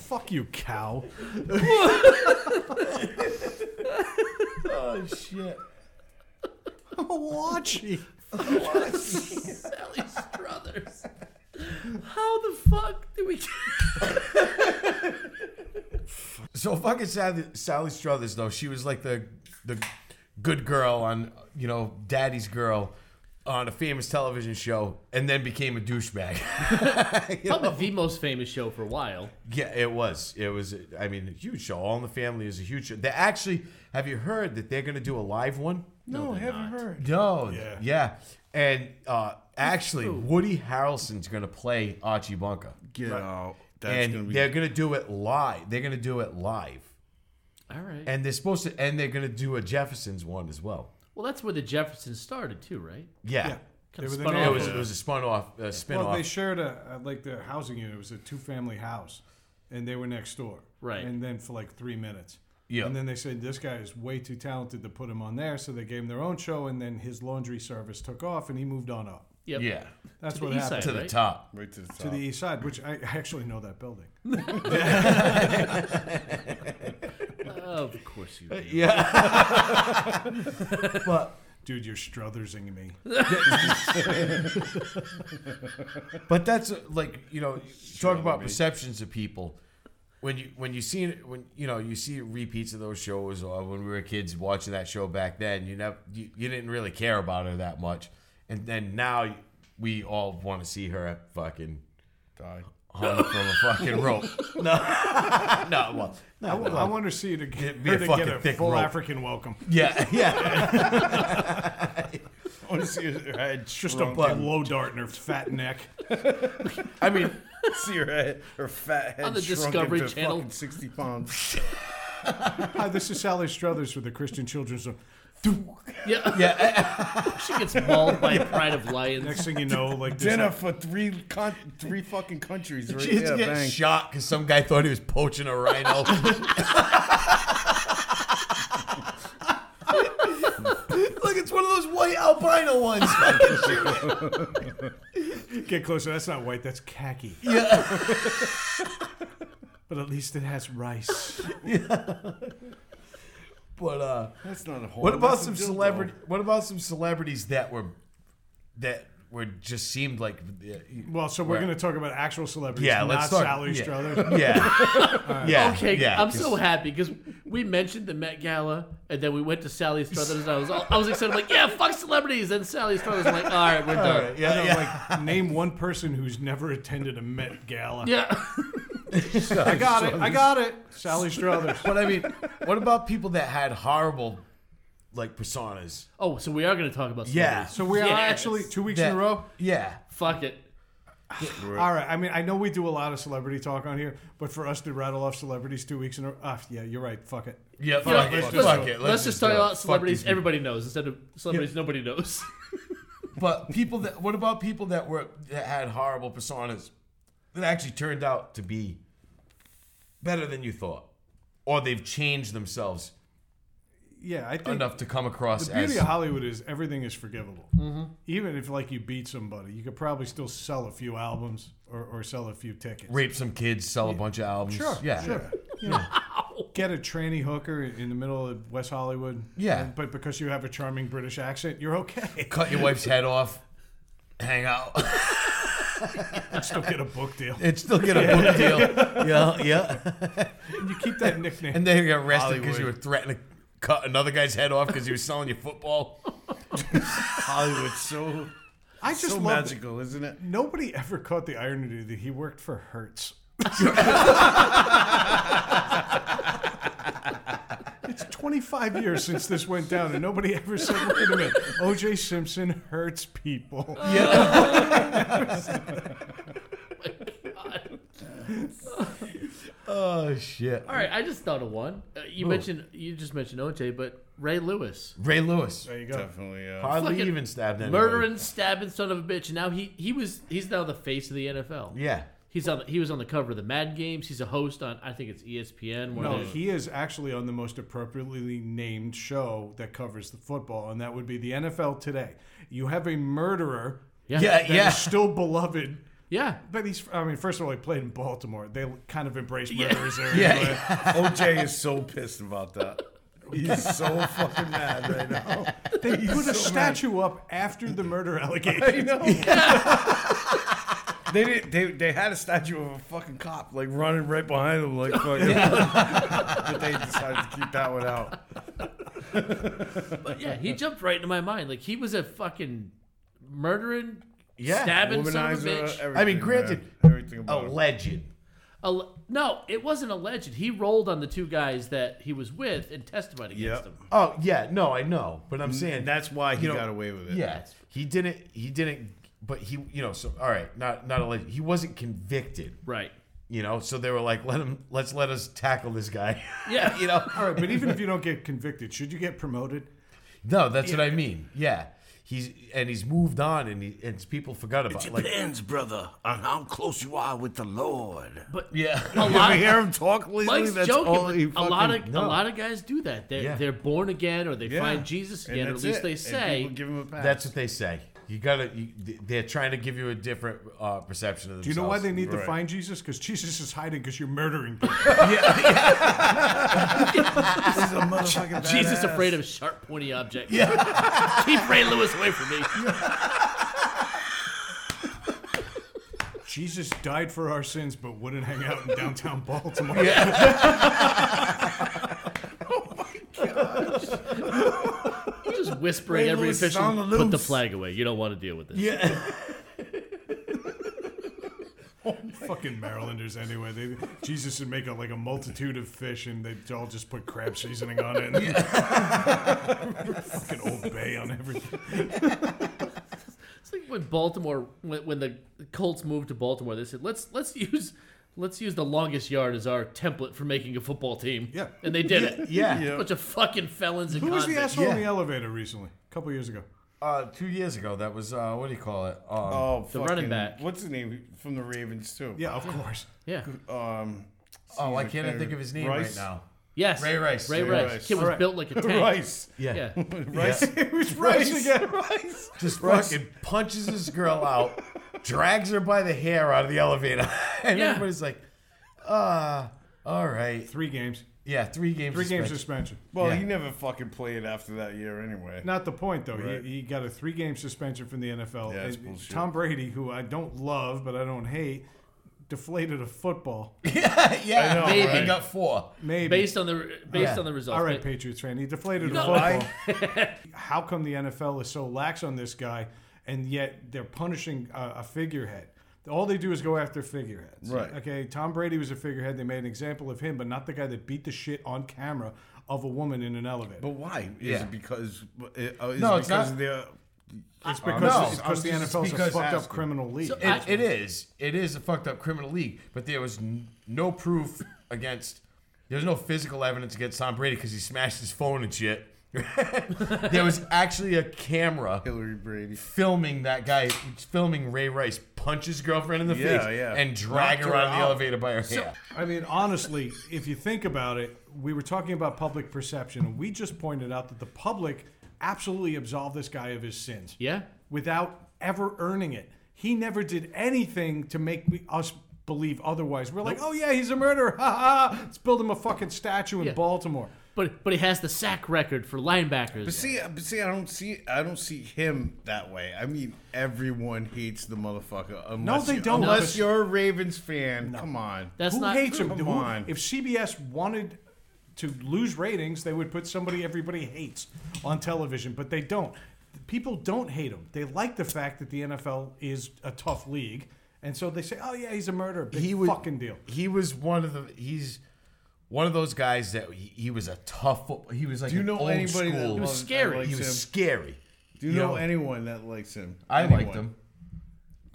Speaker 2: Fuck you, cow.
Speaker 1: [LAUGHS]
Speaker 3: Oh shit.
Speaker 2: Milwaukee.
Speaker 1: Sally Struthers. How the fuck do we?
Speaker 3: So fucking Sally, Sally Struthers though, she was like the the good girl on you know Daddy's Girl on a famous television show, and then became a douchebag. [LAUGHS] You
Speaker 1: [LAUGHS]
Speaker 3: know?
Speaker 1: Probably the most famous show for a while.
Speaker 3: Yeah, it was. It was. I mean, a huge show. All in the Family is a huge show. They actually have you heard that they're gonna do a live one?
Speaker 1: No, they're
Speaker 2: haven't
Speaker 1: not.
Speaker 2: heard.
Speaker 3: No.
Speaker 2: Yeah.
Speaker 3: Yeah. And uh, actually, Woody Harrelson's gonna play Archie Bunker,
Speaker 4: Get out. That's
Speaker 3: and
Speaker 4: gonna be
Speaker 3: they're gonna do it live. They're gonna do it live,
Speaker 1: All right.
Speaker 3: and they're supposed to. And they're gonna do a Jeffersons one as well.
Speaker 1: well, that's where the Jeffersons started too, right?
Speaker 3: Yeah.
Speaker 2: They
Speaker 1: Kinda
Speaker 2: were the
Speaker 1: spun
Speaker 2: neighbors.
Speaker 1: off
Speaker 3: It was, it was a spun off, uh, spin
Speaker 2: Well,
Speaker 3: off.
Speaker 2: they shared a, a like the housing unit. It was a two-family house, and they were next door.
Speaker 1: Right.
Speaker 2: And then for like three minutes.
Speaker 3: Yeah.
Speaker 2: And then they said this guy is way too talented to put him on there, so they gave him their own show, and then his laundry service took off, and he moved on up.
Speaker 1: Yep.
Speaker 3: yeah.
Speaker 2: That's
Speaker 1: To the
Speaker 2: what
Speaker 1: east
Speaker 2: happened
Speaker 3: To
Speaker 1: side.
Speaker 3: the
Speaker 1: Right.
Speaker 3: top.
Speaker 4: right to the top.
Speaker 2: to the east side, which I, I actually know that building.
Speaker 1: Of course you. Do.
Speaker 3: Yeah. [LAUGHS] but
Speaker 2: Dude, you're struthersing me.
Speaker 3: but that's uh, like you know you talk about perceptions of people. When you when you see it when you know you see repeats of those shows or when we were kids watching that show back then you never you, you didn't really care about her that much and then now we all want to see her fucking
Speaker 4: Die. [LAUGHS]
Speaker 3: hung from a fucking rope. [LAUGHS] No, no, well,
Speaker 2: I, wa- I want to see you to get,
Speaker 3: be
Speaker 2: her
Speaker 3: a
Speaker 2: to get
Speaker 3: fucking
Speaker 2: a
Speaker 3: thick
Speaker 2: full
Speaker 3: rope.
Speaker 2: African [LAUGHS] welcome.
Speaker 3: yeah, [LAUGHS] yeah.
Speaker 4: I want to see her head.
Speaker 2: Just a
Speaker 4: shrunk.
Speaker 2: blow dart in her fat neck.
Speaker 3: I mean,
Speaker 4: see her head, her fat head
Speaker 1: On the
Speaker 4: shrunk
Speaker 1: Discovery
Speaker 4: into
Speaker 1: Channel.
Speaker 4: fucking sixty pounds.
Speaker 3: [LAUGHS]
Speaker 2: Hi, this is Sally Struthers with the Christian Children's. Zone.
Speaker 1: Yeah. [LAUGHS]
Speaker 3: yeah.
Speaker 1: she gets mauled by a pride of lions.
Speaker 2: Next thing you know, like this-
Speaker 4: Dinner for three con- three fucking countries.
Speaker 3: [LAUGHS]
Speaker 4: Right?
Speaker 3: She's
Speaker 4: Yeah,
Speaker 3: getting
Speaker 4: bang.
Speaker 3: shot because some guy thought he was poaching a rhino. [LAUGHS] Look, it's one of those white albino ones.
Speaker 2: Get closer. That's not white. That's khaki.
Speaker 3: yeah.
Speaker 2: [LAUGHS] But at least it has rice.
Speaker 3: But uh,
Speaker 4: That's not a whole.
Speaker 3: what about
Speaker 4: that's a
Speaker 3: some
Speaker 4: dildo.
Speaker 3: celebrity? What about some celebrities that were that were just seemed like
Speaker 2: Well, so we're
Speaker 3: Right.
Speaker 2: going to talk about actual celebrities,
Speaker 3: Yeah,
Speaker 2: not
Speaker 3: let's talk-
Speaker 2: Sally [LAUGHS]
Speaker 3: yeah.
Speaker 2: Struthers.
Speaker 3: yeah yeah
Speaker 1: Okay,
Speaker 3: yeah,
Speaker 1: I'm so
Speaker 3: 'cause-
Speaker 1: happy because we mentioned the Met Gala, and then we went to Sally Struthers. And I was, all, I was excited, like, yeah, fuck celebrities. And Sally Struthers, I'm like, all right, we're done.
Speaker 2: I
Speaker 3: yeah
Speaker 2: don't,
Speaker 3: yeah.
Speaker 2: Like, name one person who's never attended a Met Gala.
Speaker 1: Yeah, [LAUGHS]
Speaker 2: I got it. I got it. Sally Struthers.
Speaker 3: But I mean, what about people that had horrible like personas?
Speaker 1: Oh, so we are going to talk about
Speaker 3: Yeah.
Speaker 1: celebrities.
Speaker 2: So we are
Speaker 1: Yes.
Speaker 2: actually two weeks in
Speaker 3: That-
Speaker 2: a row.
Speaker 3: Yeah.
Speaker 1: Fuck it.
Speaker 2: All right. I mean, I know we do a lot of celebrity talk on here, but for us to rattle off celebrities two weeks in a row, ah, yeah, you're right. Fuck it.
Speaker 3: Yeah, fuck,
Speaker 1: You know,
Speaker 3: it.
Speaker 1: let's,
Speaker 3: Fuck
Speaker 1: let's-
Speaker 3: it.
Speaker 1: let's just talk
Speaker 3: do it.
Speaker 1: about
Speaker 3: Fuck
Speaker 1: celebrities
Speaker 3: these people.
Speaker 1: everybody knows instead of celebrities nobody knows. [LAUGHS]
Speaker 3: But people that what about people that were that had horrible personas that actually turned out to be better than you thought, or they've changed themselves
Speaker 2: Yeah, I think
Speaker 3: enough to come across
Speaker 2: the beauty
Speaker 3: as
Speaker 2: of Hollywood is everything is forgivable. Even if like you beat somebody, you could probably still sell a few albums or, or sell a few tickets.
Speaker 3: rape some kids, sell a bunch of albums.
Speaker 2: Sure,
Speaker 3: Yeah.
Speaker 2: sure. You know, get a tranny hooker in the middle of West Hollywood.
Speaker 3: Yeah.
Speaker 2: and- but because you have a charming British accent, you're okay.
Speaker 3: Cut your wife's head off. Hang out.
Speaker 2: Still get a book deal.
Speaker 3: [LAUGHS] and still get a book deal. Yeah, yeah.
Speaker 2: You keep that nickname.
Speaker 3: And then you got arrested because
Speaker 4: Hollywood.
Speaker 3: you were threatening to cut another guy's head off because he was selling you football.
Speaker 4: Hollywood's
Speaker 3: [LAUGHS]
Speaker 4: so
Speaker 2: I just
Speaker 4: so
Speaker 2: love that
Speaker 4: magical, isn't it?
Speaker 2: Nobody ever caught the irony that he worked for Hertz. it's 25 years since this went down, and nobody ever said, wait a minute, OJ Simpson hurts people.
Speaker 3: Oh shit!
Speaker 1: All right, I just thought of one. Uh, you mentioned you just mentioned OJ, but Ray Lewis,
Speaker 3: Ray Lewis
Speaker 2: There you go.
Speaker 4: Definitely. Uh,
Speaker 3: hardly
Speaker 1: Fucking
Speaker 3: even stabbed anybody.
Speaker 1: murdering, stabbing son of a bitch. Now he he was he's now the face of the NFL.
Speaker 3: Yeah,
Speaker 1: He's on the, he was on the cover of the Madden games. He's a host on I think it's E ESPN. One
Speaker 2: No,
Speaker 1: of the,
Speaker 2: he is actually on the most appropriately named show that covers the football, and that would be the NFL today. You have a murderer
Speaker 1: yeah,
Speaker 3: yeah,
Speaker 2: that is
Speaker 3: yeah.
Speaker 2: still beloved.
Speaker 1: yeah.
Speaker 2: But he's, I mean, first of all, he played in
Speaker 3: [LAUGHS]
Speaker 2: Baltimore. They kind of embrace murderers there.
Speaker 3: Yeah.
Speaker 2: anyway.
Speaker 4: OJ is so pissed about that. He's so fucking mad right now.
Speaker 2: [LAUGHS] They put a statue up after the murder
Speaker 4: I
Speaker 2: allegation. [LAUGHS]
Speaker 4: know. they did. They, they had a statue of a fucking cop like running right behind
Speaker 1: [LAUGHS]
Speaker 4: him, like fucking. but they decided to keep that one
Speaker 1: [LAUGHS]
Speaker 4: out.
Speaker 1: But yeah,
Speaker 4: uh,
Speaker 1: he jumped right into my mind. Like he was a fucking murdering,
Speaker 3: Yeah,
Speaker 1: stabbing son of a
Speaker 4: Womanizer,
Speaker 1: bitch.
Speaker 4: everything,
Speaker 3: I mean, granted,
Speaker 4: man. everything
Speaker 3: a
Speaker 4: about him.
Speaker 3: legend.
Speaker 1: Alle- no, it wasn't alleged. He rolled on the two guys that he was with and testified against
Speaker 4: Yep.
Speaker 1: them.
Speaker 3: Oh yeah, no, I know, but I'm saying
Speaker 4: That's why he
Speaker 3: you know,
Speaker 4: got away with it.
Speaker 3: Yeah, he didn't. He didn't. But he, you know, so all right, not not a legend. He wasn't convicted,
Speaker 1: Right.
Speaker 3: you know. So they were like, let him. Let's let us tackle this guy.
Speaker 4: [LAUGHS]
Speaker 1: Yeah.
Speaker 3: you know.
Speaker 2: All right, but even if you don't get convicted, should you get promoted?
Speaker 3: No, that's what I mean. Yeah, he's and he's moved on, and he, and people forgot about. it. Like,
Speaker 5: Depends, brother, on how close you are with the Lord.
Speaker 1: But
Speaker 3: yeah,
Speaker 1: a
Speaker 4: You ever
Speaker 1: lot.
Speaker 4: hear him talk lately?
Speaker 1: Mike's
Speaker 4: That's
Speaker 1: joking.
Speaker 4: all he
Speaker 1: but a lot
Speaker 4: fucking-
Speaker 1: of a lot of guys do that. They're,
Speaker 3: Yeah.
Speaker 1: they're born again, or they
Speaker 4: Yeah.
Speaker 1: find Jesus
Speaker 4: And
Speaker 1: again, or at
Speaker 4: that's
Speaker 1: least
Speaker 4: it.
Speaker 1: they
Speaker 4: And
Speaker 1: say.
Speaker 4: people give him a pass.
Speaker 3: that's what they say. You gotta. You, they're trying to give you a different uh, perception of
Speaker 2: Do you
Speaker 3: themselves.
Speaker 2: know why they need to
Speaker 4: Right.
Speaker 2: find Jesus? Because Jesus is hiding because you're murdering
Speaker 4: [LAUGHS]
Speaker 2: people.
Speaker 4: He's a motherfucking
Speaker 1: Jesus
Speaker 4: badass.
Speaker 1: afraid of sharp pointy objects. [LAUGHS] Keep Ray Lewis away from me.
Speaker 2: Jesus died for our sins, but wouldn't hang out in downtown Baltimore.
Speaker 1: You're just whispering
Speaker 4: Ray
Speaker 1: every
Speaker 4: Lewis is
Speaker 1: official.
Speaker 4: on the
Speaker 1: Put the
Speaker 4: loose."
Speaker 1: flag away. You don't want to deal with this.
Speaker 2: Fucking Marylanders, anyway. They, Jesus would make a, like a multitude of fish, and they'd all just put crab seasoning on it. And [LAUGHS] fucking Old Bay on everything.
Speaker 1: It's like when Baltimore, when, when the Colts moved to Baltimore, they said let's let's use let's use the longest yard as our template for making a football team.
Speaker 2: Yeah.
Speaker 1: and they did it. [LAUGHS]
Speaker 3: Yeah.
Speaker 4: Yeah.
Speaker 1: bunch of fucking felons and
Speaker 2: Who was the
Speaker 1: convicts.
Speaker 2: asshole in
Speaker 3: Yeah.
Speaker 2: the elevator recently? A couple years ago.
Speaker 3: Uh, two years ago, that was uh, what do you call it? Um,
Speaker 4: Oh,
Speaker 1: The running
Speaker 4: fucking-
Speaker 1: back.
Speaker 4: What's his name from the Ravens too?
Speaker 2: Yeah, of course.
Speaker 1: Yeah.
Speaker 4: Um,
Speaker 3: oh, why can't I think of his name
Speaker 4: Rice?
Speaker 3: right now?
Speaker 1: Yes.
Speaker 3: Ray Rice.
Speaker 1: Ray,
Speaker 3: Ray
Speaker 1: Rice.
Speaker 4: Rice.
Speaker 1: Kid was
Speaker 2: Alright.
Speaker 1: built like a tank.
Speaker 4: Rice.
Speaker 1: Yeah.
Speaker 2: [LAUGHS]
Speaker 1: [LAUGHS]
Speaker 4: Rice.
Speaker 2: It was [LAUGHS] Rice, again.
Speaker 4: [LAUGHS] Rice.
Speaker 3: just fucking punches this girl
Speaker 4: [LAUGHS]
Speaker 3: out, drags her by the hair out of the elevator, [LAUGHS] and
Speaker 1: Yeah.
Speaker 3: everybody's like, "Ah, all right,
Speaker 2: Three games.
Speaker 3: yeah, three games,
Speaker 2: Three games suspension.
Speaker 3: suspension.
Speaker 4: Well,
Speaker 3: Yeah.
Speaker 4: he never fucking played after that year anyway.
Speaker 2: Not the point, though.
Speaker 4: Right.
Speaker 2: He, he got a three game suspension from the NFL.
Speaker 4: Yeah, that's
Speaker 2: And
Speaker 4: bullshit.
Speaker 2: Tom Brady, who I don't love, but I don't hate, deflated a
Speaker 4: [LAUGHS]
Speaker 2: football.
Speaker 3: [LAUGHS] yeah,
Speaker 4: I know,
Speaker 3: maybe
Speaker 4: right?
Speaker 3: got four.
Speaker 2: Maybe.
Speaker 1: Based on the based
Speaker 3: Yeah.
Speaker 1: on the results.
Speaker 2: All right,
Speaker 1: But-
Speaker 2: Patriots fan. He deflated a
Speaker 1: know
Speaker 2: football. [LAUGHS] How come the NFL is so lax on this guy, and yet they're punishing a, a figurehead? All they do is go after figureheads.
Speaker 4: Right.
Speaker 2: Okay. Tom Brady was a figurehead. They made an example of him, but not the guy that beat the shit on camera of a woman in an elevator.
Speaker 4: But why? Is
Speaker 3: Yeah.
Speaker 4: it because? Uh, is
Speaker 3: No,
Speaker 4: it
Speaker 3: it's
Speaker 4: because uh,
Speaker 3: not-
Speaker 4: they're
Speaker 2: it's because,
Speaker 3: no,
Speaker 2: it's because the
Speaker 3: it's
Speaker 2: NFL is a
Speaker 3: because-
Speaker 2: fucked up
Speaker 4: asking.
Speaker 2: criminal league.
Speaker 1: So- I-
Speaker 3: It, it is, it is a fucked up criminal league, but there was n- no proof against. There's no physical evidence against Tom Brady because he smashed his phone and shit. [LAUGHS] there was actually a camera
Speaker 4: Hillary Brady?
Speaker 3: filming that guy, filming Ray Rice punch his girlfriend in the
Speaker 4: Yeah,
Speaker 3: face
Speaker 4: yeah.
Speaker 3: and drag
Speaker 4: Knocked
Speaker 3: her
Speaker 4: her
Speaker 3: out of the
Speaker 4: out.
Speaker 3: elevator by her hair.
Speaker 2: I mean, honestly, if you think about it, we were talking about public perception, and we just pointed out that the public absolutely absolved this guy of his sins.
Speaker 1: Yeah.
Speaker 2: without ever earning it. He never did anything to make me, us believe otherwise. We're like, oh yeah, he's a murderer. Ha ha! Let's build him a fucking statue in
Speaker 1: Yeah.
Speaker 2: Baltimore.
Speaker 1: But but he has the sack record for linebackers.
Speaker 4: But see, uh, but see, I don't see, I don't see him that way. I mean, everyone hates the motherfucker. Unless
Speaker 2: they
Speaker 4: you-
Speaker 2: don't,
Speaker 4: Unless
Speaker 2: but-
Speaker 4: you're a Ravens fan, come on.
Speaker 1: That's
Speaker 2: Who
Speaker 1: not
Speaker 2: hates
Speaker 1: true.
Speaker 2: him?
Speaker 4: Come
Speaker 2: Who-
Speaker 4: on.
Speaker 2: If CBS wanted to lose ratings, they would put somebody everybody hates on television, but they don't. People don't hate him. They like the fact that the NFL is a tough league, and so they say, "Oh yeah, he's a murderer." Big
Speaker 3: he was
Speaker 2: fucking deal.
Speaker 3: He was one of the he's one of those guys that he, he was a tough. football- He was like
Speaker 4: Do you
Speaker 3: an
Speaker 4: know
Speaker 3: old
Speaker 4: anybody that
Speaker 3: school.
Speaker 4: loves,
Speaker 3: he was,
Speaker 1: was scary.
Speaker 4: That likes
Speaker 1: He
Speaker 4: him?
Speaker 3: scary.
Speaker 4: Do you know
Speaker 3: Yo.
Speaker 4: anyone that likes him?
Speaker 3: I
Speaker 4: anyone.
Speaker 3: liked him.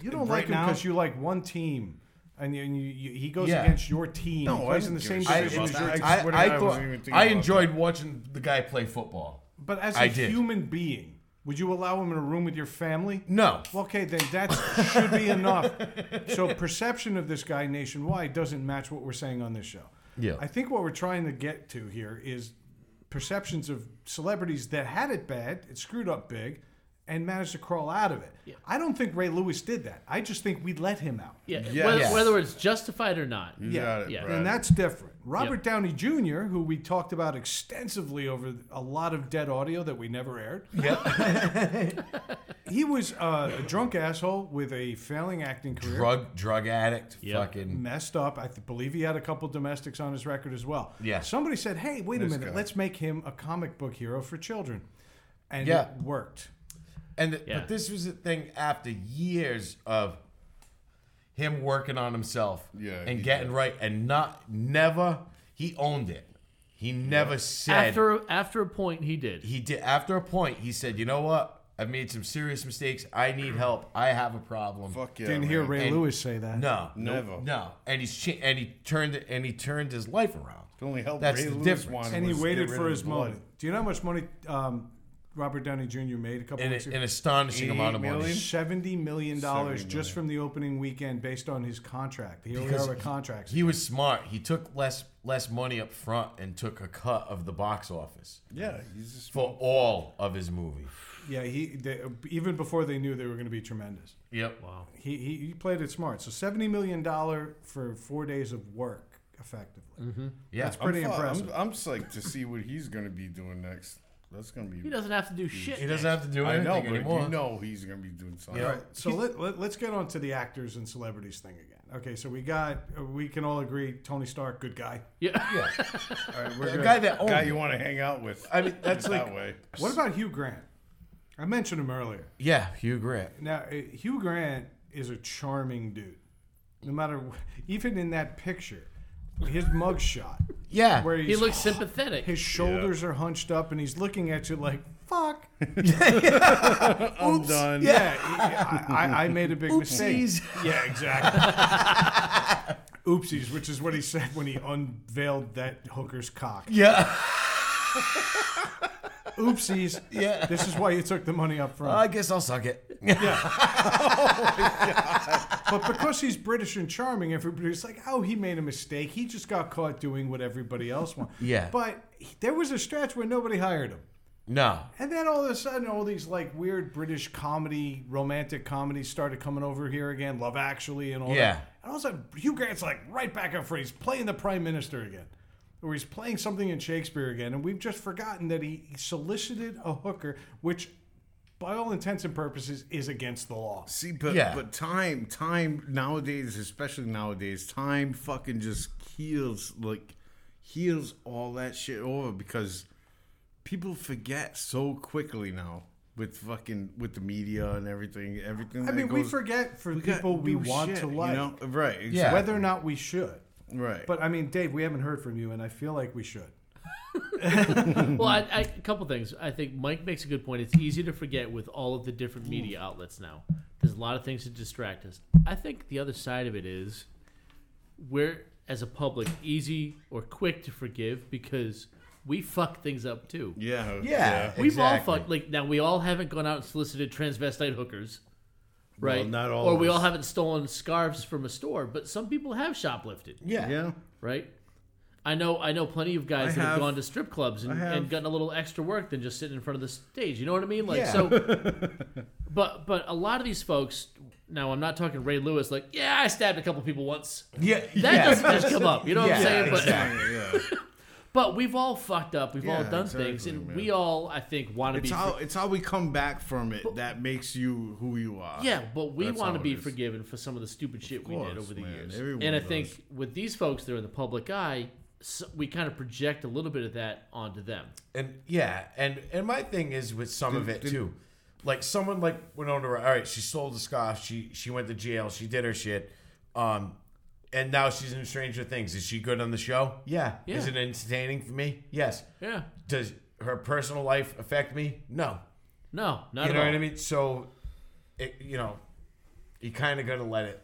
Speaker 2: You don't like
Speaker 4: Right
Speaker 2: him
Speaker 4: now-
Speaker 2: because you like one team, and, you, and you, you, he goes
Speaker 3: Yeah.
Speaker 2: against your team. he plays in the same
Speaker 4: I-
Speaker 2: division as your
Speaker 4: I-
Speaker 2: team.
Speaker 3: I,
Speaker 4: swear to
Speaker 3: I
Speaker 4: God, I
Speaker 3: thought
Speaker 4: wasn't even thinking
Speaker 3: I
Speaker 4: about
Speaker 3: enjoyed watching the guy play football.
Speaker 2: But as a
Speaker 3: I did.
Speaker 2: human being, would you allow him in a room with your family?
Speaker 3: No,
Speaker 2: Well, Okay, then that should be enough.
Speaker 3: [LAUGHS]
Speaker 2: So perception of this guy nationwide doesn't match what we're saying on this show.
Speaker 3: Yeah.
Speaker 2: I think what we're trying to get to here is perceptions of celebrities that had it bad, it screwed up big, and managed to crawl out of it. I don't think Ray Lewis did that. I just think we let him out.
Speaker 1: Yeah.
Speaker 4: Yes.
Speaker 1: Whether, whether it's justified or not.
Speaker 4: You got it,
Speaker 1: yeah.
Speaker 4: Brad.
Speaker 2: And that's different. Robert Downey Jr., who we talked about extensively over a lot of dead audio that we never aired. [LAUGHS] he was uh, a drunk asshole with a failing acting career.
Speaker 3: drug drug addict,
Speaker 1: Yep.
Speaker 3: fucking
Speaker 2: Messed up. I th- believe he had a couple domestics on his record as well.
Speaker 3: Yeah.
Speaker 2: Somebody said, hey, wait a minute,
Speaker 4: guy.
Speaker 2: let's make him a comic book hero for children. And
Speaker 3: Yeah.
Speaker 2: it worked.
Speaker 3: and th-
Speaker 1: Yeah.
Speaker 3: but this was a thing after years of him working on himself
Speaker 4: Yeah, he
Speaker 3: and getting
Speaker 4: did.
Speaker 3: right and not never he owned it. He never said
Speaker 1: After after a point, he did.
Speaker 3: he did after a point he said, "You know what? I've made some serious mistakes. I need help. I have a problem."
Speaker 4: Fuck yeah.
Speaker 2: Didn't hear
Speaker 4: man.
Speaker 2: Ray
Speaker 3: And-
Speaker 2: Lewis say that.
Speaker 3: No,
Speaker 4: Never.
Speaker 3: no, no. And he's cha- and he turned it and he turned his life around.
Speaker 4: If only help
Speaker 3: That's
Speaker 4: Ray
Speaker 3: the
Speaker 4: Lewis
Speaker 3: difference.
Speaker 4: wanted
Speaker 2: And he
Speaker 4: was to
Speaker 2: waited
Speaker 4: get rid
Speaker 2: for
Speaker 4: of
Speaker 2: his
Speaker 4: the blood.
Speaker 2: moment. Do you know how much money um, Robert Downey Jr. made a couple
Speaker 3: An,
Speaker 2: weeks ago?
Speaker 3: an astonishing
Speaker 4: Eight
Speaker 3: amount of money.
Speaker 4: million?
Speaker 2: Seventy million dollars
Speaker 4: $70
Speaker 2: just from the opening weekend, based on his contract. He already
Speaker 3: Because
Speaker 2: had a contract.
Speaker 3: He was smart. He took less less money up front and took a cut of the box office
Speaker 4: Yeah, he's just
Speaker 3: for all of his movie.
Speaker 2: yeah, he they, even before they knew they were going to be tremendous.
Speaker 3: Yep.
Speaker 1: Wow.
Speaker 2: He, he he played it smart. So seventy million dollar for four days of work, effectively.
Speaker 3: Yeah.
Speaker 2: That's pretty
Speaker 4: I'm, fu-
Speaker 2: impressive.
Speaker 4: I'm, I'm psyched to see what he's going to be doing next. That's going to be.
Speaker 1: He doesn't have to do shit.
Speaker 3: he doesn't have to do
Speaker 4: I
Speaker 3: anything
Speaker 4: know, but
Speaker 3: anymore.
Speaker 4: you know he's going to be doing something.
Speaker 3: Yeah.
Speaker 2: All right, so let, let, let's get on to the actors and celebrities thing again. Okay, so we got we can all agree Tony Stark, good guy.
Speaker 1: Yeah.
Speaker 2: All right, we're
Speaker 3: the
Speaker 2: good.
Speaker 3: guy that owned.
Speaker 4: Guy you want to hang out with.
Speaker 3: Oh. I mean, that's
Speaker 4: that
Speaker 3: like
Speaker 4: way.
Speaker 2: What about Hugh Grant? I mentioned him earlier.
Speaker 3: yeah, Hugh Grant.
Speaker 2: Now, uh, Hugh Grant is a charming dude. No matter, wh- even in that picture, his mugshot,
Speaker 3: Yeah.
Speaker 2: where
Speaker 1: [LAUGHS] He
Speaker 2: he's-
Speaker 1: looks sympathetic.
Speaker 2: his shoulders are hunched up and he's looking at you like, fuck.
Speaker 4: I'm done.
Speaker 2: Yeah, he- I, I- I made a big mistake.
Speaker 3: Oopsies.
Speaker 2: Yeah, exactly. Oopsies, which is what he said when he unveiled that hooker's cock.
Speaker 3: [LAUGHS] yeah.
Speaker 2: Oopsies.
Speaker 3: Yeah.
Speaker 2: This is why you took the money up front.
Speaker 3: I guess I'll suck it.
Speaker 2: But because he's British and charming, everybody's like, "Oh, he made a mistake. He just got caught doing what everybody else wanted."
Speaker 3: [LAUGHS] Yeah.
Speaker 2: But he- there was a stretch where nobody hired him,
Speaker 3: [LAUGHS] No.
Speaker 2: and then all of a sudden, all these like weird British comedy, romantic comedies started coming over here again. Love Actually and all
Speaker 3: Yeah.
Speaker 2: that. And all of a sudden, Hugh Grant's like right back up for he's playing the Prime Minister again, or he's playing something in Shakespeare again, and we've just forgotten that he solicited a hooker, which, by all intents and purposes, is against the law.
Speaker 4: See, but
Speaker 3: Yeah.
Speaker 4: but time, time nowadays, especially nowadays, time fucking just heals like heals all that shit over because people forget so quickly now with fucking with the media and everything. Everything.
Speaker 2: I
Speaker 4: that
Speaker 2: mean, we
Speaker 4: goes-
Speaker 2: forget for
Speaker 4: got
Speaker 2: people we
Speaker 4: new
Speaker 2: want
Speaker 4: shit,
Speaker 2: to like,
Speaker 4: You know? Right. Exactly.
Speaker 3: Yeah.
Speaker 2: whether or not we should.
Speaker 4: Right.
Speaker 2: But I mean, Dave, we haven't heard from you, and I feel like we should.
Speaker 1: well,
Speaker 4: Mm.
Speaker 1: I, I, a couple things. I think Mike makes a good point. It's easy to forget with all of the
Speaker 4: Mm.
Speaker 1: different media outlets now. There's a lot of things to distract us. I think the other side of it is we're, as a public, easy or quick to forgive because we fuck things up too.
Speaker 4: yeah.
Speaker 3: Yeah.
Speaker 1: We've
Speaker 3: Exactly.
Speaker 1: all fucked. Like now, we all haven't gone out and solicited transvestite hookers, right?
Speaker 4: Well, not all
Speaker 1: Or
Speaker 4: of
Speaker 1: we all
Speaker 4: us.
Speaker 1: haven't stolen scarves from a store, but some people have shoplifted,
Speaker 4: Yeah. Yeah.
Speaker 1: right? I know, I know, plenty of guys
Speaker 4: I
Speaker 1: that have,
Speaker 4: have.
Speaker 1: gone to strip clubs and,
Speaker 4: have.
Speaker 1: and gotten a little extra work than just sitting in front of the stage. You know what I mean? Like so.
Speaker 4: [LAUGHS]
Speaker 1: but but a lot of these folks. Now I'm not talking Ray Lewis. Like, yeah, I stabbed a couple people once.
Speaker 3: Yeah.
Speaker 1: That
Speaker 3: yeah.
Speaker 1: doesn't just come up. You know what I'm
Speaker 3: Yeah,
Speaker 1: saying? But
Speaker 4: Exactly,
Speaker 2: [LAUGHS]
Speaker 4: yeah.
Speaker 1: but we've all fucked up. We've all
Speaker 4: Yeah,
Speaker 1: done things,
Speaker 4: exactly,
Speaker 1: and
Speaker 4: man.
Speaker 1: we all I think want to be.
Speaker 4: It's how it's how we come back from it that makes you who you are.
Speaker 1: Yeah, but we
Speaker 4: That's
Speaker 1: want to
Speaker 4: how it
Speaker 1: be
Speaker 4: is.
Speaker 1: forgiven for some of the stupid shit we did
Speaker 4: course,
Speaker 1: over the
Speaker 4: man.
Speaker 1: years.
Speaker 4: Everyone
Speaker 1: and I
Speaker 4: does.
Speaker 1: think with these folks, they're in the public eye. So we kind of project a little bit of that onto them.
Speaker 3: [LAUGHS] And yeah, and and my thing is with some of it too, like someone like Winona. Ryder, All right, she sold a scarf. She she went to jail. She did her shit. Um, and now she's in Stranger Things. Is she good on the show? Yeah.
Speaker 1: Yeah.
Speaker 3: Is it entertaining for me? Yes.
Speaker 1: Yeah.
Speaker 3: Does her personal life affect me? No.
Speaker 1: No, not
Speaker 3: You
Speaker 1: at
Speaker 3: know
Speaker 1: all.
Speaker 3: what I mean? So, it, you know, you kind of got to let it.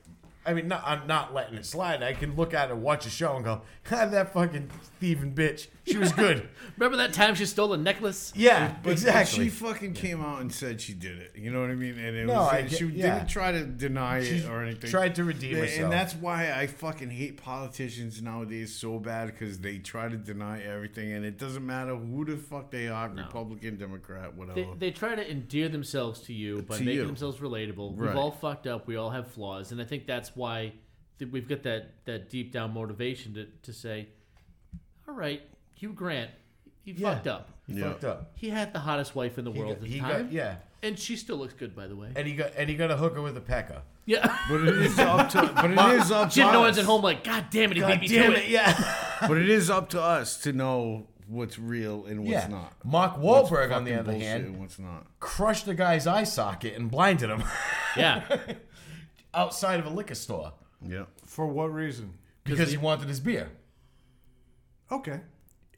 Speaker 3: I mean, not, I'm not letting it slide. I can look at it, watch a show, and go, [LAUGHS] "Ha, that fucking thieving bitch. She was good.
Speaker 1: Remember that time she stole a necklace?
Speaker 3: [LAUGHS] yeah,
Speaker 4: But
Speaker 3: exactly.
Speaker 4: She fucking came out and said she did it. You know what I mean? And it
Speaker 3: No,
Speaker 4: was,
Speaker 3: I get-
Speaker 4: she
Speaker 3: yeah.
Speaker 4: didn't try to deny
Speaker 3: She
Speaker 4: it or anything.
Speaker 3: tried to redeem
Speaker 4: And-
Speaker 3: herself.
Speaker 4: And that's why I fucking hate politicians nowadays so bad because they try to deny everything, and it doesn't matter who the fuck they are, Republican, Democrat, whatever.
Speaker 1: They, they try to endear themselves to you by
Speaker 4: To
Speaker 1: making
Speaker 4: you.
Speaker 1: themselves relatable. We've
Speaker 4: Right.
Speaker 1: all fucked up. We all have flaws, and I think that's why th- we've got that that deep down motivation to to say, "All right, Hugh Grant, he
Speaker 3: Yeah.
Speaker 1: fucked up.
Speaker 3: fucked up.
Speaker 1: He had the hottest wife in the
Speaker 3: He
Speaker 1: world
Speaker 3: got-
Speaker 1: at
Speaker 3: he
Speaker 1: the
Speaker 3: got-
Speaker 1: time,
Speaker 3: yeah,
Speaker 1: and she still looks good, by the way.
Speaker 3: and he got and he got a hooker with a pecker.
Speaker 1: yeah, [LAUGHS]
Speaker 4: But it is up to. [LAUGHS] But it is up to.
Speaker 1: Jim
Speaker 4: us.
Speaker 1: Norton's at home like, "God damn it, he
Speaker 3: God
Speaker 1: beat me
Speaker 3: damn
Speaker 1: to
Speaker 3: it! Yeah,
Speaker 4: But it is up to us to know what's real and what's
Speaker 3: [LAUGHS] yeah.
Speaker 4: not.
Speaker 3: Mark
Speaker 4: What's
Speaker 3: Wahlberg, on the
Speaker 4: fucking
Speaker 3: other
Speaker 4: bullshit
Speaker 3: hand,
Speaker 4: and what's not.
Speaker 3: crushed the guy's eye socket and blinded him [LAUGHS]
Speaker 1: Yeah,
Speaker 3: outside of a liquor store
Speaker 4: Yeah.
Speaker 2: For what reason?
Speaker 3: because he wanted his beer.
Speaker 2: Okay.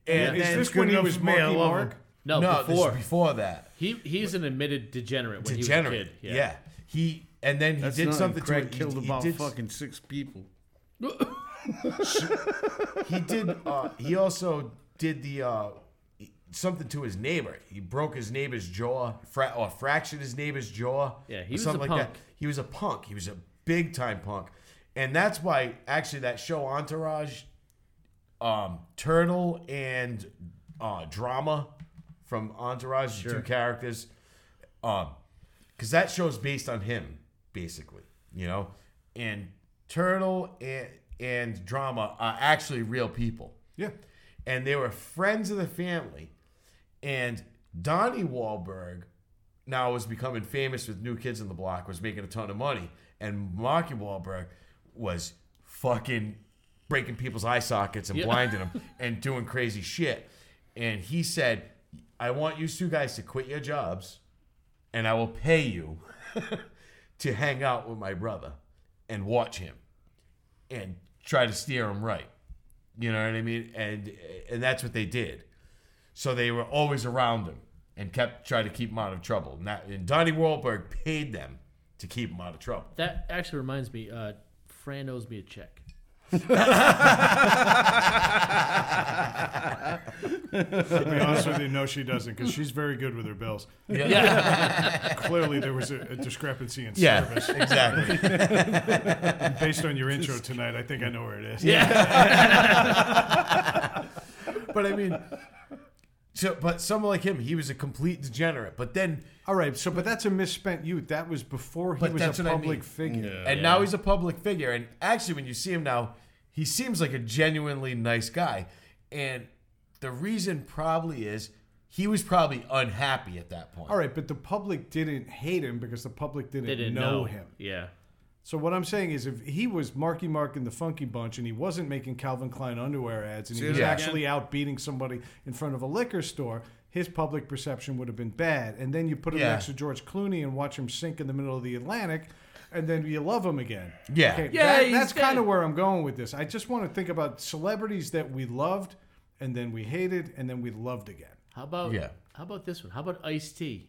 Speaker 3: And
Speaker 2: Is
Speaker 4: then
Speaker 2: this
Speaker 4: when
Speaker 2: when
Speaker 4: he
Speaker 2: he
Speaker 4: was
Speaker 2: was
Speaker 4: mayor,
Speaker 2: Marky
Speaker 4: I love
Speaker 2: Mark?
Speaker 4: him.
Speaker 1: no,
Speaker 3: no, this is
Speaker 1: before
Speaker 3: before that.
Speaker 1: he he's an admitted degenerate when he was a
Speaker 3: degenerate.
Speaker 1: kid.
Speaker 3: yeah. He and then he
Speaker 4: That's
Speaker 3: did
Speaker 4: nothing.
Speaker 3: something
Speaker 4: Craig
Speaker 3: to it. He-
Speaker 4: killed
Speaker 3: he,
Speaker 4: about
Speaker 3: did,
Speaker 4: fucking six people.
Speaker 3: He did. Uh, he also did the uh, something to his neighbor. He broke his neighbor's jaw, fra- or fractured his neighbor's jaw.
Speaker 1: Yeah, he
Speaker 3: or
Speaker 1: was a
Speaker 3: something like
Speaker 1: punk.
Speaker 3: that. He was a punk. He was a big time punk, and that's why actually that show Entourage, um, Turtle and uh, Drama from Entourage, the two characters, um, because that show's based on him basically, you know, and Turtle and and Drama are actually real people
Speaker 2: Yeah.
Speaker 3: and they were friends of the family. And Donnie Wahlberg now was becoming famous with New Kids on the Block, was making a ton of money, and Marky Wahlberg was fucking breaking people's eye sockets and blinding them and doing crazy shit. And he said, "I want you two guys to quit your jobs, and I will pay you [LAUGHS] to hang out with my brother and watch him and try to steer him right." You know what I mean? And and that's what they did. So they were always around him and kept trying to keep him out of trouble. And, that, and Donnie Wahlberg paid them to keep him out of trouble.
Speaker 1: That actually reminds me. Uh, Fran owes me a check.
Speaker 2: To be honest with you, no, she doesn't, because she's very good with her bills.
Speaker 3: Yeah,
Speaker 2: [LAUGHS] Clearly, there was a, a discrepancy in service.
Speaker 3: exactly.
Speaker 2: Based on your [LAUGHS] intro tonight, I think I know where it is.
Speaker 1: Yeah,
Speaker 3: but I mean, so but someone like him, he was a complete degenerate. But then,
Speaker 2: All right. So, but that's a misspent youth. That was before he
Speaker 3: But
Speaker 2: was
Speaker 3: that's
Speaker 2: a
Speaker 3: what I
Speaker 2: public
Speaker 3: mean.
Speaker 2: figure.
Speaker 3: and now he's a public figure. And actually, when you see him now, he seems like a genuinely nice guy. And the reason probably is he was probably unhappy at that point.
Speaker 2: All right, but the public didn't hate him because the public didn't,
Speaker 1: they
Speaker 2: [LAUGHS]
Speaker 1: didn't
Speaker 2: know, him.
Speaker 1: Yeah,
Speaker 2: So what I'm saying is, if he was Marky Mark and the Funky Bunch, and he wasn't making Calvin Klein underwear ads, and he was
Speaker 4: that
Speaker 2: actually out beating somebody in front of a liquor store, his public perception would have been bad. And then you put him
Speaker 3: Yeah.
Speaker 2: next to George Clooney and watch him sink in the middle of the Atlantic, and then you love him again.
Speaker 3: Yeah.
Speaker 1: Yeah,
Speaker 2: that-
Speaker 1: he's
Speaker 2: that's kind
Speaker 1: dead.
Speaker 2: of where I'm going with this. I just want to think about celebrities that we loved, and then we hated, and then we loved again.
Speaker 1: How about
Speaker 3: Yeah.
Speaker 1: How about this one? How about Ice T?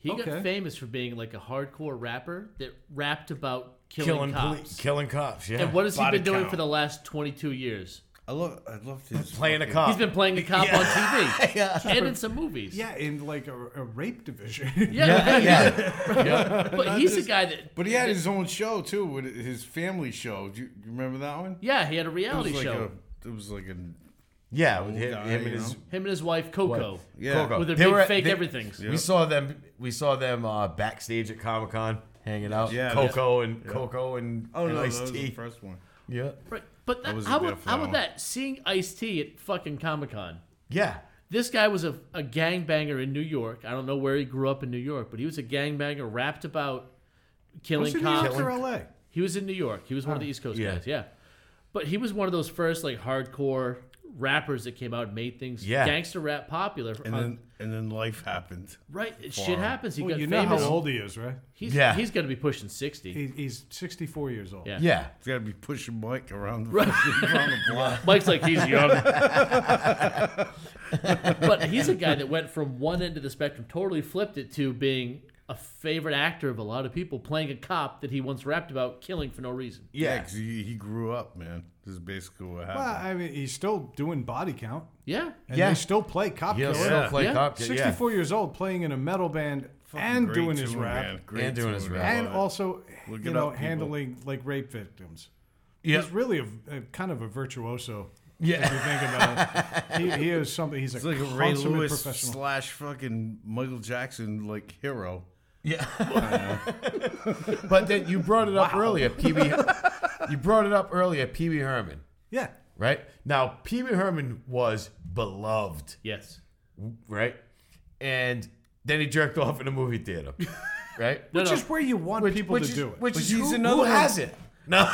Speaker 1: He
Speaker 2: Okay.
Speaker 1: got famous for being like a hardcore rapper that rapped about killing,
Speaker 3: Killing
Speaker 1: cops.
Speaker 3: police, killing cops. Yeah,
Speaker 1: and what has he
Speaker 4: Body
Speaker 1: been doing
Speaker 4: count.
Speaker 1: for the last 22 years?
Speaker 4: I love. I love this.
Speaker 3: playing a
Speaker 4: fucking-
Speaker 3: cop?
Speaker 1: He's been playing a cop on TV and in some movies.
Speaker 2: Yeah, in like a, a rape division. [LAUGHS]
Speaker 1: yeah,
Speaker 3: [LAUGHS] yeah, yeah.
Speaker 1: [LAUGHS] But he's a guy that.
Speaker 4: But he had his own show too, with his family show. Do you, you remember that one?
Speaker 1: Yeah, he had a
Speaker 4: It was
Speaker 1: reality
Speaker 4: like
Speaker 1: show.
Speaker 4: a. It was like a.
Speaker 3: Yeah, with him,
Speaker 4: guy,
Speaker 3: him and
Speaker 4: you
Speaker 3: his
Speaker 4: know?
Speaker 1: Him and his wife Coco.
Speaker 4: Yeah.
Speaker 3: Coco.
Speaker 1: With their
Speaker 3: They
Speaker 1: big
Speaker 3: were-
Speaker 1: fake
Speaker 3: they-
Speaker 1: everythings.
Speaker 3: We saw them. We saw them uh, backstage at Comic Con hanging out.
Speaker 4: Yeah,
Speaker 3: Coco and Coco and
Speaker 4: Oh no, that
Speaker 3: Ice
Speaker 4: was the
Speaker 3: T.
Speaker 4: first one.
Speaker 3: Yeah,
Speaker 1: Right. But that,
Speaker 4: was a
Speaker 1: how,
Speaker 4: deal
Speaker 1: about,
Speaker 4: for
Speaker 1: how
Speaker 4: that
Speaker 1: about
Speaker 4: one.
Speaker 1: that? Seeing Ice T at fucking Comic Con.
Speaker 3: yeah.
Speaker 1: This guy was a, a gangbanger in New York. I don't know where he grew up in New York, but he was a gangbanger rapped about killing
Speaker 2: Wasn't he
Speaker 1: cops.
Speaker 2: after L.A.?
Speaker 1: He was in New York. He was one of the East Coast
Speaker 3: Ah, yeah.
Speaker 1: guys. Yeah. But he was one of those first like hardcore rappers that came out and made things
Speaker 3: Yeah.
Speaker 1: gangster rap popular.
Speaker 4: And
Speaker 1: on-
Speaker 4: then
Speaker 2: Uh,
Speaker 4: and then life happened.
Speaker 1: right, shit happens. He
Speaker 2: Well,
Speaker 1: got
Speaker 2: you know
Speaker 1: famous.
Speaker 2: how old he is, right?
Speaker 1: He's
Speaker 3: Yeah.
Speaker 1: he's going to be pushing 60.
Speaker 2: He, he's 64 years old.
Speaker 1: Yeah.
Speaker 3: yeah,
Speaker 4: It's got to be pushing Mike around the, [LAUGHS] around the
Speaker 2: [LAUGHS]
Speaker 4: block.
Speaker 1: Mike's like he's
Speaker 3: [LAUGHS]
Speaker 1: young. but he's a guy that went from one end of the spectrum, totally flipped it to being a favorite actor of a lot of people playing a cop that he once rapped about killing for no reason.
Speaker 4: Yeah, 'cause he, he grew up, man. This is basically what happened.
Speaker 2: Well, I mean, he's still doing body count,
Speaker 1: Yeah.
Speaker 2: and
Speaker 3: Yeah.
Speaker 2: they still play cop
Speaker 3: He'll
Speaker 2: killer.
Speaker 3: still play
Speaker 1: Yeah.
Speaker 3: cop. Yeah.
Speaker 2: 64 years old, playing in a metal band
Speaker 4: Fucking
Speaker 2: and
Speaker 4: great
Speaker 2: doing his
Speaker 4: tune,
Speaker 2: rap,
Speaker 4: man. Great
Speaker 3: And doing his
Speaker 4: tune,
Speaker 3: rap.
Speaker 4: I
Speaker 2: and
Speaker 4: love it.
Speaker 2: also
Speaker 4: Look
Speaker 2: you
Speaker 4: it
Speaker 2: know
Speaker 4: up, people.
Speaker 2: handling like rape victims.
Speaker 3: Yeah.
Speaker 2: He's really a, a kind of a virtuoso. If you
Speaker 3: Yeah.
Speaker 2: think about
Speaker 4: [LAUGHS]
Speaker 2: it, he, he is something. He's a
Speaker 4: It's like a Ray
Speaker 2: consummate
Speaker 4: Lewis
Speaker 2: professional.
Speaker 4: slash fucking Michael Jackson like hero.
Speaker 3: But then you brought it up earlier, Pee
Speaker 4: [LAUGHS]
Speaker 3: Wee. you brought it up earlier, Pee Wee Herman,
Speaker 2: yeah,
Speaker 3: right? Now, Pee Wee Herman was beloved,
Speaker 1: Yes.
Speaker 3: right? And then he jerked off in a
Speaker 2: [LAUGHS]
Speaker 3: movie theater, right?
Speaker 1: No,
Speaker 2: which
Speaker 1: no.
Speaker 2: is where you want people
Speaker 3: which
Speaker 2: to
Speaker 3: is,
Speaker 2: do it.
Speaker 3: Which
Speaker 4: But
Speaker 3: is
Speaker 4: he's
Speaker 3: who,
Speaker 4: another
Speaker 3: who
Speaker 4: one.
Speaker 3: has it? No.
Speaker 2: All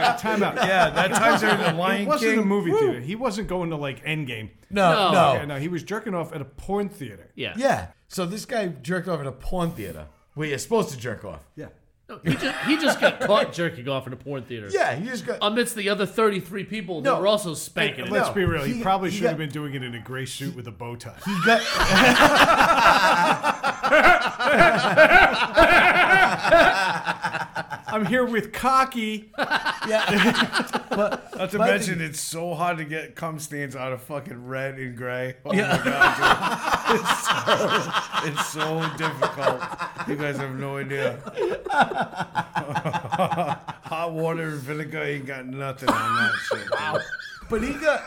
Speaker 2: right, time out.
Speaker 4: Yeah, that time during the
Speaker 2: It
Speaker 4: Lion
Speaker 2: wasn't
Speaker 4: King.
Speaker 2: a movie theater. He wasn't going to like Endgame.
Speaker 3: No,
Speaker 1: No.
Speaker 3: no.
Speaker 2: Yeah, no, he was jerking off at a porn theater.
Speaker 1: Yeah.
Speaker 3: Oh. Yeah. So this guy jerked off in a porn theater where you're supposed to jerk off.
Speaker 2: Yeah.
Speaker 1: No, he, just, he just got caught jerking off in a porn theater.
Speaker 3: Yeah, he just got.
Speaker 1: Amidst the other 33 people
Speaker 3: No.
Speaker 1: that were also spanking him.
Speaker 2: Let's
Speaker 3: No,
Speaker 2: be real. He,
Speaker 3: he-
Speaker 2: probably
Speaker 3: he
Speaker 2: should have
Speaker 3: got-
Speaker 2: been doing it in a gray suit with a bow tie.
Speaker 3: he got
Speaker 2: I'm here with Cocky.
Speaker 4: Not to
Speaker 3: My
Speaker 4: mention, it's so hard to get cum stains out of fucking red and gray. Oh yeah. my god, dude. It's so, it's so difficult. You guys have no idea. [LAUGHS] Hot water and vinegar ain't got nothing on that shit. dude.
Speaker 3: But he got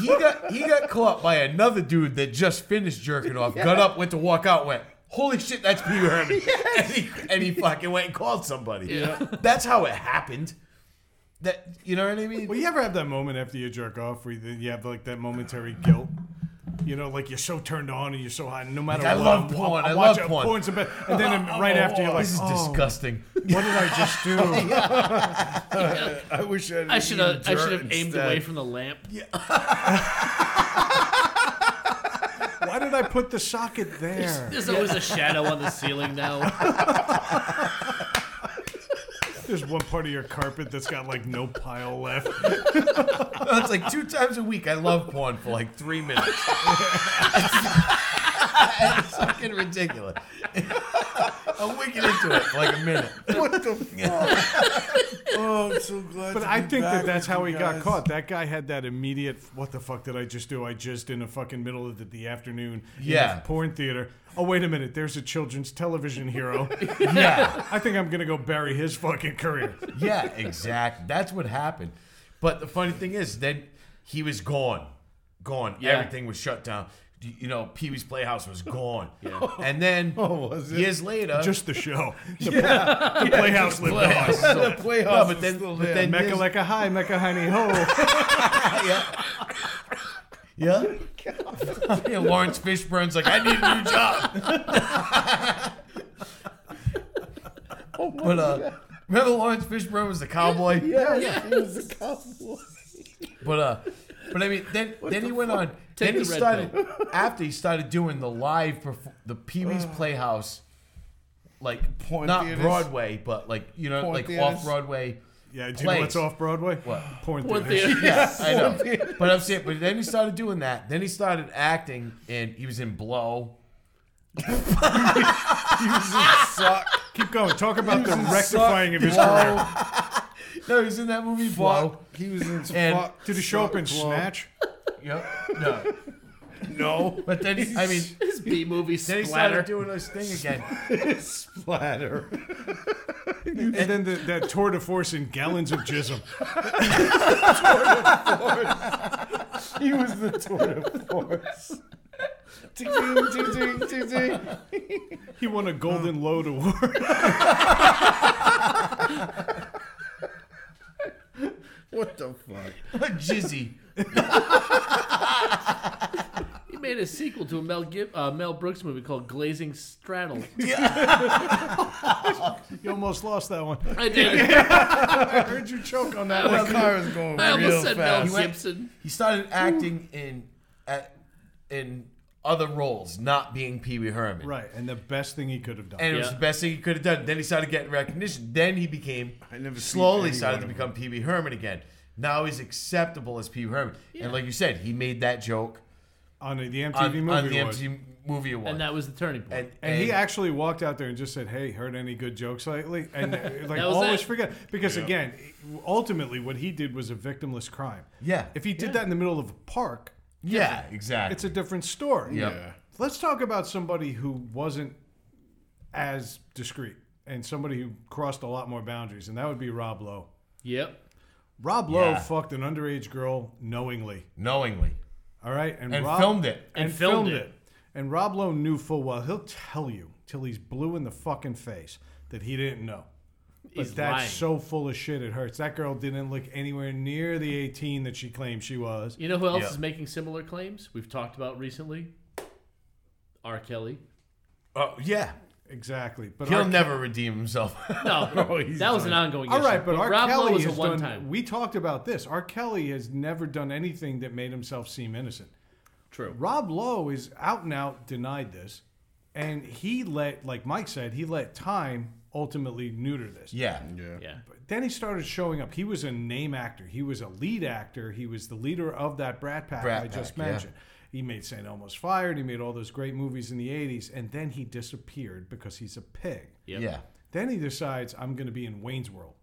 Speaker 3: he got he got caught by another dude that just finished jerking off, got up, went to walk out, went, Holy shit, that's Pee Wee [LAUGHS] Herman. And, he, and he fucking went and called somebody. That's how it happened. That you know what I mean?
Speaker 2: Well, you ever have that moment after you jerk off where you you have like that momentary guilt? You know, like you're so turned on and you're so hot, and no matter
Speaker 3: Like, I
Speaker 2: what,
Speaker 3: love
Speaker 2: I'm-
Speaker 3: porn,
Speaker 2: I'm
Speaker 3: I
Speaker 2: watching-
Speaker 3: love porn.
Speaker 2: Porn's the best. And then right after you're like,
Speaker 3: this is
Speaker 2: oh,
Speaker 3: disgusting.
Speaker 2: what did I just
Speaker 3: [LAUGHS]
Speaker 2: do?
Speaker 4: I wish I.
Speaker 1: I should have I should have aimed away from the lamp.
Speaker 2: Why did I put the socket there?
Speaker 1: There's always a shadow on the ceiling
Speaker 3: [LAUGHS]
Speaker 1: now.
Speaker 2: There's one part of your carpet that's got like no pile left.
Speaker 3: That's Oh, like two times a week. I love porn for like three minutes. it's fucking ridiculous. I'm wicked into it for like a minute.
Speaker 4: What the fuck? oh, I'm so glad.
Speaker 2: But
Speaker 4: to
Speaker 2: I
Speaker 4: be
Speaker 2: think
Speaker 4: back
Speaker 2: that that's
Speaker 4: with
Speaker 2: how he
Speaker 4: you
Speaker 2: got
Speaker 4: guys.
Speaker 2: caught. That guy had that immediate, what the fuck did I just do? I just in the fucking middle of the, the afternoon in a
Speaker 3: Yeah.
Speaker 2: porn theater. Oh, wait a minute. There's a children's television hero.
Speaker 3: Yeah.
Speaker 2: I think I'm going to go bury his fucking career.
Speaker 3: Yeah, exactly. That's what happened. But the funny thing is, then he was gone, gone.
Speaker 1: Yeah.
Speaker 3: Everything was shut down. Y- You know, Pee Wee's Playhouse was gone. And then years later,
Speaker 2: Just the show. The, pl- the Playhouse lived on.
Speaker 3: Playhouse. So-
Speaker 4: The
Speaker 3: [LAUGHS]
Speaker 4: playoffs.
Speaker 3: No, but
Speaker 4: was
Speaker 3: then,
Speaker 4: still
Speaker 3: but [LAUGHS]
Speaker 4: there.
Speaker 3: then
Speaker 2: Mecca
Speaker 3: years-
Speaker 2: like a high, Mecca honey ho.
Speaker 3: yeah, [LAUGHS] yeah. Lawrence Fishburne's like, I need a new job. but uh, remember Lawrence Fishburne was the cowboy.
Speaker 4: yeah, he was a cowboy.
Speaker 3: But uh, but I mean, then then he went on.
Speaker 1: Take
Speaker 3: then he
Speaker 1: the red
Speaker 3: started after he started doing the live perf- the Pee Wee's Playhouse, like
Speaker 4: Porn
Speaker 3: not
Speaker 4: theaters.
Speaker 3: Broadway, but like you know,
Speaker 4: Porn
Speaker 3: like
Speaker 4: theaters.
Speaker 3: off Broadway.
Speaker 2: Yeah, do you know what's off Broadway?
Speaker 3: What?
Speaker 2: Porn,
Speaker 1: Porn
Speaker 2: theaters.
Speaker 1: theater. [LAUGHS]
Speaker 3: Yeah, I know. But I'm saying, but then he started doing that. Then he started acting, and he was in Blow.
Speaker 4: He was a suck.
Speaker 2: [LAUGHS] Keep going. Talk about
Speaker 4: He
Speaker 2: the
Speaker 4: was in
Speaker 2: rectifying
Speaker 4: Suck,
Speaker 2: of his
Speaker 4: Blow,
Speaker 2: career.
Speaker 3: No, he was in that movie Blow.
Speaker 4: He was in
Speaker 3: And
Speaker 4: fuck.
Speaker 2: Did he show up in
Speaker 4: Blow.
Speaker 2: Snatch?
Speaker 3: Yep. No.
Speaker 4: No.
Speaker 3: But then he- I mean,
Speaker 1: His B movie
Speaker 3: then he
Speaker 1: splatter.
Speaker 3: started doing this thing again.
Speaker 4: [LAUGHS] Splatter.
Speaker 2: And then the,
Speaker 4: [LAUGHS]
Speaker 2: that tour de force in gallons of jism.
Speaker 4: He was the tour de force. Ding, ding, ding, ding, ding, ding.
Speaker 2: He won a Golden Load Award.
Speaker 4: What the fuck?
Speaker 3: Jizzy.
Speaker 1: He made a sequel to a Mel Gib- uh, Mel Brooks movie called Glazing Straddle.
Speaker 2: you almost lost that one.
Speaker 1: I did.
Speaker 2: I heard you choke on that
Speaker 4: The
Speaker 2: one.
Speaker 4: car is going
Speaker 1: I
Speaker 4: real
Speaker 1: almost said
Speaker 4: fast.
Speaker 1: Mel Gibson.
Speaker 3: He started acting in at, in other roles, not being Pee Wee Herman.
Speaker 2: Right, and the best thing he could have done.
Speaker 3: And it was
Speaker 1: Yeah.
Speaker 3: the best thing he could have done. Then he started getting recognition. Then he became
Speaker 4: I never seen
Speaker 3: slowly
Speaker 4: any
Speaker 3: started
Speaker 4: one
Speaker 3: to
Speaker 4: of
Speaker 3: become Pee Wee Herman again. Now he's acceptable as Pee Wee Herman. And like you said, he made that joke
Speaker 2: on the MTV
Speaker 3: on,
Speaker 2: movie
Speaker 3: on the
Speaker 2: was.
Speaker 3: MTV movie it was.
Speaker 1: and that was the turning point.
Speaker 3: and,
Speaker 2: And he
Speaker 3: and-
Speaker 2: actually walked out there and just said, "Hey, heard any good jokes lately?"
Speaker 3: [LAUGHS]
Speaker 2: And uh, like
Speaker 1: That was
Speaker 2: always
Speaker 1: it.
Speaker 2: forget because again, ultimately what he did was a victimless crime.
Speaker 3: Yeah.
Speaker 2: If he did that in the middle of a park,
Speaker 3: yeah, exactly.
Speaker 2: it's a different story.
Speaker 3: Yep.
Speaker 4: Yeah.
Speaker 2: Let's talk about somebody who wasn't as discreet and somebody who crossed a lot more boundaries, and that would be Rob Lowe.
Speaker 1: yep.
Speaker 2: Rob Lowe
Speaker 3: Yeah.
Speaker 2: fucked an underage girl knowingly.
Speaker 3: knowingly
Speaker 2: All right,
Speaker 3: and
Speaker 2: Rob,
Speaker 3: filmed it.
Speaker 1: And filmed it.
Speaker 2: And Rob Lowe knew full well. He'll tell you till he's blue in the fucking face that he didn't know. But
Speaker 1: He's
Speaker 2: that's
Speaker 1: lying.
Speaker 2: so full of shit it hurts. That girl didn't look anywhere near the 18 that she claimed she was.
Speaker 1: You know who else
Speaker 3: Yeah.
Speaker 1: is making similar claims? We've talked about recently. R. Kelly.
Speaker 3: Oh yeah,
Speaker 2: Exactly. But
Speaker 3: he'll
Speaker 2: R.
Speaker 3: never redeem himself. [LAUGHS]
Speaker 1: No, that was an ongoing.
Speaker 2: All
Speaker 1: issue.
Speaker 2: right, but R.
Speaker 1: Rob
Speaker 2: Kelly
Speaker 1: Lowe was a
Speaker 2: has
Speaker 1: one
Speaker 2: done.
Speaker 1: time.
Speaker 2: We talked about this. R. Kelly has never done anything that made himself seem innocent.
Speaker 1: True.
Speaker 2: Rob Lowe is out and out denied this, and he let, like Mike said, he let time ultimately neuter this.
Speaker 3: yeah,
Speaker 1: Yeah.
Speaker 2: Then he started showing up. He was a name actor. He was a lead actor. He was the leader of that Brat Pack
Speaker 3: Brat
Speaker 2: I just
Speaker 3: Pack, yeah.
Speaker 2: mentioned. He made St. Elmo's Fired. He made all those great movies in the 80s. And then he disappeared because he's a pig.
Speaker 1: Yep.
Speaker 3: yeah.
Speaker 2: Then he decides, I'm going to be in Wayne's World.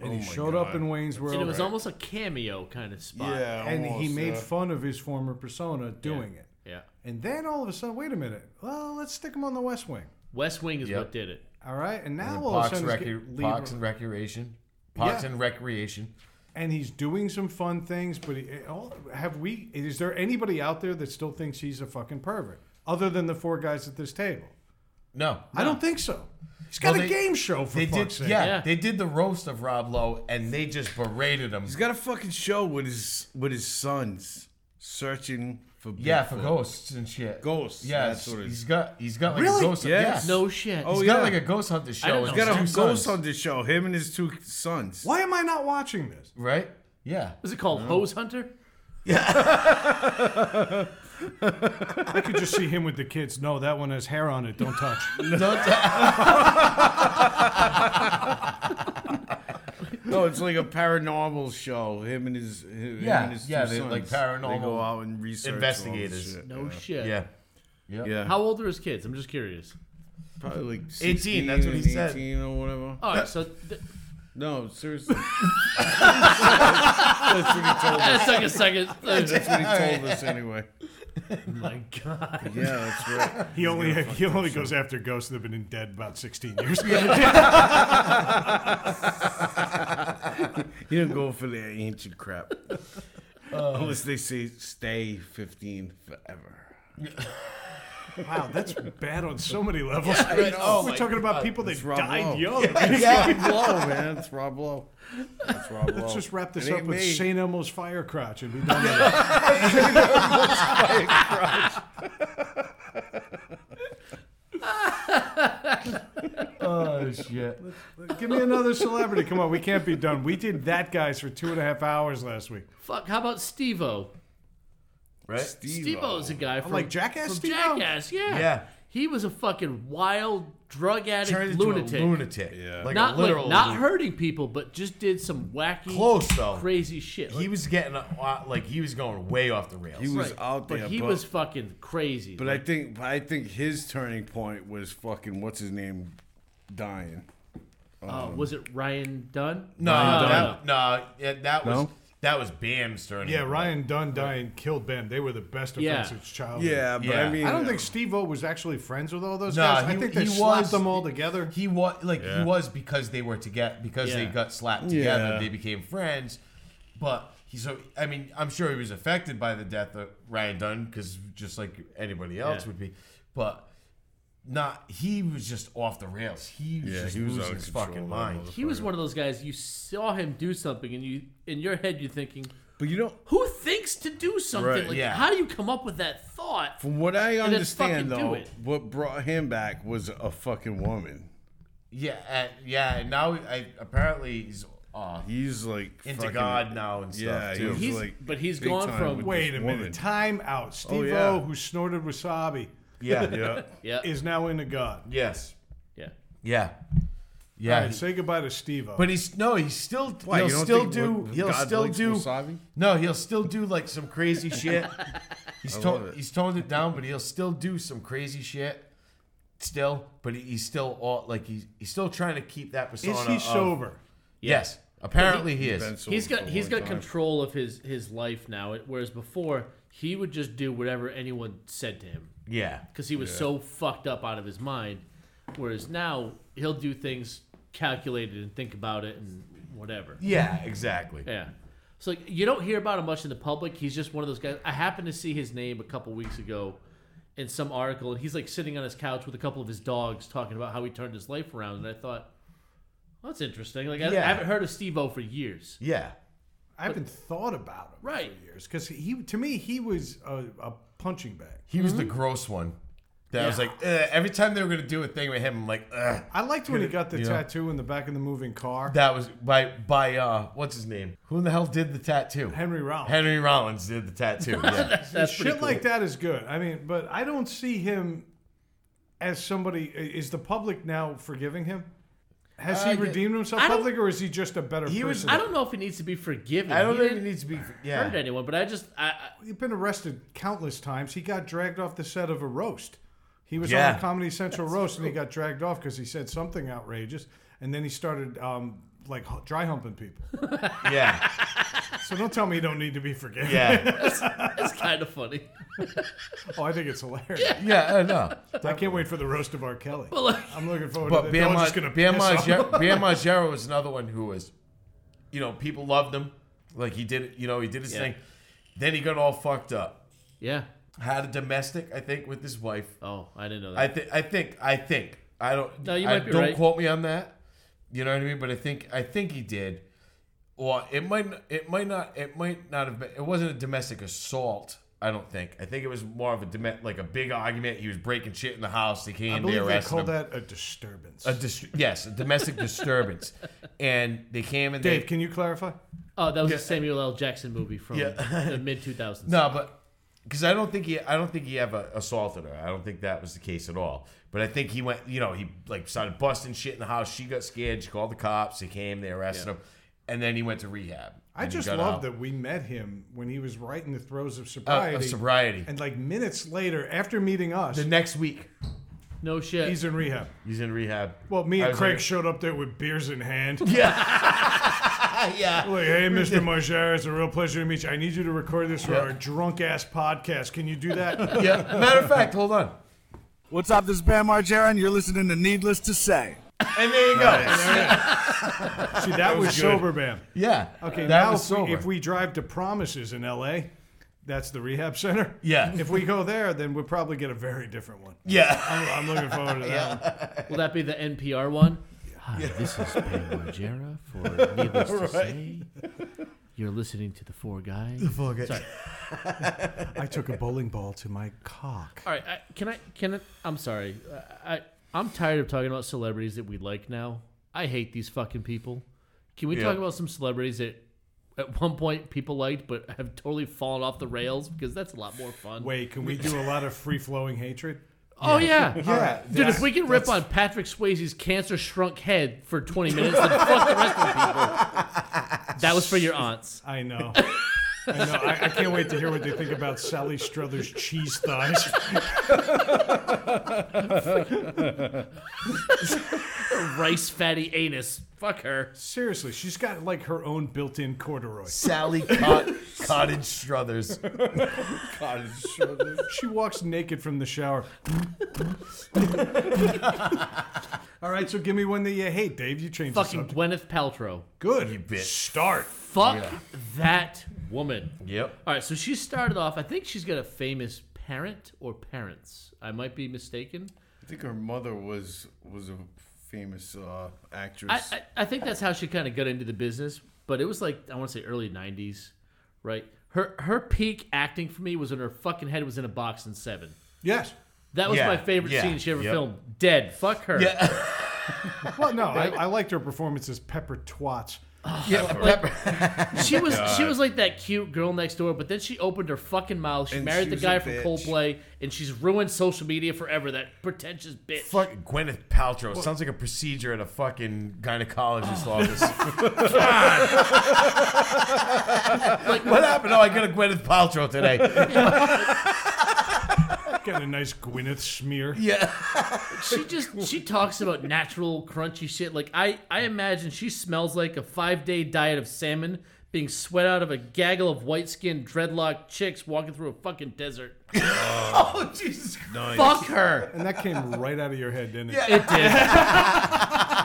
Speaker 2: And
Speaker 3: Oh
Speaker 2: he showed up in Wayne's World.
Speaker 1: And it was almost a cameo kind of spot.
Speaker 4: Yeah,
Speaker 2: and he
Speaker 3: uh,
Speaker 4: almost,
Speaker 2: made
Speaker 4: yeah.
Speaker 2: fun of his former persona doing it.
Speaker 1: Yeah.
Speaker 2: And then all of a sudden, wait a minute. Well, let's stick him on the West Wing.
Speaker 1: West Wing is
Speaker 3: Yep.
Speaker 1: what did it.
Speaker 2: All right. And now
Speaker 3: And
Speaker 2: all of a
Speaker 3: Parks,
Speaker 2: sudden, he's
Speaker 3: Recre-
Speaker 2: get- lead-
Speaker 3: Parks and Recreation, Parks
Speaker 2: Yeah.
Speaker 3: and Recreation.
Speaker 2: and he's doing some fun things. But he, eh, all- have we? Is there anybody out there that still thinks he's a fucking pervert, other than the four guys at this table?
Speaker 3: No,
Speaker 2: I don't think so. He's got
Speaker 3: Well,
Speaker 2: a
Speaker 3: they-
Speaker 2: game show for
Speaker 3: they
Speaker 2: fuck's
Speaker 3: did.
Speaker 2: sake.
Speaker 3: Yeah,
Speaker 1: Yeah.
Speaker 3: they did the roast of Rob Lowe, and they just berated him.
Speaker 4: He's got a fucking show with his with his sons searching for
Speaker 3: Yeah, for
Speaker 4: Bigfoot.
Speaker 3: ghosts and shit.
Speaker 4: Ghosts,
Speaker 3: Yeah,
Speaker 4: that's what it
Speaker 3: he's
Speaker 4: is.
Speaker 3: got. He's got like
Speaker 2: Really?
Speaker 3: a ghost.
Speaker 4: Yes.
Speaker 3: Yeah.
Speaker 1: No shit.
Speaker 4: Oh,
Speaker 3: He's
Speaker 4: yeah.
Speaker 3: got like a ghost hunter show.
Speaker 1: didn't
Speaker 3: with
Speaker 1: know
Speaker 4: He's got a
Speaker 3: his
Speaker 4: ghost
Speaker 3: two sons,
Speaker 4: on this show. Him and his two sons.
Speaker 2: Why am I not watching
Speaker 3: [LAUGHS]
Speaker 2: this?
Speaker 3: right? Yeah.
Speaker 1: Is it called Hose Hunter?
Speaker 2: I could just see him with the kids. No, that one has hair on it. Don't
Speaker 3: [LAUGHS]
Speaker 2: touch.
Speaker 4: No, it's like a paranormal show. Him and his him
Speaker 3: Yeah,
Speaker 4: and his
Speaker 3: yeah,
Speaker 4: two
Speaker 3: they-
Speaker 4: sons.
Speaker 3: like
Speaker 4: They go
Speaker 3: paranormal
Speaker 4: out and research all this
Speaker 3: investigators.
Speaker 4: shit.
Speaker 1: No shit.
Speaker 3: Yeah.
Speaker 4: Yeah,
Speaker 1: How old are his kids? I'm just curious.
Speaker 4: probably like
Speaker 3: 18, that's what he
Speaker 4: 16,
Speaker 3: said.
Speaker 4: 18 or whatever.
Speaker 1: All right, so th-
Speaker 4: No, seriously. that's what he told us.
Speaker 1: that's like a [LAUGHS] second.
Speaker 3: [LAUGHS]
Speaker 4: That's what he told us anyway.
Speaker 1: oh my god.
Speaker 4: Yeah, that's right.
Speaker 2: He only he only goes after ghosts that have been dead about sixteen
Speaker 3: [LAUGHS]
Speaker 2: years.
Speaker 4: He didn't go for the ancient crap. Unless they say stay 15 forever.
Speaker 2: wow, that's bad on so many levels.
Speaker 3: know. Oh
Speaker 2: We're
Speaker 3: my
Speaker 2: talking about people that
Speaker 4: It's Rob Lowe.
Speaker 2: died young. [LAUGHS]
Speaker 4: It's Rob Lowe, man. It's Rob Lowe. That's Rob Lowe.
Speaker 2: Let's just wrap this
Speaker 4: It
Speaker 2: up
Speaker 4: ain't
Speaker 2: with
Speaker 4: me.
Speaker 2: St. Elmo's fire crotch and be done with
Speaker 4: [LAUGHS]
Speaker 2: it.
Speaker 3: Oh shit.
Speaker 2: Give me another celebrity. Come on, we can't be done. We did that, guys, for two and a half hours last week.
Speaker 1: Fuck. How about Steve-O?
Speaker 3: Right.
Speaker 1: Steve-O's a guy from
Speaker 2: like Jackass
Speaker 1: From
Speaker 2: Steve-O?
Speaker 1: Jackass. Yeah.
Speaker 3: Yeah.
Speaker 1: He was a fucking wild drug addict
Speaker 3: Turned into
Speaker 1: lunatic.
Speaker 3: a lunatic.
Speaker 4: Yeah.
Speaker 3: Like
Speaker 1: not
Speaker 3: a literal.
Speaker 1: like, not
Speaker 3: lunatic.
Speaker 1: hurting people, but just did some wacky,
Speaker 3: Close though.
Speaker 1: crazy shit.
Speaker 3: He was getting uh, like he was going way off the rails.
Speaker 4: He was
Speaker 1: Right.
Speaker 4: out there.
Speaker 1: but he was fucking crazy.
Speaker 4: But I think I think his turning point was fucking what's his name dying.
Speaker 1: Uh, was it Ryan Dunn? Uh,
Speaker 3: no,
Speaker 1: no,
Speaker 3: that, no, yeah, that was
Speaker 4: No?
Speaker 3: that was Bam's turn.
Speaker 2: Yeah, Ryan Dunn dying killed Ben. They were the best
Speaker 1: Yeah.
Speaker 2: offensive child.
Speaker 4: Yeah, but I
Speaker 3: Yeah.
Speaker 4: mean,
Speaker 2: I don't think Steve O was actually friends with all those
Speaker 3: No,
Speaker 2: guys. I
Speaker 3: he-
Speaker 2: think they
Speaker 3: he
Speaker 2: slapped
Speaker 3: was-
Speaker 2: them all together.
Speaker 3: He was like he was because they were together because they
Speaker 1: Yeah.
Speaker 3: got slapped together.
Speaker 4: Yeah.
Speaker 3: They became friends, but he so I mean I'm sure he was affected by the death of Ryan Dunn because just like anybody else
Speaker 1: Yeah.
Speaker 3: would be, but not he was just off the rails. He was
Speaker 4: Yeah,
Speaker 3: just
Speaker 4: he was out
Speaker 3: losing
Speaker 4: of
Speaker 3: his
Speaker 4: control,
Speaker 3: fucking
Speaker 4: that
Speaker 3: mind.
Speaker 4: motherfucker.
Speaker 1: He was one of those guys. You saw him do something, and you in your head you're thinking,
Speaker 4: but you know,
Speaker 1: "Who thinks to do something?
Speaker 4: Right.
Speaker 1: like,
Speaker 3: Yeah.
Speaker 1: how do you come up with that thought?"
Speaker 4: from what I
Speaker 1: And let's fucking
Speaker 4: understand
Speaker 1: do
Speaker 4: though,
Speaker 1: it.
Speaker 4: what brought him back was a fucking woman.
Speaker 3: Yeah, and, yeah, and now I, apparently he's uh,
Speaker 4: He's like
Speaker 3: into
Speaker 4: fucking-
Speaker 3: God now and stuff
Speaker 4: Yeah,
Speaker 3: too.
Speaker 4: he
Speaker 1: He's-
Speaker 4: was like
Speaker 1: but he's
Speaker 4: big
Speaker 1: gone
Speaker 4: time
Speaker 1: from-
Speaker 4: with
Speaker 2: Wait
Speaker 4: this
Speaker 2: a
Speaker 4: woman. Oh,
Speaker 2: minute. Time out. Steve O,
Speaker 4: yeah.
Speaker 2: who snorted wasabi,
Speaker 3: yeah,
Speaker 4: [LAUGHS] Yeah,
Speaker 1: Yeah,
Speaker 2: is now into God.
Speaker 3: yes,
Speaker 1: yeah.
Speaker 3: yeah, Yeah,
Speaker 2: All right,
Speaker 3: he-
Speaker 2: say goodbye to Steve.
Speaker 3: But he's no, he's still
Speaker 4: Why,
Speaker 3: he'll
Speaker 4: you don't
Speaker 3: still
Speaker 4: think
Speaker 3: do
Speaker 4: what-
Speaker 3: he'll
Speaker 4: God
Speaker 3: still
Speaker 4: likes
Speaker 3: do
Speaker 4: wasabi?
Speaker 3: no he'll still do like some crazy
Speaker 4: [LAUGHS]
Speaker 3: shit. He's
Speaker 4: love
Speaker 3: toned
Speaker 4: it.
Speaker 3: he's toned it down, but he'll still do some crazy shit. Still, but he- he's still all like he's he's still trying to keep that persona.
Speaker 2: is he
Speaker 3: of-
Speaker 2: sober?
Speaker 3: Yes, apparently he, is.
Speaker 4: Been sober
Speaker 1: He's
Speaker 4: for
Speaker 1: got
Speaker 4: a
Speaker 1: he's
Speaker 4: long
Speaker 1: got
Speaker 4: time.
Speaker 1: control of his his life now, whereas before he would just do whatever anyone said to him
Speaker 3: Yeah,
Speaker 1: because he was so fucked up out of his mind. Whereas now he'll do things calculated and think about it and whatever.
Speaker 3: yeah, exactly.
Speaker 1: Yeah. So like, you don't hear about him much in the public. He's just one of those guys. I happened to see his name a couple weeks ago in some article, and he's like sitting on his couch with a couple of his dogs talking about how he turned his life around. And I thought, well, that's interesting. Like I, I
Speaker 3: Yeah.
Speaker 1: haven't heard of Steve O for years.
Speaker 3: Yeah,
Speaker 2: I haven't thought about him
Speaker 1: Right.
Speaker 2: for years because he, to me, he was a, a punching bag.
Speaker 3: he was
Speaker 2: Mm-hmm.
Speaker 3: the gross one. That I was
Speaker 1: Yeah.
Speaker 3: like Ugh. every time they were gonna do a thing with him, I'm like, Ugh.
Speaker 2: I liked when he got the
Speaker 3: Yeah.
Speaker 2: tattoo in the back of the moving car.
Speaker 3: that was by by uh what's his name? Who in the hell did the tattoo?
Speaker 2: Henry Rollins.
Speaker 3: Henry Rollins did the tattoo. Yeah.
Speaker 1: [LAUGHS] That's pretty
Speaker 2: Shit like that is good. I mean, but I don't see him as somebody. Is the public now forgiving him? Has
Speaker 3: Uh,
Speaker 2: he
Speaker 3: yeah.
Speaker 2: redeemed himself
Speaker 1: I don't-
Speaker 2: public, or is he just a better
Speaker 3: He was-
Speaker 2: person?
Speaker 1: I don't know if he needs to be forgiven.
Speaker 3: I don't
Speaker 1: he
Speaker 3: think it
Speaker 1: didn't
Speaker 3: needs to be.
Speaker 1: hurt
Speaker 3: Yeah,
Speaker 1: anyone, but I just I, I
Speaker 2: He's been arrested countless times. He got dragged off the set of a roast. He was on
Speaker 3: Yeah.
Speaker 2: a Comedy Central roast and he got dragged off because he said something outrageous, and then he started um, like hu- dry humping people.
Speaker 3: yeah,
Speaker 2: so don't tell me you don't need to be forgiven.
Speaker 3: yeah,
Speaker 1: it's kind of funny.
Speaker 2: Oh, I think it's hilarious.
Speaker 3: [LAUGHS] yeah. I know.
Speaker 2: I can't wait for the roast of R. Kelly.
Speaker 1: like-
Speaker 2: I'm looking forward
Speaker 3: But
Speaker 2: to that.
Speaker 3: Bam
Speaker 2: No one's just gonna piss on
Speaker 3: [LAUGHS]
Speaker 2: him. [LAUGHS]
Speaker 3: Margera, Bam Margera was another one who was, you know, people loved him. Like he did, you know, he did his
Speaker 1: Yeah.
Speaker 3: thing. Then he got all fucked up.
Speaker 1: Yeah.
Speaker 3: Had a domestic, I think, with his wife.
Speaker 1: Oh, I didn't know that.
Speaker 3: I think. I think. I think. I don't.
Speaker 1: No, you
Speaker 3: I-
Speaker 1: might be
Speaker 3: don't
Speaker 1: right.
Speaker 3: quote me on that. You know what I mean? But I think. I think he did. Or it might. n- It might not. It might not have been. It wasn't a domestic assault. I don't think. I think it was more of a deme- like a big argument. He was breaking shit in the house. They came.
Speaker 2: I
Speaker 3: they
Speaker 2: believe they
Speaker 3: arrested
Speaker 2: call
Speaker 3: him.
Speaker 2: that a disturbance.
Speaker 3: A dis- yes, a
Speaker 1: [LAUGHS]
Speaker 3: domestic disturbance, and they came and
Speaker 2: Dave,
Speaker 3: they
Speaker 2: can you clarify?
Speaker 1: oh, that was a Samuel L. Jackson movie from
Speaker 3: Yeah. [LAUGHS]
Speaker 1: the mid 2000s.
Speaker 3: no, but because I don't think he, I don't think he ever assaulted her. I don't think that was the case at all. But I think he went, you know, he like started busting shit in the house. She got scared. She called the cops. They came. They arrested him, and then he went to rehab.
Speaker 2: I
Speaker 3: And he
Speaker 2: just
Speaker 3: got
Speaker 2: love
Speaker 3: out.
Speaker 2: that we met him when he was right in the throes of
Speaker 3: Uh,
Speaker 2: sobriety.
Speaker 3: of sobriety.
Speaker 2: And like minutes later, after meeting us,
Speaker 3: The next week,
Speaker 1: No shit.
Speaker 2: he's in rehab.
Speaker 3: he's in rehab.
Speaker 2: Well, me
Speaker 3: I
Speaker 2: and
Speaker 3: was
Speaker 2: Craig
Speaker 3: like-
Speaker 2: showed up there with beers in
Speaker 3: [LAUGHS]
Speaker 2: hand.
Speaker 3: Ah, [LAUGHS] yeah.
Speaker 2: Like, hey, Mr. Margera, it's a real pleasure to meet you. I need you to record this for our drunk ass podcast. Can you do
Speaker 3: [LAUGHS]
Speaker 2: that?
Speaker 3: yeah. Matter of fact, hold on.
Speaker 6: What's up? This is Bam Margera, and you're listening to Needless to Say.
Speaker 3: And there you go.
Speaker 2: See, that was sober, man.
Speaker 3: Yeah.
Speaker 2: Okay,
Speaker 3: That
Speaker 2: now
Speaker 3: was
Speaker 2: if we,
Speaker 3: sober.
Speaker 2: if we drive to Promises in L.A., that's the rehab center.
Speaker 3: Yeah.
Speaker 2: If we go there, then we'll probably get a very different one.
Speaker 3: yeah.
Speaker 2: I'm, I'm looking forward to that. one.
Speaker 1: Will that be the NPR one? Hi, Ah, this is Ben Margera
Speaker 3: [LAUGHS]
Speaker 1: for Needless to Say. You're listening to the Four Guys. The Four Guys.
Speaker 2: I took a bowling ball to my cock.
Speaker 1: All right, I, can I? Can I, I'm sorry. I, I I'm tired of talking about celebrities that we like now. I hate these fucking people. Can we talk about some celebrities that at one point people liked but have totally fallen off the rails because that's a lot more fun.
Speaker 2: Wait, can we do a lot of free flowing hatred?
Speaker 1: oh yeah,
Speaker 3: Yeah.
Speaker 1: Dude, if we can rip on Patrick Swayze's cancer shrunk head for 20 minutes, then fuck the rest of the people. That was for your aunts.
Speaker 2: I know. I know. I, I can't wait to hear what they think about Sally Struthers' cheese thighs.
Speaker 1: Rice fatty anus. Fuck her.
Speaker 2: Seriously, she's got like her own built-in corduroy.
Speaker 3: Sally Cot- Cottage
Speaker 2: [LAUGHS]
Speaker 3: Struthers.
Speaker 2: She walks naked from the shower. All right, so give me one that you hate, Dave. You changed the
Speaker 1: Fucking
Speaker 2: subject.
Speaker 1: Gwyneth Paltrow.
Speaker 2: Good.
Speaker 3: You bitch.
Speaker 2: Start.
Speaker 1: Fuck that woman.
Speaker 3: Yep.
Speaker 1: All right, so she started off. I think she's got a famous parent or parents. I might be mistaken.
Speaker 4: I think her mother was was a famous uh,
Speaker 1: I,
Speaker 4: actress.
Speaker 1: I, I think that's how she kind of got into the business, but it was like I want to say early '90s, right? Her her peak acting for me was when her fucking head was in a box in Seven.
Speaker 2: Yes.
Speaker 1: That was
Speaker 3: Yeah,
Speaker 1: my favorite
Speaker 3: yeah,
Speaker 1: scene she ever
Speaker 3: yep.
Speaker 1: filmed. Dead. Fuck her.
Speaker 3: Yeah.
Speaker 2: Well, no, I, I liked her performance as Pepper Twats.
Speaker 3: yeah,
Speaker 4: [LAUGHS]
Speaker 3: Pepper.
Speaker 1: She was she was like that cute girl next door, but then she opened her fucking mouth. She
Speaker 4: And
Speaker 1: married
Speaker 4: she
Speaker 1: the
Speaker 4: was a
Speaker 1: guy from
Speaker 4: bitch.
Speaker 1: Coldplay, and she's ruined social media forever. That pretentious bitch.
Speaker 3: Fucking Gwyneth Paltrow. Sounds like a procedure at a fucking gynecologist
Speaker 2: Oh. [LAUGHS]
Speaker 3: office. [LAUGHS] like, what happened? Oh, I got a Gwyneth
Speaker 2: [LAUGHS]
Speaker 3: Paltrow today.
Speaker 2: Got a nice Gwyneth smear.
Speaker 3: Yeah.
Speaker 1: She just she talks about natural crunchy shit. Like I I imagine she smells like a five day diet of salmon being sweat out of a gaggle of white skinned dreadlocked chicks walking through a fucking desert.
Speaker 2: Uh,
Speaker 1: [LAUGHS]
Speaker 3: Oh, Jesus Christ.
Speaker 1: Fuck her.
Speaker 2: And that came right out of your head, didn't it?
Speaker 3: Yeah.
Speaker 1: [LAUGHS] It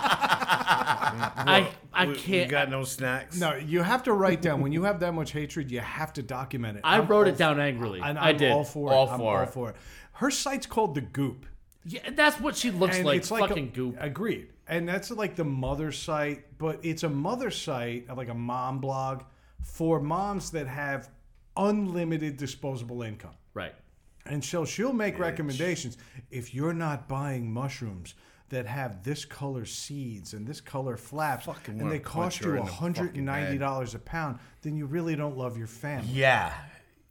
Speaker 1: did. I I
Speaker 4: We-
Speaker 1: can't.
Speaker 4: We got no snacks.
Speaker 2: No, you have to write down when you have that much hatred, you have to document it.
Speaker 1: I
Speaker 2: I'm
Speaker 1: wrote
Speaker 2: all
Speaker 1: it down angrily.
Speaker 2: And
Speaker 1: I
Speaker 2: I'm
Speaker 1: did.
Speaker 2: all for it.
Speaker 3: All
Speaker 2: I'm
Speaker 3: for
Speaker 2: all
Speaker 3: it.
Speaker 2: for it. Her site's called The Goop.
Speaker 1: yeah, that's what she looks
Speaker 2: And
Speaker 1: like.
Speaker 2: it's like
Speaker 1: fucking
Speaker 2: a,
Speaker 1: goop.
Speaker 2: Agreed. And that's like the mother site, but it's a mother site, like a mom blog for moms that have unlimited disposable income.
Speaker 1: right.
Speaker 2: And so she'll make recommendations. If you're not buying mushrooms that have this color seeds and this color flaps, and
Speaker 4: wanna
Speaker 2: they
Speaker 4: punch
Speaker 2: cost
Speaker 4: her
Speaker 2: you
Speaker 4: in the fucking head.
Speaker 2: $190 a pound, then you really don't love your family.
Speaker 3: Yeah.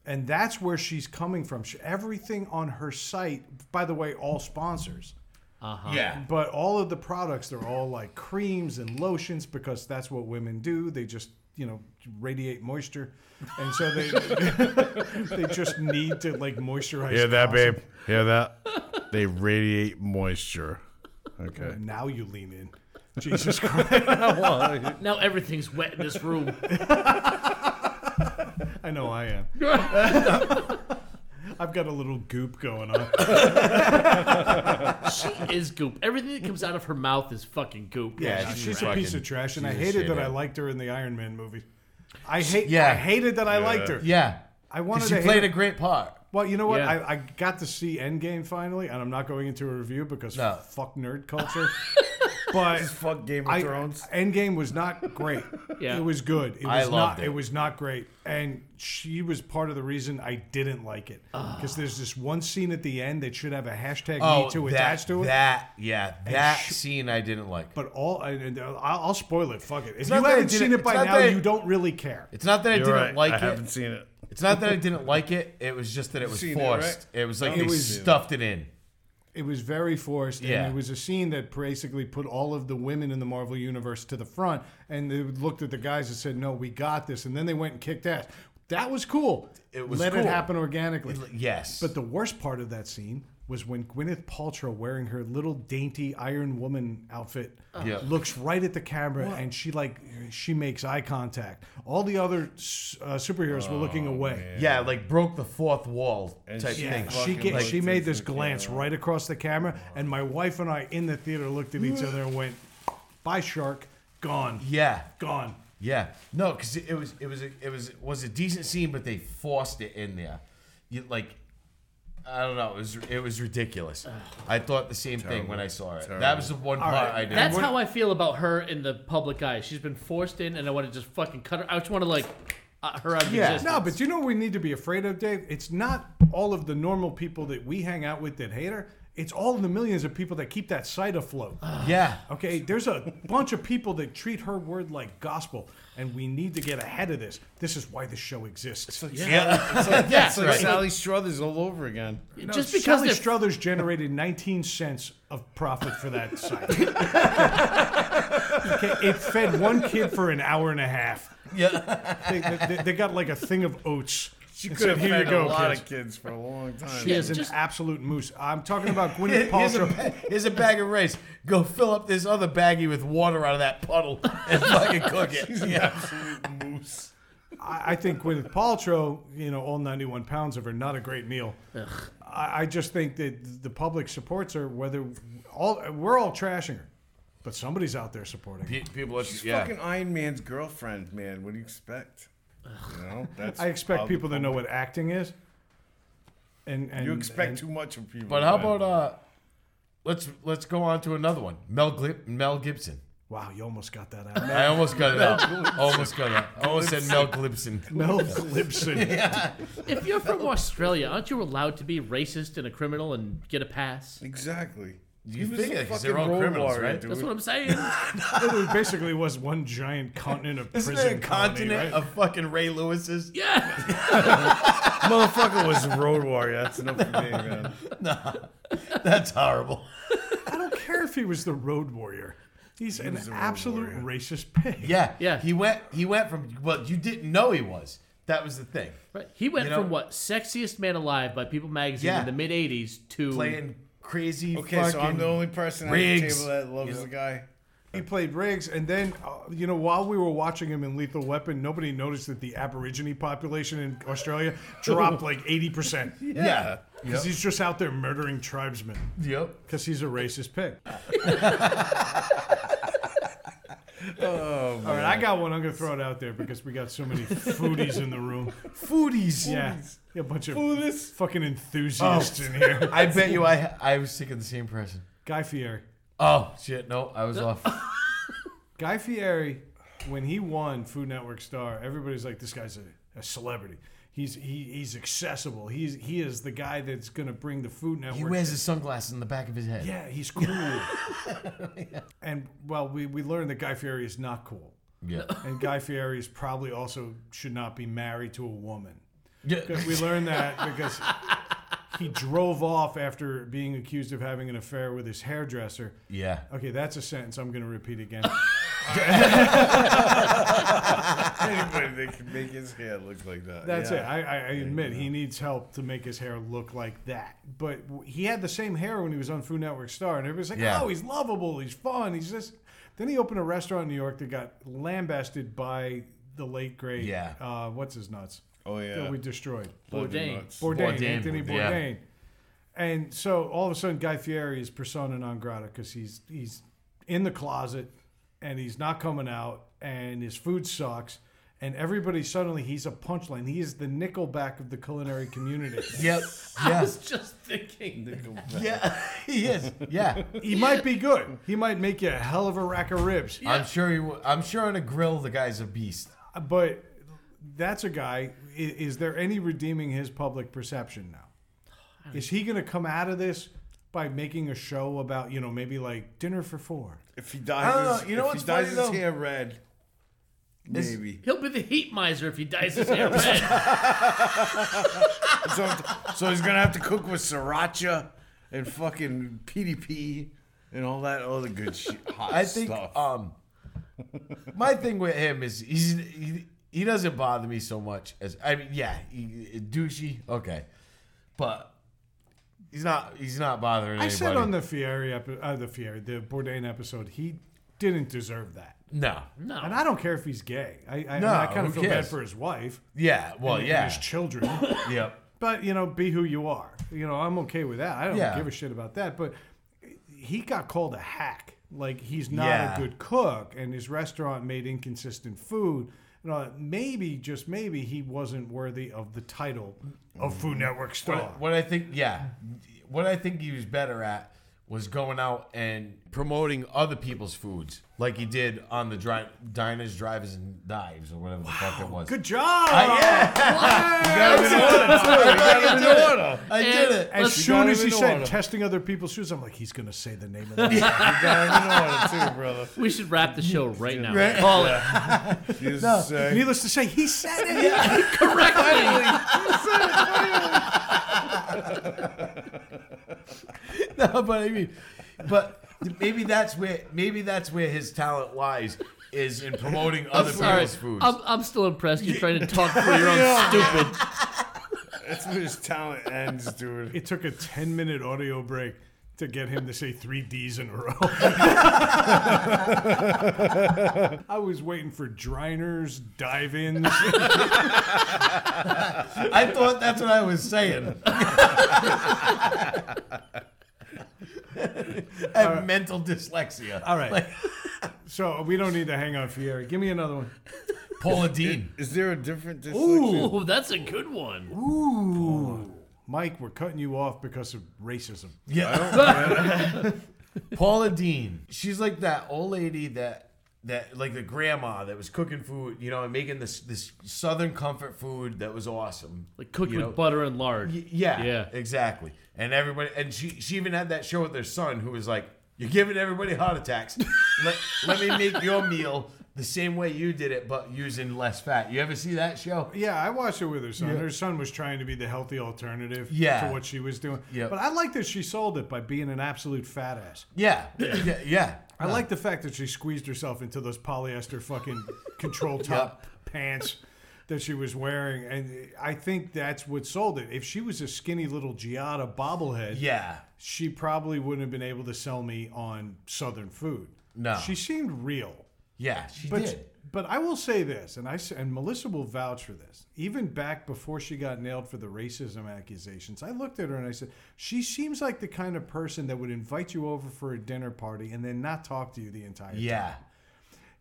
Speaker 2: And that's where she's coming from. She, everything on her site, by the way, all sponsors. Uh-huh.
Speaker 3: Yeah.
Speaker 2: But all of the products, they're all like creams and lotions because that's what women do. They just, you know, radiate moisture. And so they [LAUGHS] they just need to like moisturize.
Speaker 4: Hear that,
Speaker 2: constantly.
Speaker 4: babe? Hear that? They radiate moisture. Okay.
Speaker 2: Now you lean in. Jesus Christ. [LAUGHS]
Speaker 1: Now everything's wet in this room.
Speaker 2: I know I am. [LAUGHS] I've got a little goop going on.
Speaker 1: she is goop. Everything that comes out of her mouth is fucking goop.
Speaker 3: Yeah, she's
Speaker 2: she's a
Speaker 3: fucking-
Speaker 2: piece of trash, and I
Speaker 3: she's a
Speaker 2: hated
Speaker 3: shit
Speaker 2: that I
Speaker 3: head.
Speaker 2: liked her in the Iron Man movie. I hate.
Speaker 3: Yeah.
Speaker 2: I hated that I liked her.
Speaker 3: Yeah.
Speaker 2: I wanted
Speaker 3: she
Speaker 2: to hate
Speaker 3: played
Speaker 2: her.
Speaker 3: a great part.
Speaker 2: Well, you know what?
Speaker 1: Yeah.
Speaker 2: I, I got to see Endgame finally, and I'm not going into a review because
Speaker 3: No.
Speaker 2: fuck nerd
Speaker 3: [LAUGHS]
Speaker 2: culture. but
Speaker 4: Fuck Game of
Speaker 2: I,
Speaker 4: Thrones.
Speaker 2: Endgame was not great.
Speaker 1: Yeah.
Speaker 2: It was good. It was
Speaker 3: I loved
Speaker 2: not
Speaker 3: it.
Speaker 2: it was not great. And she was part of the reason I didn't like it. Because there's this one scene at the end that should have a hashtag me too
Speaker 3: Oh, that,
Speaker 2: attached to it.
Speaker 3: That, yeah, that
Speaker 2: sh-
Speaker 3: scene I didn't like.
Speaker 2: but all and, and I'll, I'll spoil it. Fuck it. If
Speaker 3: not
Speaker 2: you
Speaker 3: that I
Speaker 2: haven't seen
Speaker 3: didn't-
Speaker 2: it by
Speaker 3: it's not
Speaker 2: now,
Speaker 3: that I-
Speaker 2: you don't really care.
Speaker 3: it's not that I
Speaker 4: You're
Speaker 3: didn't
Speaker 4: right.
Speaker 3: like
Speaker 4: I
Speaker 3: it.
Speaker 4: haven't seen [LAUGHS] it.
Speaker 3: It's not
Speaker 2: [LAUGHS]
Speaker 3: that I didn't like it. It was just that it was
Speaker 4: Seen it, right?
Speaker 3: forced. It, was like
Speaker 2: It
Speaker 3: they
Speaker 2: was-
Speaker 3: stuffed it in.
Speaker 2: It was very forced,
Speaker 3: Yeah.
Speaker 2: and it was a scene that basically put all of the women in the Marvel universe to the front, and they looked at the guys and said, "No, we got this," and then they went and kicked ass. That was cool.
Speaker 3: It was
Speaker 2: let it
Speaker 3: cool.
Speaker 2: happen organically.
Speaker 3: Yes.
Speaker 2: But the worst part of that scene was when Gwyneth Paltrow, wearing her little dainty Iron Woman outfit,
Speaker 3: Oh. Yeah.
Speaker 2: looks right at the camera and she like she makes eye contact. All the other s- uh, superheroes were
Speaker 3: Oh,
Speaker 2: looking away.
Speaker 3: yeah, like broke the fourth wall type
Speaker 4: she
Speaker 3: thing.
Speaker 4: fucking
Speaker 2: She ga-
Speaker 4: looked
Speaker 2: she made
Speaker 4: into
Speaker 2: this
Speaker 4: the
Speaker 2: glance
Speaker 4: camera.
Speaker 2: right across the camera, and my wife and I in the theater looked at each other and went, "Bye, shark, gone,
Speaker 3: Yeah,
Speaker 2: gone."
Speaker 3: yeah. No, because it, it was it was a, it was it was a decent scene, but they forced it in there. You, like, I don't know. It was it was ridiculous. I thought the same thing when I saw it. That was the one part
Speaker 2: right.
Speaker 3: I didn't.
Speaker 1: That's how I feel about her in the public eye. She's been forced in, and I want to just fucking cut her. I just want to like uh, her out of
Speaker 3: Yeah.
Speaker 1: existence.
Speaker 2: No, but you know what we need to be afraid of, Dave? It's not all of the normal people that we hang out with that hate her. It's all of the millions of people that keep that site afloat.
Speaker 3: yeah.
Speaker 2: Okay, there's a bunch of people that treat her word like gospel, and we need to get ahead of this. This is why this show exists.
Speaker 3: Yeah.
Speaker 1: yeah,
Speaker 4: It's like
Speaker 1: right.
Speaker 4: Sally Struthers all over again.
Speaker 1: just because
Speaker 2: Sally
Speaker 1: they're
Speaker 2: Struthers generated 19 cents of profit for
Speaker 1: [LAUGHS]
Speaker 2: that site. okay, it fed one kid for an hour and a half.
Speaker 3: yeah.
Speaker 2: They, they, they got like a thing of oats.
Speaker 4: She
Speaker 2: And
Speaker 4: could have
Speaker 2: said, "Here you
Speaker 4: had
Speaker 2: go,
Speaker 4: a lot
Speaker 2: kids."
Speaker 4: of kids for a long time.
Speaker 2: She is an
Speaker 1: just-
Speaker 2: absolute moose. I'm talking about
Speaker 4: [LAUGHS]
Speaker 2: Gwyneth
Speaker 3: Here's a,
Speaker 2: Paltrow.
Speaker 3: ba- here's a bag of rice. Go fill up this other baggie with water out of that puddle and fucking cook it. Yeah.
Speaker 4: moose.
Speaker 2: I I think Gwyneth Paltrow, you know, all 91 pounds of her, not a great meal. I, I just think that the public supports her. Whether all we're all trashing her, but somebody's out there supporting. her.
Speaker 3: Pe- People, let you-
Speaker 4: She's
Speaker 3: yeah.
Speaker 4: fucking Iron Man's girlfriend, man. What do you expect? You know, that's
Speaker 2: I expect
Speaker 4: how the
Speaker 2: people to know
Speaker 4: public-
Speaker 2: what acting is. And, and
Speaker 4: You expect
Speaker 2: and-
Speaker 4: too much of people.
Speaker 3: But how
Speaker 4: man.
Speaker 3: about uh, let's let's go on to another one. Mel Glib- Mel Gibson.
Speaker 2: wow, you almost got that out. [LAUGHS]
Speaker 3: I almost got it out. Almost got it out. I almost said Mel Gibson.
Speaker 2: Mel [LAUGHS] Gibson.
Speaker 1: if you're from Australia, aren't you allowed to be racist and a criminal and get a pass?
Speaker 4: exactly?
Speaker 3: You
Speaker 4: was
Speaker 3: think
Speaker 4: a
Speaker 3: that 'cause
Speaker 4: fucking
Speaker 3: they're all
Speaker 4: road
Speaker 3: criminals,
Speaker 4: warrior,
Speaker 3: right?
Speaker 4: dude. [LAUGHS]
Speaker 1: That's what I'm saying.
Speaker 2: It basically was one giant continent of
Speaker 3: Isn't
Speaker 2: prison.
Speaker 3: there a
Speaker 2: colony,
Speaker 3: continent
Speaker 2: right?
Speaker 3: of fucking Ray Lewis's?
Speaker 1: yeah.
Speaker 2: [LAUGHS]
Speaker 4: Motherfucker was a road warrior. That's enough for
Speaker 3: [LAUGHS]
Speaker 4: me, man.
Speaker 3: That's horrible.
Speaker 2: I don't care if he was the road warrior. He's an
Speaker 4: was the road
Speaker 2: absolute racist pig.
Speaker 3: Yeah,
Speaker 1: Yeah.
Speaker 3: He went. He went from. Well, you didn't know he was. That was the thing.
Speaker 1: Right. He went
Speaker 3: You know-
Speaker 1: from what sexiest man alive by People magazine
Speaker 3: Yeah.
Speaker 1: in the mid '80s to
Speaker 3: Playing crazy.
Speaker 4: Okay, so I'm
Speaker 3: fucking-
Speaker 4: the only person at
Speaker 3: Riggs.
Speaker 4: the table that loves
Speaker 3: Yeah.
Speaker 4: the guy.
Speaker 3: [LAUGHS]
Speaker 2: He played Riggs, and then uh, you know while we were watching him in Lethal Weapon, nobody noticed that the Aborigine population in Australia [LAUGHS] dropped like eighty percent
Speaker 3: Yeah.
Speaker 2: because he's just out there murdering tribesmen
Speaker 3: Yep.
Speaker 2: because he's a racist [LAUGHS] pig. All right, I got one. I'm gonna throw it out there because we got so many foodies in the room. [LAUGHS]
Speaker 3: Foodies.
Speaker 2: Yeah, a bunch of fucking enthusiasts in here. [LAUGHS]
Speaker 3: I bet you I I was thinking the same person.
Speaker 2: Guy Fieri.
Speaker 3: Oh shit! No, I was off.
Speaker 2: Guy Fieri, when he won Food Network Star, everybody's like, this guy's a, a celebrity. He's he, he's accessible. He's he is the guy that's gonna bring the Food Network.
Speaker 3: He wears his sunglasses in the back of his head.
Speaker 2: yeah, he's [LAUGHS] cool. And well, we we learned that Guy Fieri is not cool,
Speaker 3: Yeah. [LAUGHS]
Speaker 2: and Guy Fieri is probably also should not be married to a woman.
Speaker 3: Yeah.
Speaker 2: We learned that because he drove off after being accused of having an affair with his hairdresser.
Speaker 3: Yeah.
Speaker 2: Okay, that's a sentence I'm going to repeat again.
Speaker 4: Anybody that can make his hair look like that.
Speaker 2: That's
Speaker 4: yeah.
Speaker 2: it. I, I, I admit he needs help to make his hair look like that. But w- he had the same hair when he was on Food Network Star, and everybody's like,
Speaker 3: Yeah.
Speaker 2: "Oh, he's lovable. He's fun. He's this." Then he opened a restaurant in New York that got lambasted by the late great.
Speaker 3: Yeah.
Speaker 2: Uh, what's his nuts?
Speaker 4: Oh, yeah.
Speaker 2: That we destroyed.
Speaker 1: Bourdain.
Speaker 2: Bourdain,
Speaker 3: Bourdain,
Speaker 2: Anthony
Speaker 3: yeah.
Speaker 2: Bourdain. And so all of a sudden, Guy Fieri is persona non grata because he's he's in the closet and he's not coming out, and his food sucks, and everybody suddenly he's a punchline. He is the Nickelback of the culinary
Speaker 3: [LAUGHS]
Speaker 2: community.
Speaker 3: Yep.
Speaker 1: [LAUGHS] I
Speaker 3: Yeah.
Speaker 1: was just thinking.
Speaker 3: [LAUGHS] Yeah. He is. Yeah.
Speaker 2: he might be good. He might make you a hell of a rack of ribs, Uh,
Speaker 3: I'm sure he. wa- I'm sure on a grill the guy's a beast.
Speaker 2: but that's a guy. i- Is there any redeeming his public perception now? Is he going to come out of this? By making a show about, you know, maybe like dinner for four.
Speaker 4: [LAUGHS] If he
Speaker 3: I don't know.
Speaker 4: dyes, his,
Speaker 3: You know
Speaker 4: if
Speaker 3: what's
Speaker 4: he dyes
Speaker 3: funny,
Speaker 4: his
Speaker 3: though?
Speaker 4: hair red, maybe.
Speaker 1: He'll be the heat miser if he dyes his hair red.
Speaker 4: so, so he's gonna have to cook with sriracha and fucking PDP and all that other good shit, hot
Speaker 3: I think
Speaker 4: stuff.
Speaker 3: um my thing with him is he's he, he doesn't bother me so much as I mean yeah he, douchey okay but he's not he's not bothering
Speaker 2: I
Speaker 3: anybody.
Speaker 2: said on the Fieri epi- uh, the Fieri, the Bourdain episode, he didn't deserve that.
Speaker 3: no
Speaker 2: And
Speaker 1: No.
Speaker 2: I don't care if he's gay. I, I,
Speaker 3: No,
Speaker 2: I kind of
Speaker 3: who
Speaker 2: feel bad
Speaker 3: cares?
Speaker 2: for his wife.
Speaker 3: yeah well
Speaker 2: and
Speaker 3: yeah
Speaker 2: His
Speaker 3: [COUGHS]
Speaker 2: children.
Speaker 3: yep
Speaker 2: but, you know, be who you are. You know, I'm okay with that. I don't
Speaker 3: Yeah.
Speaker 2: give a shit about that. But he got called a hack. Like, he's not
Speaker 3: Yeah.
Speaker 2: a good cook, and his restaurant made inconsistent food. And all that. Maybe, just maybe, he wasn't worthy of the title of Food Network star.
Speaker 3: what, what I think yeah what I think he was better at was going out and promoting other people's foods like he did on the dri- diners drivers and dives or whatever the fuck it was
Speaker 2: Good job!
Speaker 3: I did it
Speaker 2: As
Speaker 1: Let's-
Speaker 2: soon as he
Speaker 4: in
Speaker 2: said
Speaker 4: order.
Speaker 2: testing other people's shoes, I'm like, he's gonna say the name
Speaker 1: [LAUGHS]
Speaker 2: of that.
Speaker 4: I know it too, brother.
Speaker 1: We should wrap the show right now. Call it
Speaker 4: Jesus, uh,
Speaker 2: Needless to say, he said it. [LAUGHS]
Speaker 1: correctly.
Speaker 3: No, [LAUGHS] but I mean, but maybe that's where maybe that's where his talent lies is in promoting other
Speaker 1: Sorry,
Speaker 3: people's foods.
Speaker 1: I'm, I'm still impressed. You're trying to talk through your own stupid.
Speaker 4: that's where his talent ends, dude.
Speaker 2: It took a 10 minute audio break to get him to say three D's in a
Speaker 1: [LAUGHS]
Speaker 2: row. I was waiting for driners, dive
Speaker 1: [LAUGHS]
Speaker 2: ins.
Speaker 3: I thought that's what I was saying. [LAUGHS] I have mental dyslexia.
Speaker 2: All right. so we don't need to hang on Fieri. Give me another one.
Speaker 3: Paula Dean.
Speaker 4: Is there a different dyslexia?
Speaker 1: Ooh, that's a good one.
Speaker 2: Mike, we're cutting you off because of racism.
Speaker 3: Yeah. Paula Dean. She's like that old lady that that like the grandma that was cooking food, you know, and making this this southern comfort food that was awesome.
Speaker 1: Like cooked
Speaker 3: you
Speaker 1: with
Speaker 3: know?
Speaker 1: butter and lard.
Speaker 3: Y- Yeah,
Speaker 1: Yeah.
Speaker 3: exactly. And everybody, and she she even had that show with their son who was like, "You're giving everybody heart attacks. [LAUGHS] let, let me make your meal the same way you did it, but using less fat." You ever see that show?
Speaker 2: Yeah, I watched it with her son. Her son was trying to be the healthy alternative
Speaker 3: Yeah.
Speaker 2: to what she was doing.
Speaker 3: Yep.
Speaker 2: But I like that she sold it by being an absolute fat ass.
Speaker 3: Yeah, yeah, yeah.
Speaker 2: I like the fact that she squeezed herself into those polyester fucking
Speaker 3: [LAUGHS]
Speaker 2: control top pants that she was wearing, and I think that's what sold it. If she was a skinny little Giada bobblehead,
Speaker 3: Yeah.
Speaker 2: she probably wouldn't have been able to sell me on Southern food.
Speaker 3: No.
Speaker 2: she seemed real.
Speaker 3: Yeah, she
Speaker 2: But
Speaker 3: did.
Speaker 2: but I will say this, and I s- and Melissa will vouch for this. Even back before she got nailed for the racism accusations, I looked at her and I said, she seems like the kind of person that would invite you over for a dinner party and then not talk to you the entire time.
Speaker 3: Yeah,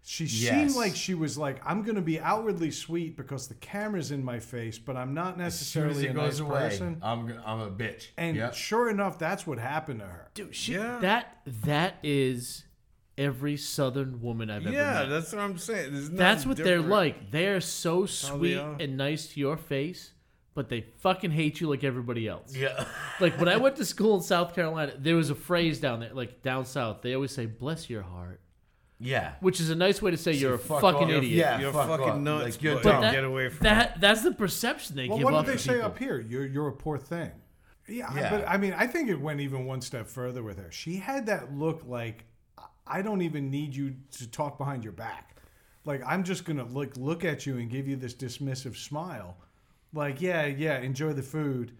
Speaker 2: She
Speaker 3: Yes.
Speaker 2: seemed like she was like, I'm going to be outwardly sweet because the camera's in my face, but I'm not
Speaker 3: as soon as
Speaker 2: necessarily a
Speaker 3: it
Speaker 2: nice
Speaker 3: goes away,
Speaker 2: person.
Speaker 3: I'm g- I'm a bitch.
Speaker 2: And
Speaker 3: Yep.
Speaker 2: sure enough, that's what happened to her.
Speaker 1: Dude, she, that that is every Southern woman I've ever
Speaker 4: Yeah,
Speaker 1: met.
Speaker 4: that's what I'm saying. There's
Speaker 1: That's
Speaker 4: nothing
Speaker 1: what
Speaker 4: different.
Speaker 1: they're like. They are so sweet
Speaker 4: are.
Speaker 1: and nice to your face, but they fucking hate you like everybody else.
Speaker 3: yeah,
Speaker 1: Like when I went to school in South Carolina, there was a phrase down there, like down south, they always say "bless your heart,"
Speaker 3: yeah.
Speaker 1: which is a nice way to say you're a
Speaker 3: fuck
Speaker 1: fucking
Speaker 3: off.
Speaker 1: idiot.
Speaker 3: Yeah,
Speaker 4: You're
Speaker 3: fuck
Speaker 4: fucking
Speaker 3: off.
Speaker 4: nuts,
Speaker 3: Like, you're
Speaker 4: but-
Speaker 3: dumb.
Speaker 1: But that,
Speaker 4: Get away from
Speaker 1: that. That's the perception they
Speaker 2: Well,
Speaker 1: give
Speaker 2: what
Speaker 1: off
Speaker 2: did they
Speaker 1: to
Speaker 2: say
Speaker 1: people.
Speaker 2: up here? You're, you're a poor thing. Yeah, I-
Speaker 3: Yeah.
Speaker 2: but I mean, I think it went even one step further with her. She had that look like, I don't even need you to talk behind your back. Like, I'm just going to look, look at you and give you this dismissive smile. Like, yeah, yeah, enjoy the food,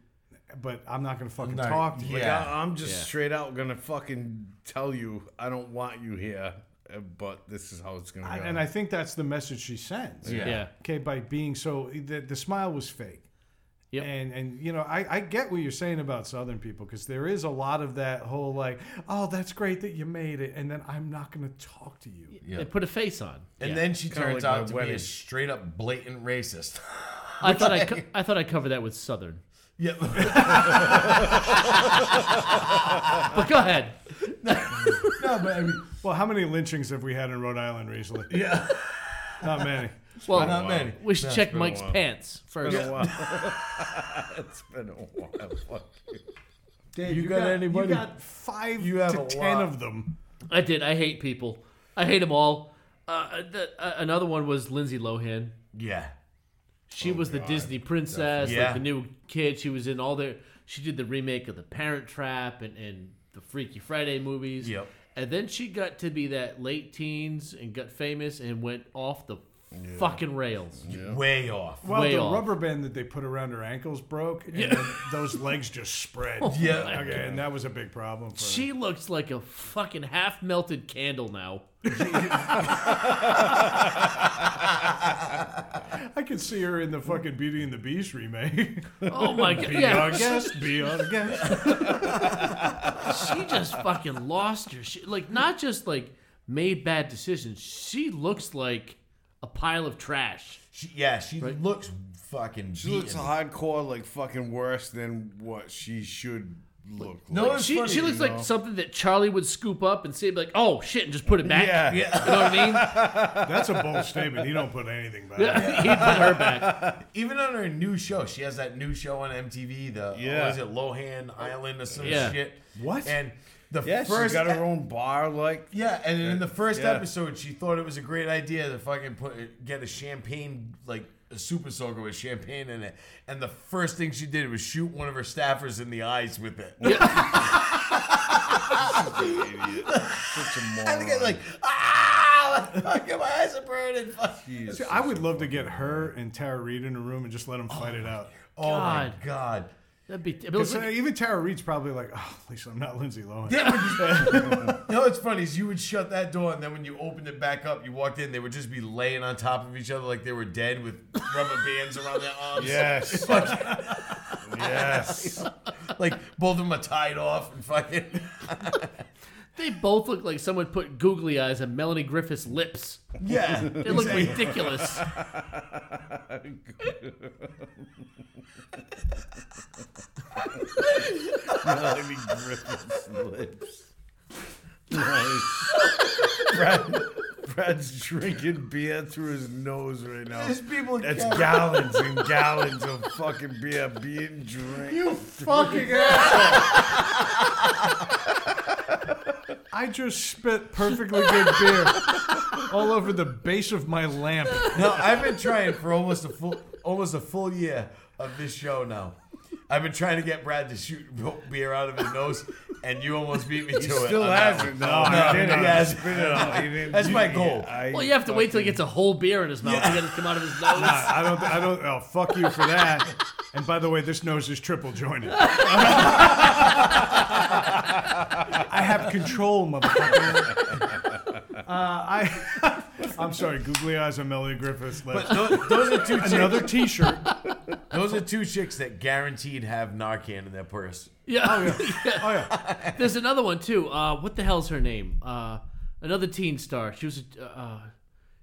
Speaker 2: but I'm not going to fucking
Speaker 3: No,
Speaker 2: talk to you.
Speaker 4: Like,
Speaker 3: Yeah.
Speaker 4: I, am just straight out gonna fucking tell you I don't want you here, uh, but this is how it's gonna
Speaker 2: I-
Speaker 4: go.
Speaker 2: and I think that's the message she sends.
Speaker 3: Yeah.
Speaker 1: Yeah.
Speaker 2: Okay, by being so the, the smile was fake.
Speaker 1: Yep.
Speaker 2: And and you know I, I get what you're saying about Southern people because there is a lot of that whole like oh that's great that you made it and then I'm not going to talk to you.
Speaker 1: They put a face on.
Speaker 3: And
Speaker 1: Yeah.
Speaker 3: then she
Speaker 4: Kinda
Speaker 3: turns
Speaker 4: like my
Speaker 3: out to be
Speaker 4: wedding.
Speaker 3: a straight up blatant racist. [LAUGHS]
Speaker 1: I thought I, co- I thought I covered that with Southern.
Speaker 3: yeah.
Speaker 1: But go ahead.
Speaker 3: no, but I mean,
Speaker 2: Well, how many lynchings have we had in Rhode Island recently?
Speaker 3: [LAUGHS] yeah.
Speaker 2: not many.
Speaker 1: Well,
Speaker 3: Not many.
Speaker 1: we should check Mike's
Speaker 4: while.
Speaker 1: pants first.
Speaker 4: [LAUGHS] it's been a while. Fuck.
Speaker 2: Dave,
Speaker 3: You got anybody?
Speaker 2: You got five
Speaker 3: You have
Speaker 2: to
Speaker 3: a
Speaker 2: ten
Speaker 3: lot.
Speaker 2: of them.
Speaker 1: I did. I hate people. I hate them all. Uh, the, uh, another one was Lindsay Lohan.
Speaker 3: Yeah.
Speaker 1: She
Speaker 4: Oh,
Speaker 1: was the Disney princess,
Speaker 3: Yeah.
Speaker 1: like the new kid. She was in all the. She did the remake of The Parent Trap and, and the Freaky Friday movies.
Speaker 3: Yep.
Speaker 1: And then she got to be that late teens and got famous and went off the fucking rails.
Speaker 3: Way off.
Speaker 2: Well,
Speaker 1: Way
Speaker 2: the
Speaker 1: off.
Speaker 2: rubber band that they put around her ankles broke and then those legs just spread.
Speaker 3: Yeah.
Speaker 2: Okay, and that was a big problem for her.
Speaker 1: She looks like a fucking half melted candle now.
Speaker 2: I could see her in the fucking Beauty and the Beast remake. [LAUGHS]
Speaker 1: Oh
Speaker 4: [LAUGHS]
Speaker 1: my god!
Speaker 2: Be our
Speaker 1: Yeah,
Speaker 2: guest. Be our guest.
Speaker 1: she just fucking lost her shit. Like, not just like made bad decisions. She looks like a pile of trash.
Speaker 3: She, yeah, she looks fucking
Speaker 4: She looks
Speaker 3: beaten.
Speaker 4: hardcore, like fucking worse than what she should look like.
Speaker 3: No, it's
Speaker 1: She,
Speaker 3: funny,
Speaker 1: she looks
Speaker 4: you
Speaker 1: like
Speaker 4: know.
Speaker 1: something that Charlie would scoop up and see, like, oh shit, and just put it back.
Speaker 4: Yeah.
Speaker 1: You know what I
Speaker 2: That's a bold statement. You don't put anything
Speaker 1: [LAUGHS]
Speaker 2: back.
Speaker 1: mean? He put her back.
Speaker 3: Even on her new show, she has that new show on MTV, the yeah.
Speaker 4: Yeah.
Speaker 3: what is it, Lohan Island or some
Speaker 1: Yeah.
Speaker 3: shit.
Speaker 2: What?
Speaker 3: And the
Speaker 4: Yeah,
Speaker 3: first
Speaker 4: she got her
Speaker 3: e-
Speaker 4: own bar, like
Speaker 3: Yeah, and in the first
Speaker 4: Yeah.
Speaker 3: episode, she thought it was a great idea to fucking put get a champagne like a super soaker with champagne in it. And the first thing she did was shoot one of her staffers in the eyes with it. [LAUGHS] [LAUGHS]
Speaker 4: idiot. Such a moron.
Speaker 3: And the guy's like, ah, fucking my eyes are burning. Fuck. [LAUGHS]
Speaker 4: She's
Speaker 2: See, I would love to get her and Tara Reid in a room and just let them fight it out.
Speaker 3: Oh
Speaker 1: God.
Speaker 3: my god.
Speaker 1: That'd be. It
Speaker 2: 'Cause,
Speaker 1: was
Speaker 2: uh,
Speaker 1: like,
Speaker 2: even Tara Reid's probably like, oh, at least I'm not Lindsay Lohan.
Speaker 3: You know what's funny is you would shut that door, and then when you opened it back up, you walked in, they would just be laying on top of each other like they were dead with
Speaker 1: [LAUGHS]
Speaker 3: rubber bands around their arms. [LAUGHS]
Speaker 4: yes, yes. [LAUGHS]
Speaker 3: Like both of them are tied off and fucking.
Speaker 1: [LAUGHS] they both look like someone put googly eyes on Melanie Griffith's lips.
Speaker 3: Yeah.
Speaker 1: They look ridiculous.
Speaker 4: Melanie Griffith's lips. Nice. Brad, Brad's drinking beer through his nose right now.
Speaker 3: These people
Speaker 4: That's
Speaker 3: can't-
Speaker 4: gallons and gallons of fucking beer being drank.
Speaker 2: You fucking asshole. [LAUGHS] I just spit perfectly good beer all over the base of my lamp.
Speaker 3: No, I've been trying for almost a full almost a full year of this show now. I've been trying to get Brad to shoot rope beer out of his nose, and you almost beat me to it.
Speaker 4: Still
Speaker 3: on that
Speaker 4: hasn't. No, no,
Speaker 3: No,
Speaker 4: he didn't.
Speaker 3: he hasn't.
Speaker 4: Spit it out. He didn't
Speaker 3: That's
Speaker 4: do
Speaker 3: my
Speaker 4: it.
Speaker 3: goal.
Speaker 4: I
Speaker 1: Well, you have to wait till he gets a whole beer in his mouth to get it to come out of his nose.
Speaker 2: I don't. I don't. Oh, fuck you for that. And by the way, this nose is triple jointed. I have control, motherfucker. Uh, I, [LAUGHS] I'm sorry, googly eyes on Melody Griffiths.
Speaker 3: But
Speaker 2: Left.
Speaker 3: tho- those are two
Speaker 2: Another
Speaker 3: chicks.
Speaker 2: T-shirt.
Speaker 3: Those are two chicks that guaranteed have Narcan in their purse.
Speaker 1: Yeah.
Speaker 2: Oh yeah,
Speaker 1: There's another one too. Uh, what the hell's her name? Uh, another teen star. She was a uh,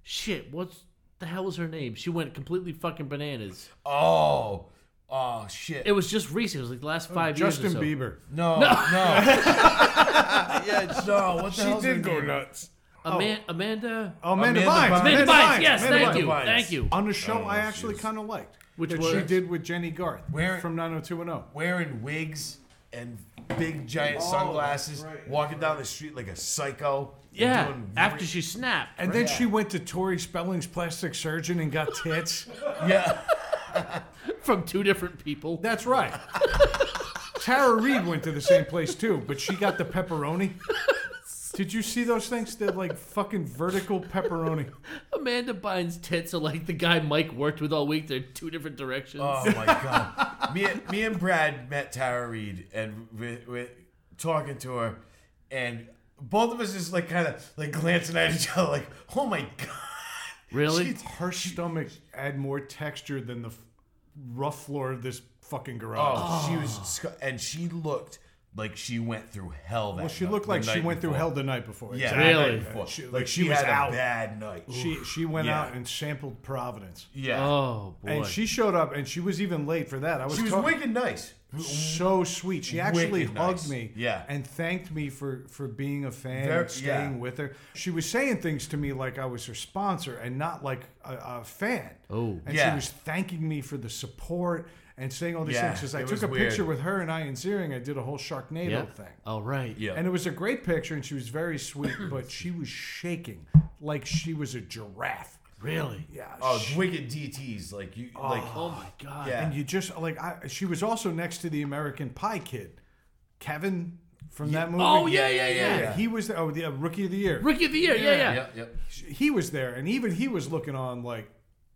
Speaker 1: shit. What's the hell was her name? She went completely fucking bananas.
Speaker 3: Oh, oh shit!
Speaker 1: It was just recent. It was like the last five years.
Speaker 2: Oh, Justin
Speaker 1: or so.
Speaker 2: Bieber.
Speaker 3: no, no. yeah, no. What the
Speaker 4: She
Speaker 3: hell's her
Speaker 4: did go
Speaker 3: name?
Speaker 4: nuts.
Speaker 1: Ama- Amanda.
Speaker 2: Oh, Amanda,
Speaker 3: Amanda
Speaker 2: Bynes.
Speaker 3: Bynes.
Speaker 1: Amanda
Speaker 3: Amanda
Speaker 1: Bynes. Yes,
Speaker 2: Amanda
Speaker 1: thank
Speaker 2: Bynes.
Speaker 1: you,
Speaker 3: Bynes.
Speaker 1: thank you.
Speaker 2: On a show
Speaker 4: know
Speaker 2: I
Speaker 4: who she
Speaker 2: actually
Speaker 4: is.
Speaker 2: kind of liked,
Speaker 1: Which
Speaker 2: that
Speaker 1: was-
Speaker 2: she did with Jenny Garth
Speaker 3: Where-
Speaker 2: from 90210.
Speaker 3: wearing wigs and big giant sunglasses,
Speaker 2: right,
Speaker 3: walking down the street like a psycho. and
Speaker 1: Yeah.
Speaker 3: doing
Speaker 1: After
Speaker 3: re-
Speaker 1: she snapped.
Speaker 2: And then she went to Tori Spelling's plastic surgeon and got tits.
Speaker 3: [LAUGHS] yeah,
Speaker 1: from two different people.
Speaker 2: That's right. Tara Reid went to the same place too, but she got the pepperoni. Did you see those things? They're like fucking vertical pepperoni.
Speaker 1: Amanda Bynes' tits are like the guy Mike worked with all week. They're two different directions.
Speaker 3: oh my god. Me, and- me and Brad met Tara Reed and we, we talking to her, and both of us just like kind of like glancing at each other, like, oh my god,
Speaker 1: really?
Speaker 3: she's-
Speaker 2: Her stomach had more texture than the f- rough floor of this fucking garage.
Speaker 3: oh, she was, sc- and she looked like she went through hell. That
Speaker 2: well, she
Speaker 3: night-
Speaker 2: looked
Speaker 3: the
Speaker 2: like she
Speaker 3: night
Speaker 2: went through
Speaker 3: before.
Speaker 2: hell the night before.
Speaker 3: Yeah,
Speaker 2: Exactly.
Speaker 3: the night
Speaker 1: Really?
Speaker 3: before.
Speaker 2: She-
Speaker 3: like,
Speaker 2: like,
Speaker 3: she,
Speaker 2: she was
Speaker 3: had
Speaker 2: out.
Speaker 3: a bad night.
Speaker 2: She she went
Speaker 3: Yeah.
Speaker 2: out and sampled Providence,
Speaker 3: yeah,
Speaker 1: oh boy.
Speaker 2: and she showed up, and she was even late for that. I was
Speaker 3: she was
Speaker 2: talk-
Speaker 3: wicked nice.
Speaker 2: so sweet. She actually
Speaker 3: Wicked
Speaker 2: hugged
Speaker 3: nice.
Speaker 2: me
Speaker 3: Yeah.
Speaker 2: and thanked me for, for being a fan
Speaker 3: Ver-
Speaker 2: and staying
Speaker 3: yeah.
Speaker 2: with her. She was saying things to me like I was her sponsor and not like a, a fan.
Speaker 1: Oh.
Speaker 2: And
Speaker 3: Yeah.
Speaker 2: she was thanking me for the support and saying all these
Speaker 3: Yeah,
Speaker 2: things. Because I
Speaker 3: it
Speaker 2: took
Speaker 3: was
Speaker 2: a
Speaker 3: weird.
Speaker 2: picture with her and I and Ziering. I did a whole Sharknado
Speaker 1: yeah.
Speaker 2: thing.
Speaker 1: All right.
Speaker 3: Yeah.
Speaker 2: And it was a great picture and she was very sweet, but she was shaking like she was a giraffe.
Speaker 1: Really?
Speaker 2: Yeah.
Speaker 3: Oh, it's wicked DTs. Like you, like
Speaker 1: Oh my god.
Speaker 3: yeah.
Speaker 2: And you just like I, she was also next to the American Pie kid, Kevin from that movie.
Speaker 1: Oh yeah, yeah, yeah.
Speaker 2: He was the, oh the uh, rookie of the year.
Speaker 1: Rookie of the year. Yeah, yeah.
Speaker 3: yep, yep.
Speaker 2: He was there, and even he was looking on like,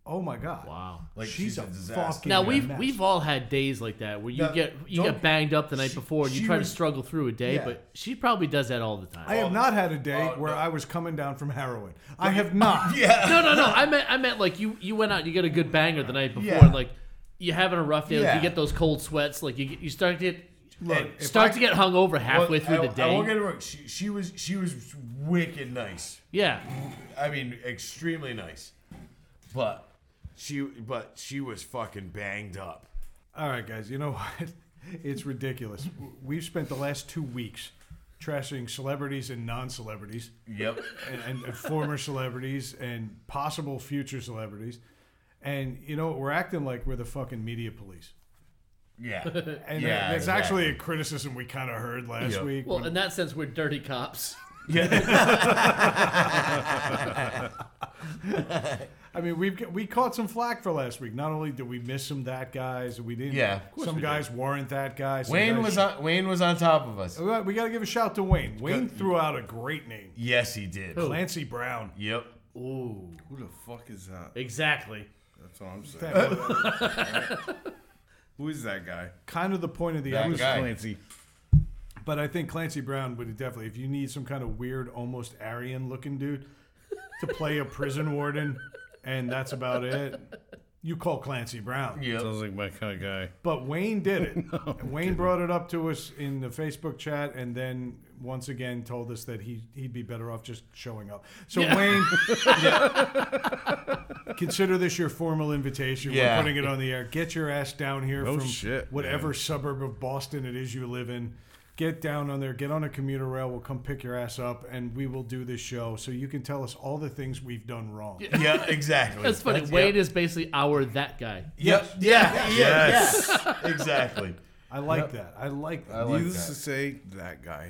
Speaker 2: oh my god,
Speaker 1: Wow.
Speaker 3: Like
Speaker 2: she's,
Speaker 3: she's,
Speaker 2: a,
Speaker 3: a disaster.
Speaker 2: fucking
Speaker 1: Now we've
Speaker 2: mess.
Speaker 1: we've all had days like that where you
Speaker 3: No,
Speaker 1: get you
Speaker 3: don't-
Speaker 1: get banged up the night before and you
Speaker 3: she
Speaker 1: try
Speaker 3: was-
Speaker 1: to struggle through a day,
Speaker 3: Yeah.
Speaker 1: but she probably does that all the time.
Speaker 2: I have not had a day
Speaker 3: Oh,
Speaker 2: where
Speaker 3: no.
Speaker 2: I was coming down from heroin. I
Speaker 1: [LAUGHS]
Speaker 2: have not.
Speaker 1: no, no, no. I meant I meant like you you went out and you get a good banger the night before,
Speaker 3: Yeah.
Speaker 1: like you're having a rough day, like
Speaker 3: Yeah.
Speaker 1: you get those cold sweats, like you get, you start to get
Speaker 3: Look, if
Speaker 1: start
Speaker 3: I-
Speaker 1: to get hung over halfway
Speaker 3: I-
Speaker 1: through the
Speaker 3: I- I won't
Speaker 1: day.
Speaker 3: get it wrong. She, she was she was wicked nice.
Speaker 1: yeah.
Speaker 3: I mean, extremely nice. But she but she was fucking banged up.
Speaker 2: All right, guys, you know [LAUGHS] what? It's ridiculous. We've spent the last two weeks trashing celebrities and non-celebrities.
Speaker 3: Yep.
Speaker 2: and, and, and former celebrities and possible future celebrities. And you know, we're acting like we're the fucking media police.
Speaker 3: Yeah.
Speaker 1: [LAUGHS]
Speaker 2: And
Speaker 3: yeah.
Speaker 2: that- that's
Speaker 3: exactly.
Speaker 2: actually a criticism we kind of heard last
Speaker 3: Yeah.
Speaker 2: week.
Speaker 1: Well, in that sense, we're dirty cops.
Speaker 2: [LAUGHS] I mean, we've got- we caught some flack for last week. Not only did we miss some that guys, we didn't.
Speaker 3: Yeah, of course
Speaker 2: some
Speaker 3: we
Speaker 2: guys warrant that guy. some
Speaker 3: Wayne
Speaker 2: guys-
Speaker 3: was on Wayne was on top of us.
Speaker 2: All right, We got to give a shout to Wayne. Wayne threw out a great name,
Speaker 3: Yes, he did.
Speaker 2: Clancy Brown.
Speaker 3: Yep.
Speaker 1: Ooh.
Speaker 4: Who the fuck is that?
Speaker 1: Exactly.
Speaker 4: That's all I'm saying.
Speaker 2: That-
Speaker 4: [LAUGHS] Who is that guy?
Speaker 2: kind of the point of the
Speaker 3: That
Speaker 2: episode.
Speaker 3: guy.
Speaker 4: Clancy.
Speaker 2: But I think Clancy Brown would definitely, if you need some kind of weird, almost Aryan looking dude to play a prison warden, and that's about it, you call Clancy Brown.
Speaker 3: Yep.
Speaker 4: Sounds like my kind of guy.
Speaker 2: But Wayne did it. Wayne brought it up to us in the Facebook chat, and then once again told us that he he'd be better off just showing up. So Wayne, consider this your formal invitation.
Speaker 3: Yeah.
Speaker 2: We're putting it on the air. Get your ass down here
Speaker 4: No
Speaker 2: from
Speaker 4: shit,
Speaker 2: whatever suburb of Boston it is you live in. Get down on there, get on a commuter rail, we'll come pick your ass up, and we will do this show so you can tell us all the things we've done wrong.
Speaker 3: Yeah, exactly.
Speaker 1: That's funny. Wade is basically our that guy.
Speaker 3: Yep.
Speaker 1: [LAUGHS]
Speaker 3: Yeah. Yes. [LAUGHS] exactly.
Speaker 2: I like that. I like that.
Speaker 4: Needless to say, that guy.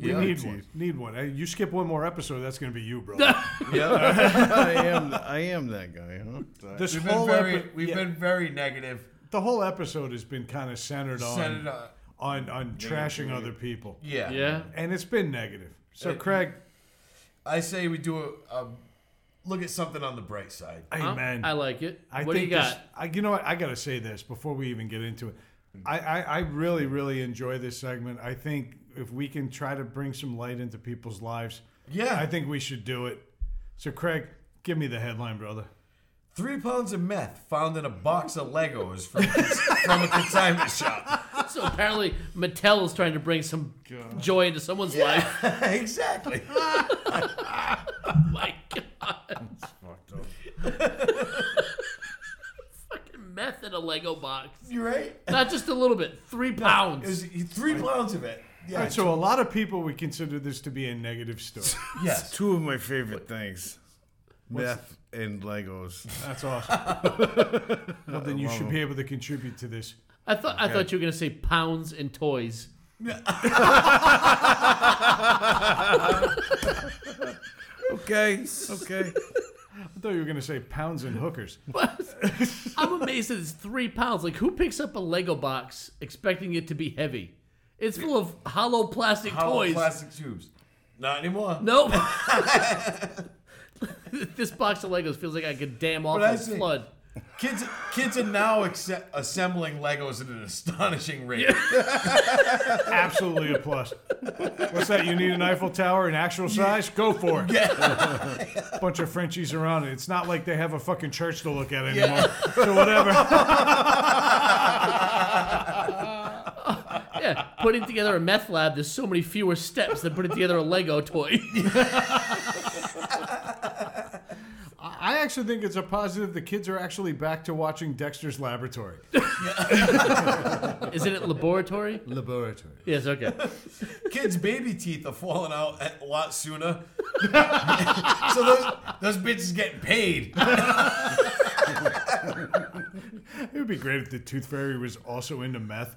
Speaker 2: we need one. Need one. Hey, You skip one more episode, that's going to be you,
Speaker 3: [LAUGHS]
Speaker 2: bro.
Speaker 4: [LAUGHS] I am. I am that guy. Huh?
Speaker 2: this
Speaker 3: We've been
Speaker 2: whole
Speaker 3: very,
Speaker 2: epi-
Speaker 3: we've
Speaker 2: yeah,
Speaker 3: been very negative.
Speaker 2: the whole episode has been kind of centered on
Speaker 3: Centered on-
Speaker 2: on, on trashing other people,
Speaker 3: Yeah.
Speaker 1: Yeah.
Speaker 2: and it's been negative. So Craig,
Speaker 3: I say we do a, a look at something on the bright side.
Speaker 1: Huh?
Speaker 2: amen.
Speaker 1: I like it.
Speaker 2: I
Speaker 1: what do you
Speaker 2: think
Speaker 1: got?
Speaker 2: This, I, you know what? I got to say this before we even get into it. I, I, I really, really enjoy this segment. I think if we can try to bring some light into people's lives,
Speaker 3: Yeah.
Speaker 2: I think we should do it. So, Craig, give me the headline, brother.
Speaker 3: Three pounds of meth found in a box of Legos [LAUGHS] from, from a consignment shop. [LAUGHS]
Speaker 1: So apparently Mattel is trying to bring some joy into someone's life. [LAUGHS]
Speaker 3: exactly.
Speaker 1: My God. [LAUGHS] Fucking meth in a Lego box.
Speaker 3: You right?
Speaker 1: Not just a little bit. Three
Speaker 3: It
Speaker 1: pounds.
Speaker 3: was three pounds of it. Yeah.
Speaker 2: All right, so a lot of people would consider this to be a negative story.
Speaker 3: yes.
Speaker 4: Two of my favorite things. Meth and Legos.
Speaker 2: That's awesome. [LAUGHS] well, then you should be able to contribute to this.
Speaker 1: I thought I thought you were gonna say pounds and toys.
Speaker 4: Okay. Okay.
Speaker 2: I thought you were going to say pounds and hookers.
Speaker 1: I'm amazed that it's three pounds. Like who picks up a Lego box expecting it to be heavy? It's full of hollow plastic
Speaker 3: Hollow
Speaker 1: toys.
Speaker 3: plastic tubes. Not anymore. [LAUGHS]
Speaker 1: Nope. [LAUGHS] this box of Legos feels like I could dam off
Speaker 3: But I
Speaker 1: a
Speaker 3: see.
Speaker 1: flood.
Speaker 3: Kids, kids are now acce- assembling Legos at an astonishing rate.
Speaker 2: Absolutely a plus. What's that? You need an Eiffel Tower in actual size? Go for it. [LAUGHS] Bunch of Frenchies around it. It's not like they have a fucking church to look at anymore. So [LAUGHS] whatever.
Speaker 1: Yeah, putting together a meth lab, there's so many fewer steps than putting together a Lego toy. [LAUGHS]
Speaker 2: I actually think it's a positive. The kids are actually back to watching Dexter's Laboratory.
Speaker 1: Isn't it laboratory?
Speaker 2: Laboratory.
Speaker 1: Yes, okay. [LAUGHS]
Speaker 3: Kids' baby teeth are falling out a lot sooner. [LAUGHS] so those those bitches getting paid. [LAUGHS]
Speaker 2: It would be great if the Tooth Fairy was also into meth.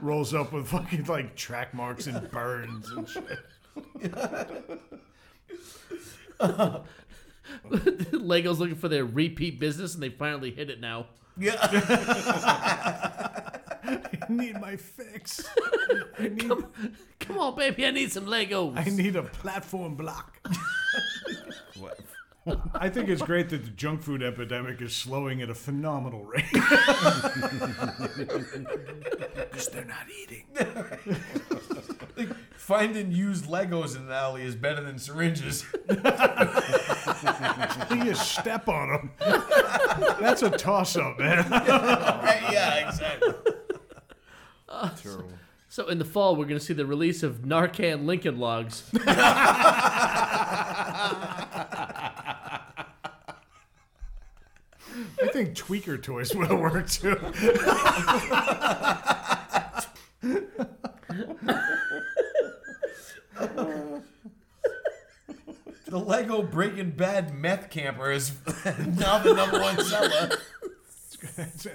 Speaker 2: Rolls up with fucking like track marks and burns and shit.
Speaker 1: Lego's looking for their repeat business and they finally hit it now.
Speaker 3: Yeah.
Speaker 2: I need
Speaker 1: [LAUGHS]
Speaker 2: my fix. I need,
Speaker 1: Come on, baby, I need some Legos.
Speaker 2: I need a platform block. I think it's great that the junk food epidemic is slowing at a phenomenal rate. Because they're not [LAUGHS] eating.
Speaker 3: Finding used Legos in an alley is better than syringes. [LAUGHS]
Speaker 2: You step on them. That's a toss up, man.
Speaker 3: yeah, exactly.
Speaker 4: Terrible.
Speaker 1: so in the fall, we're going to see the release of Narcan Lincoln Logs.
Speaker 2: I think tweaker toys would have worked too.
Speaker 3: The Lego Breaking Bad meth camper is [LAUGHS] now the number one seller.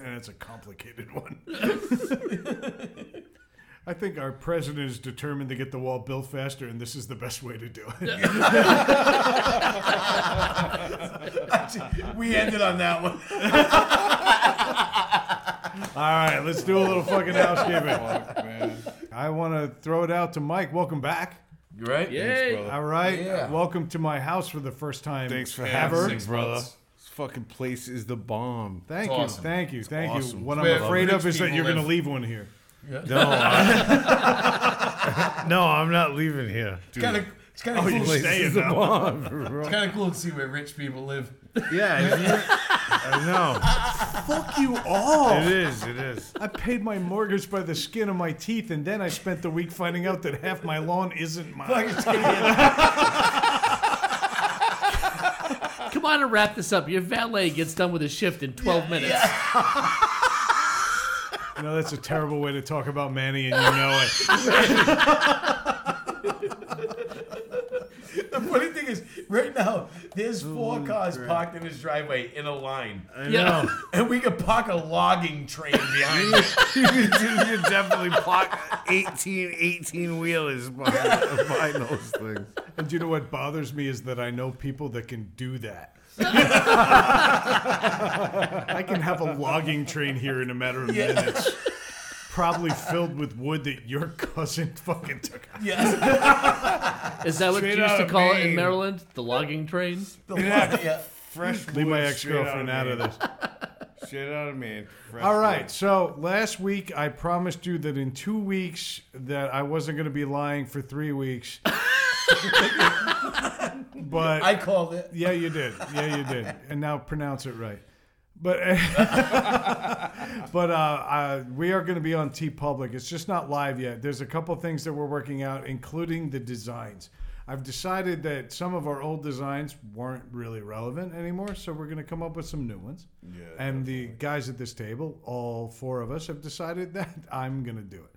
Speaker 2: and it's a complicated one. I think our president is determined to get the wall built faster, and this is the best way to do it.
Speaker 3: We ended on that one.
Speaker 2: All right, let's do a little fucking housekeeping.
Speaker 4: Fuck, man.
Speaker 2: I want to throw it out to Mike. Welcome back.
Speaker 3: You right?
Speaker 1: Yay!
Speaker 2: All right,
Speaker 3: Yeah.
Speaker 2: welcome to my house for the first time.
Speaker 4: Thanks for
Speaker 2: ever.
Speaker 4: having me, brother. This fucking place is the bomb.
Speaker 2: Thank
Speaker 3: It's
Speaker 2: you,
Speaker 3: awesome.
Speaker 2: thank you, thank you.
Speaker 4: awesome.
Speaker 2: What I'm
Speaker 3: Where
Speaker 2: afraid of
Speaker 3: rich
Speaker 2: is that
Speaker 3: people
Speaker 2: you're going to
Speaker 3: live.
Speaker 2: leave one here.
Speaker 4: No, I, [LAUGHS] no, I'm not leaving here. Dude.
Speaker 3: Kind of. It's kind of cool.
Speaker 4: This
Speaker 3: It's
Speaker 4: is the bomb, bro.
Speaker 3: kind of cool to see where rich people live. [LAUGHS]
Speaker 4: Yeah, you're- [LAUGHS] I know.
Speaker 2: Fuck you all.
Speaker 4: It is. It
Speaker 2: [LAUGHS]
Speaker 4: is.
Speaker 2: I paid my mortgage by the skin of my teeth, and then I spent the week finding out that half my lawn isn't mine.
Speaker 1: Come on and wrap this up. Your valet gets done with his shift in 12 minutes.
Speaker 2: No, that's a terrible way to talk about Manny, and you know it.
Speaker 3: The funny thing is, right now, there's four cars parked in his driveway in a line.
Speaker 1: Yeah.
Speaker 3: And we could park a logging train behind [LAUGHS] it.
Speaker 4: you can definitely block 18, 18 wheelers behind, behind those things.
Speaker 2: And you know what bothers me is that I know people that can do that. I can have a logging train here in a matter of minutes. Probably filled with wood that your cousin fucking took out.
Speaker 3: Yeah.
Speaker 1: Is that what you
Speaker 4: Straight
Speaker 1: used
Speaker 4: out
Speaker 1: to
Speaker 4: of
Speaker 1: call it in
Speaker 4: Maine.
Speaker 1: Maryland? The logging train?
Speaker 3: The lo- yeah.
Speaker 4: Fresh
Speaker 2: Leave my
Speaker 4: wood
Speaker 2: ex
Speaker 4: straight
Speaker 2: girlfriend out of
Speaker 4: Maine.
Speaker 2: this.
Speaker 4: Straight out of me.
Speaker 2: All right. So last week I promised you that in two weeks that I wasn't going to be lying for three weeks. but
Speaker 3: I called it.
Speaker 2: yeah, you did. Yeah, you did. And now pronounce it right. But [LAUGHS] but uh, uh, we are going to be on T Public. It's just not live yet. There's a couple things that we're working out, including the designs. I've decided that some of our old designs weren't really relevant anymore, so we're going to come up with some new ones. Yeah, and the guys at this table, all four of us, have decided [LAUGHS] that I'm going to do it.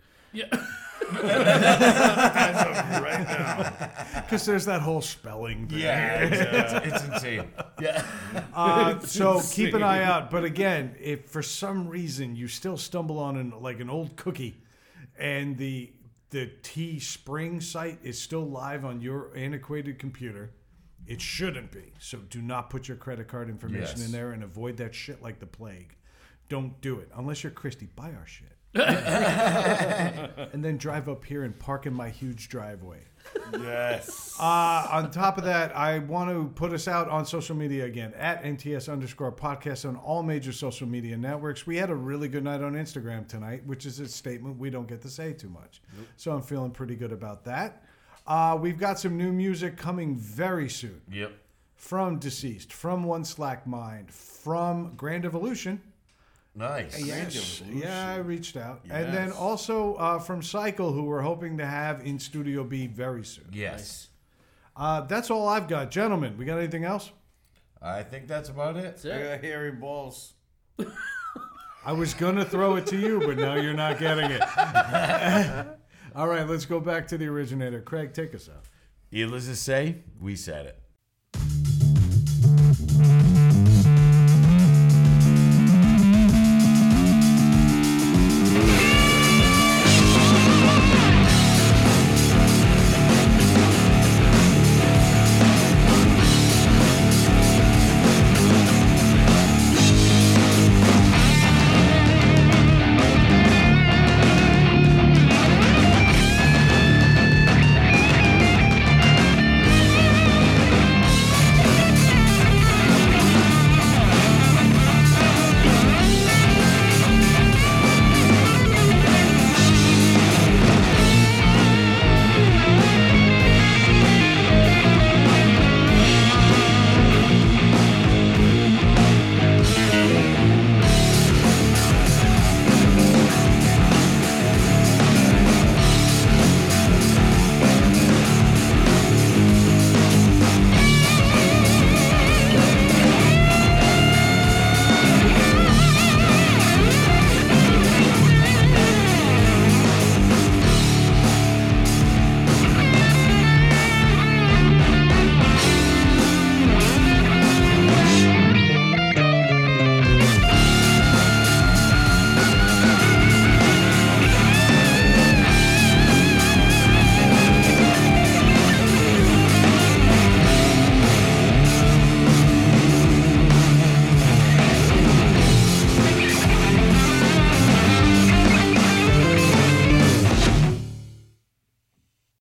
Speaker 2: Yeah. Because there's that whole spelling thing.
Speaker 3: Yeah. It's, uh, [LAUGHS] it's, it's insane. Yeah.
Speaker 2: Uh, so keep an eye out. But again, if for some reason you still stumble on an like an old cookie, and the the T Spring site is still live on your antiquated computer, it shouldn't be. So do not put your credit card information
Speaker 3: Yes.
Speaker 2: in there and avoid that shit like the plague. Don't do it unless you're Christie. Buy our shit. and then drive up here and park in my huge driveway.
Speaker 4: Yes.
Speaker 2: Uh, on top of that, I want to put us out on social media again at NTS underscore podcast on all major social media networks. We had a really good night on Instagram tonight, which is a statement we don't get to say too much. So I'm feeling pretty good about that. Uh, we've got some new music coming very soon
Speaker 3: Yep.
Speaker 2: from Deceased, from One Slack Mind, from Grand Evolution.
Speaker 3: Nice.
Speaker 2: Yes. Yeah, I reached out. And then also uh, from Cycle, who we're hoping to have in Studio B very soon.
Speaker 3: Yes.
Speaker 2: Uh, that's all I've got, gentlemen. We got anything else?
Speaker 3: I think that's about it.
Speaker 4: I got hairy balls.
Speaker 2: I was gonna throw it to you, but now you're not getting it. [LAUGHS] all right, let's go back to the originator. Craig, take us out.
Speaker 3: Needless to say, we said it.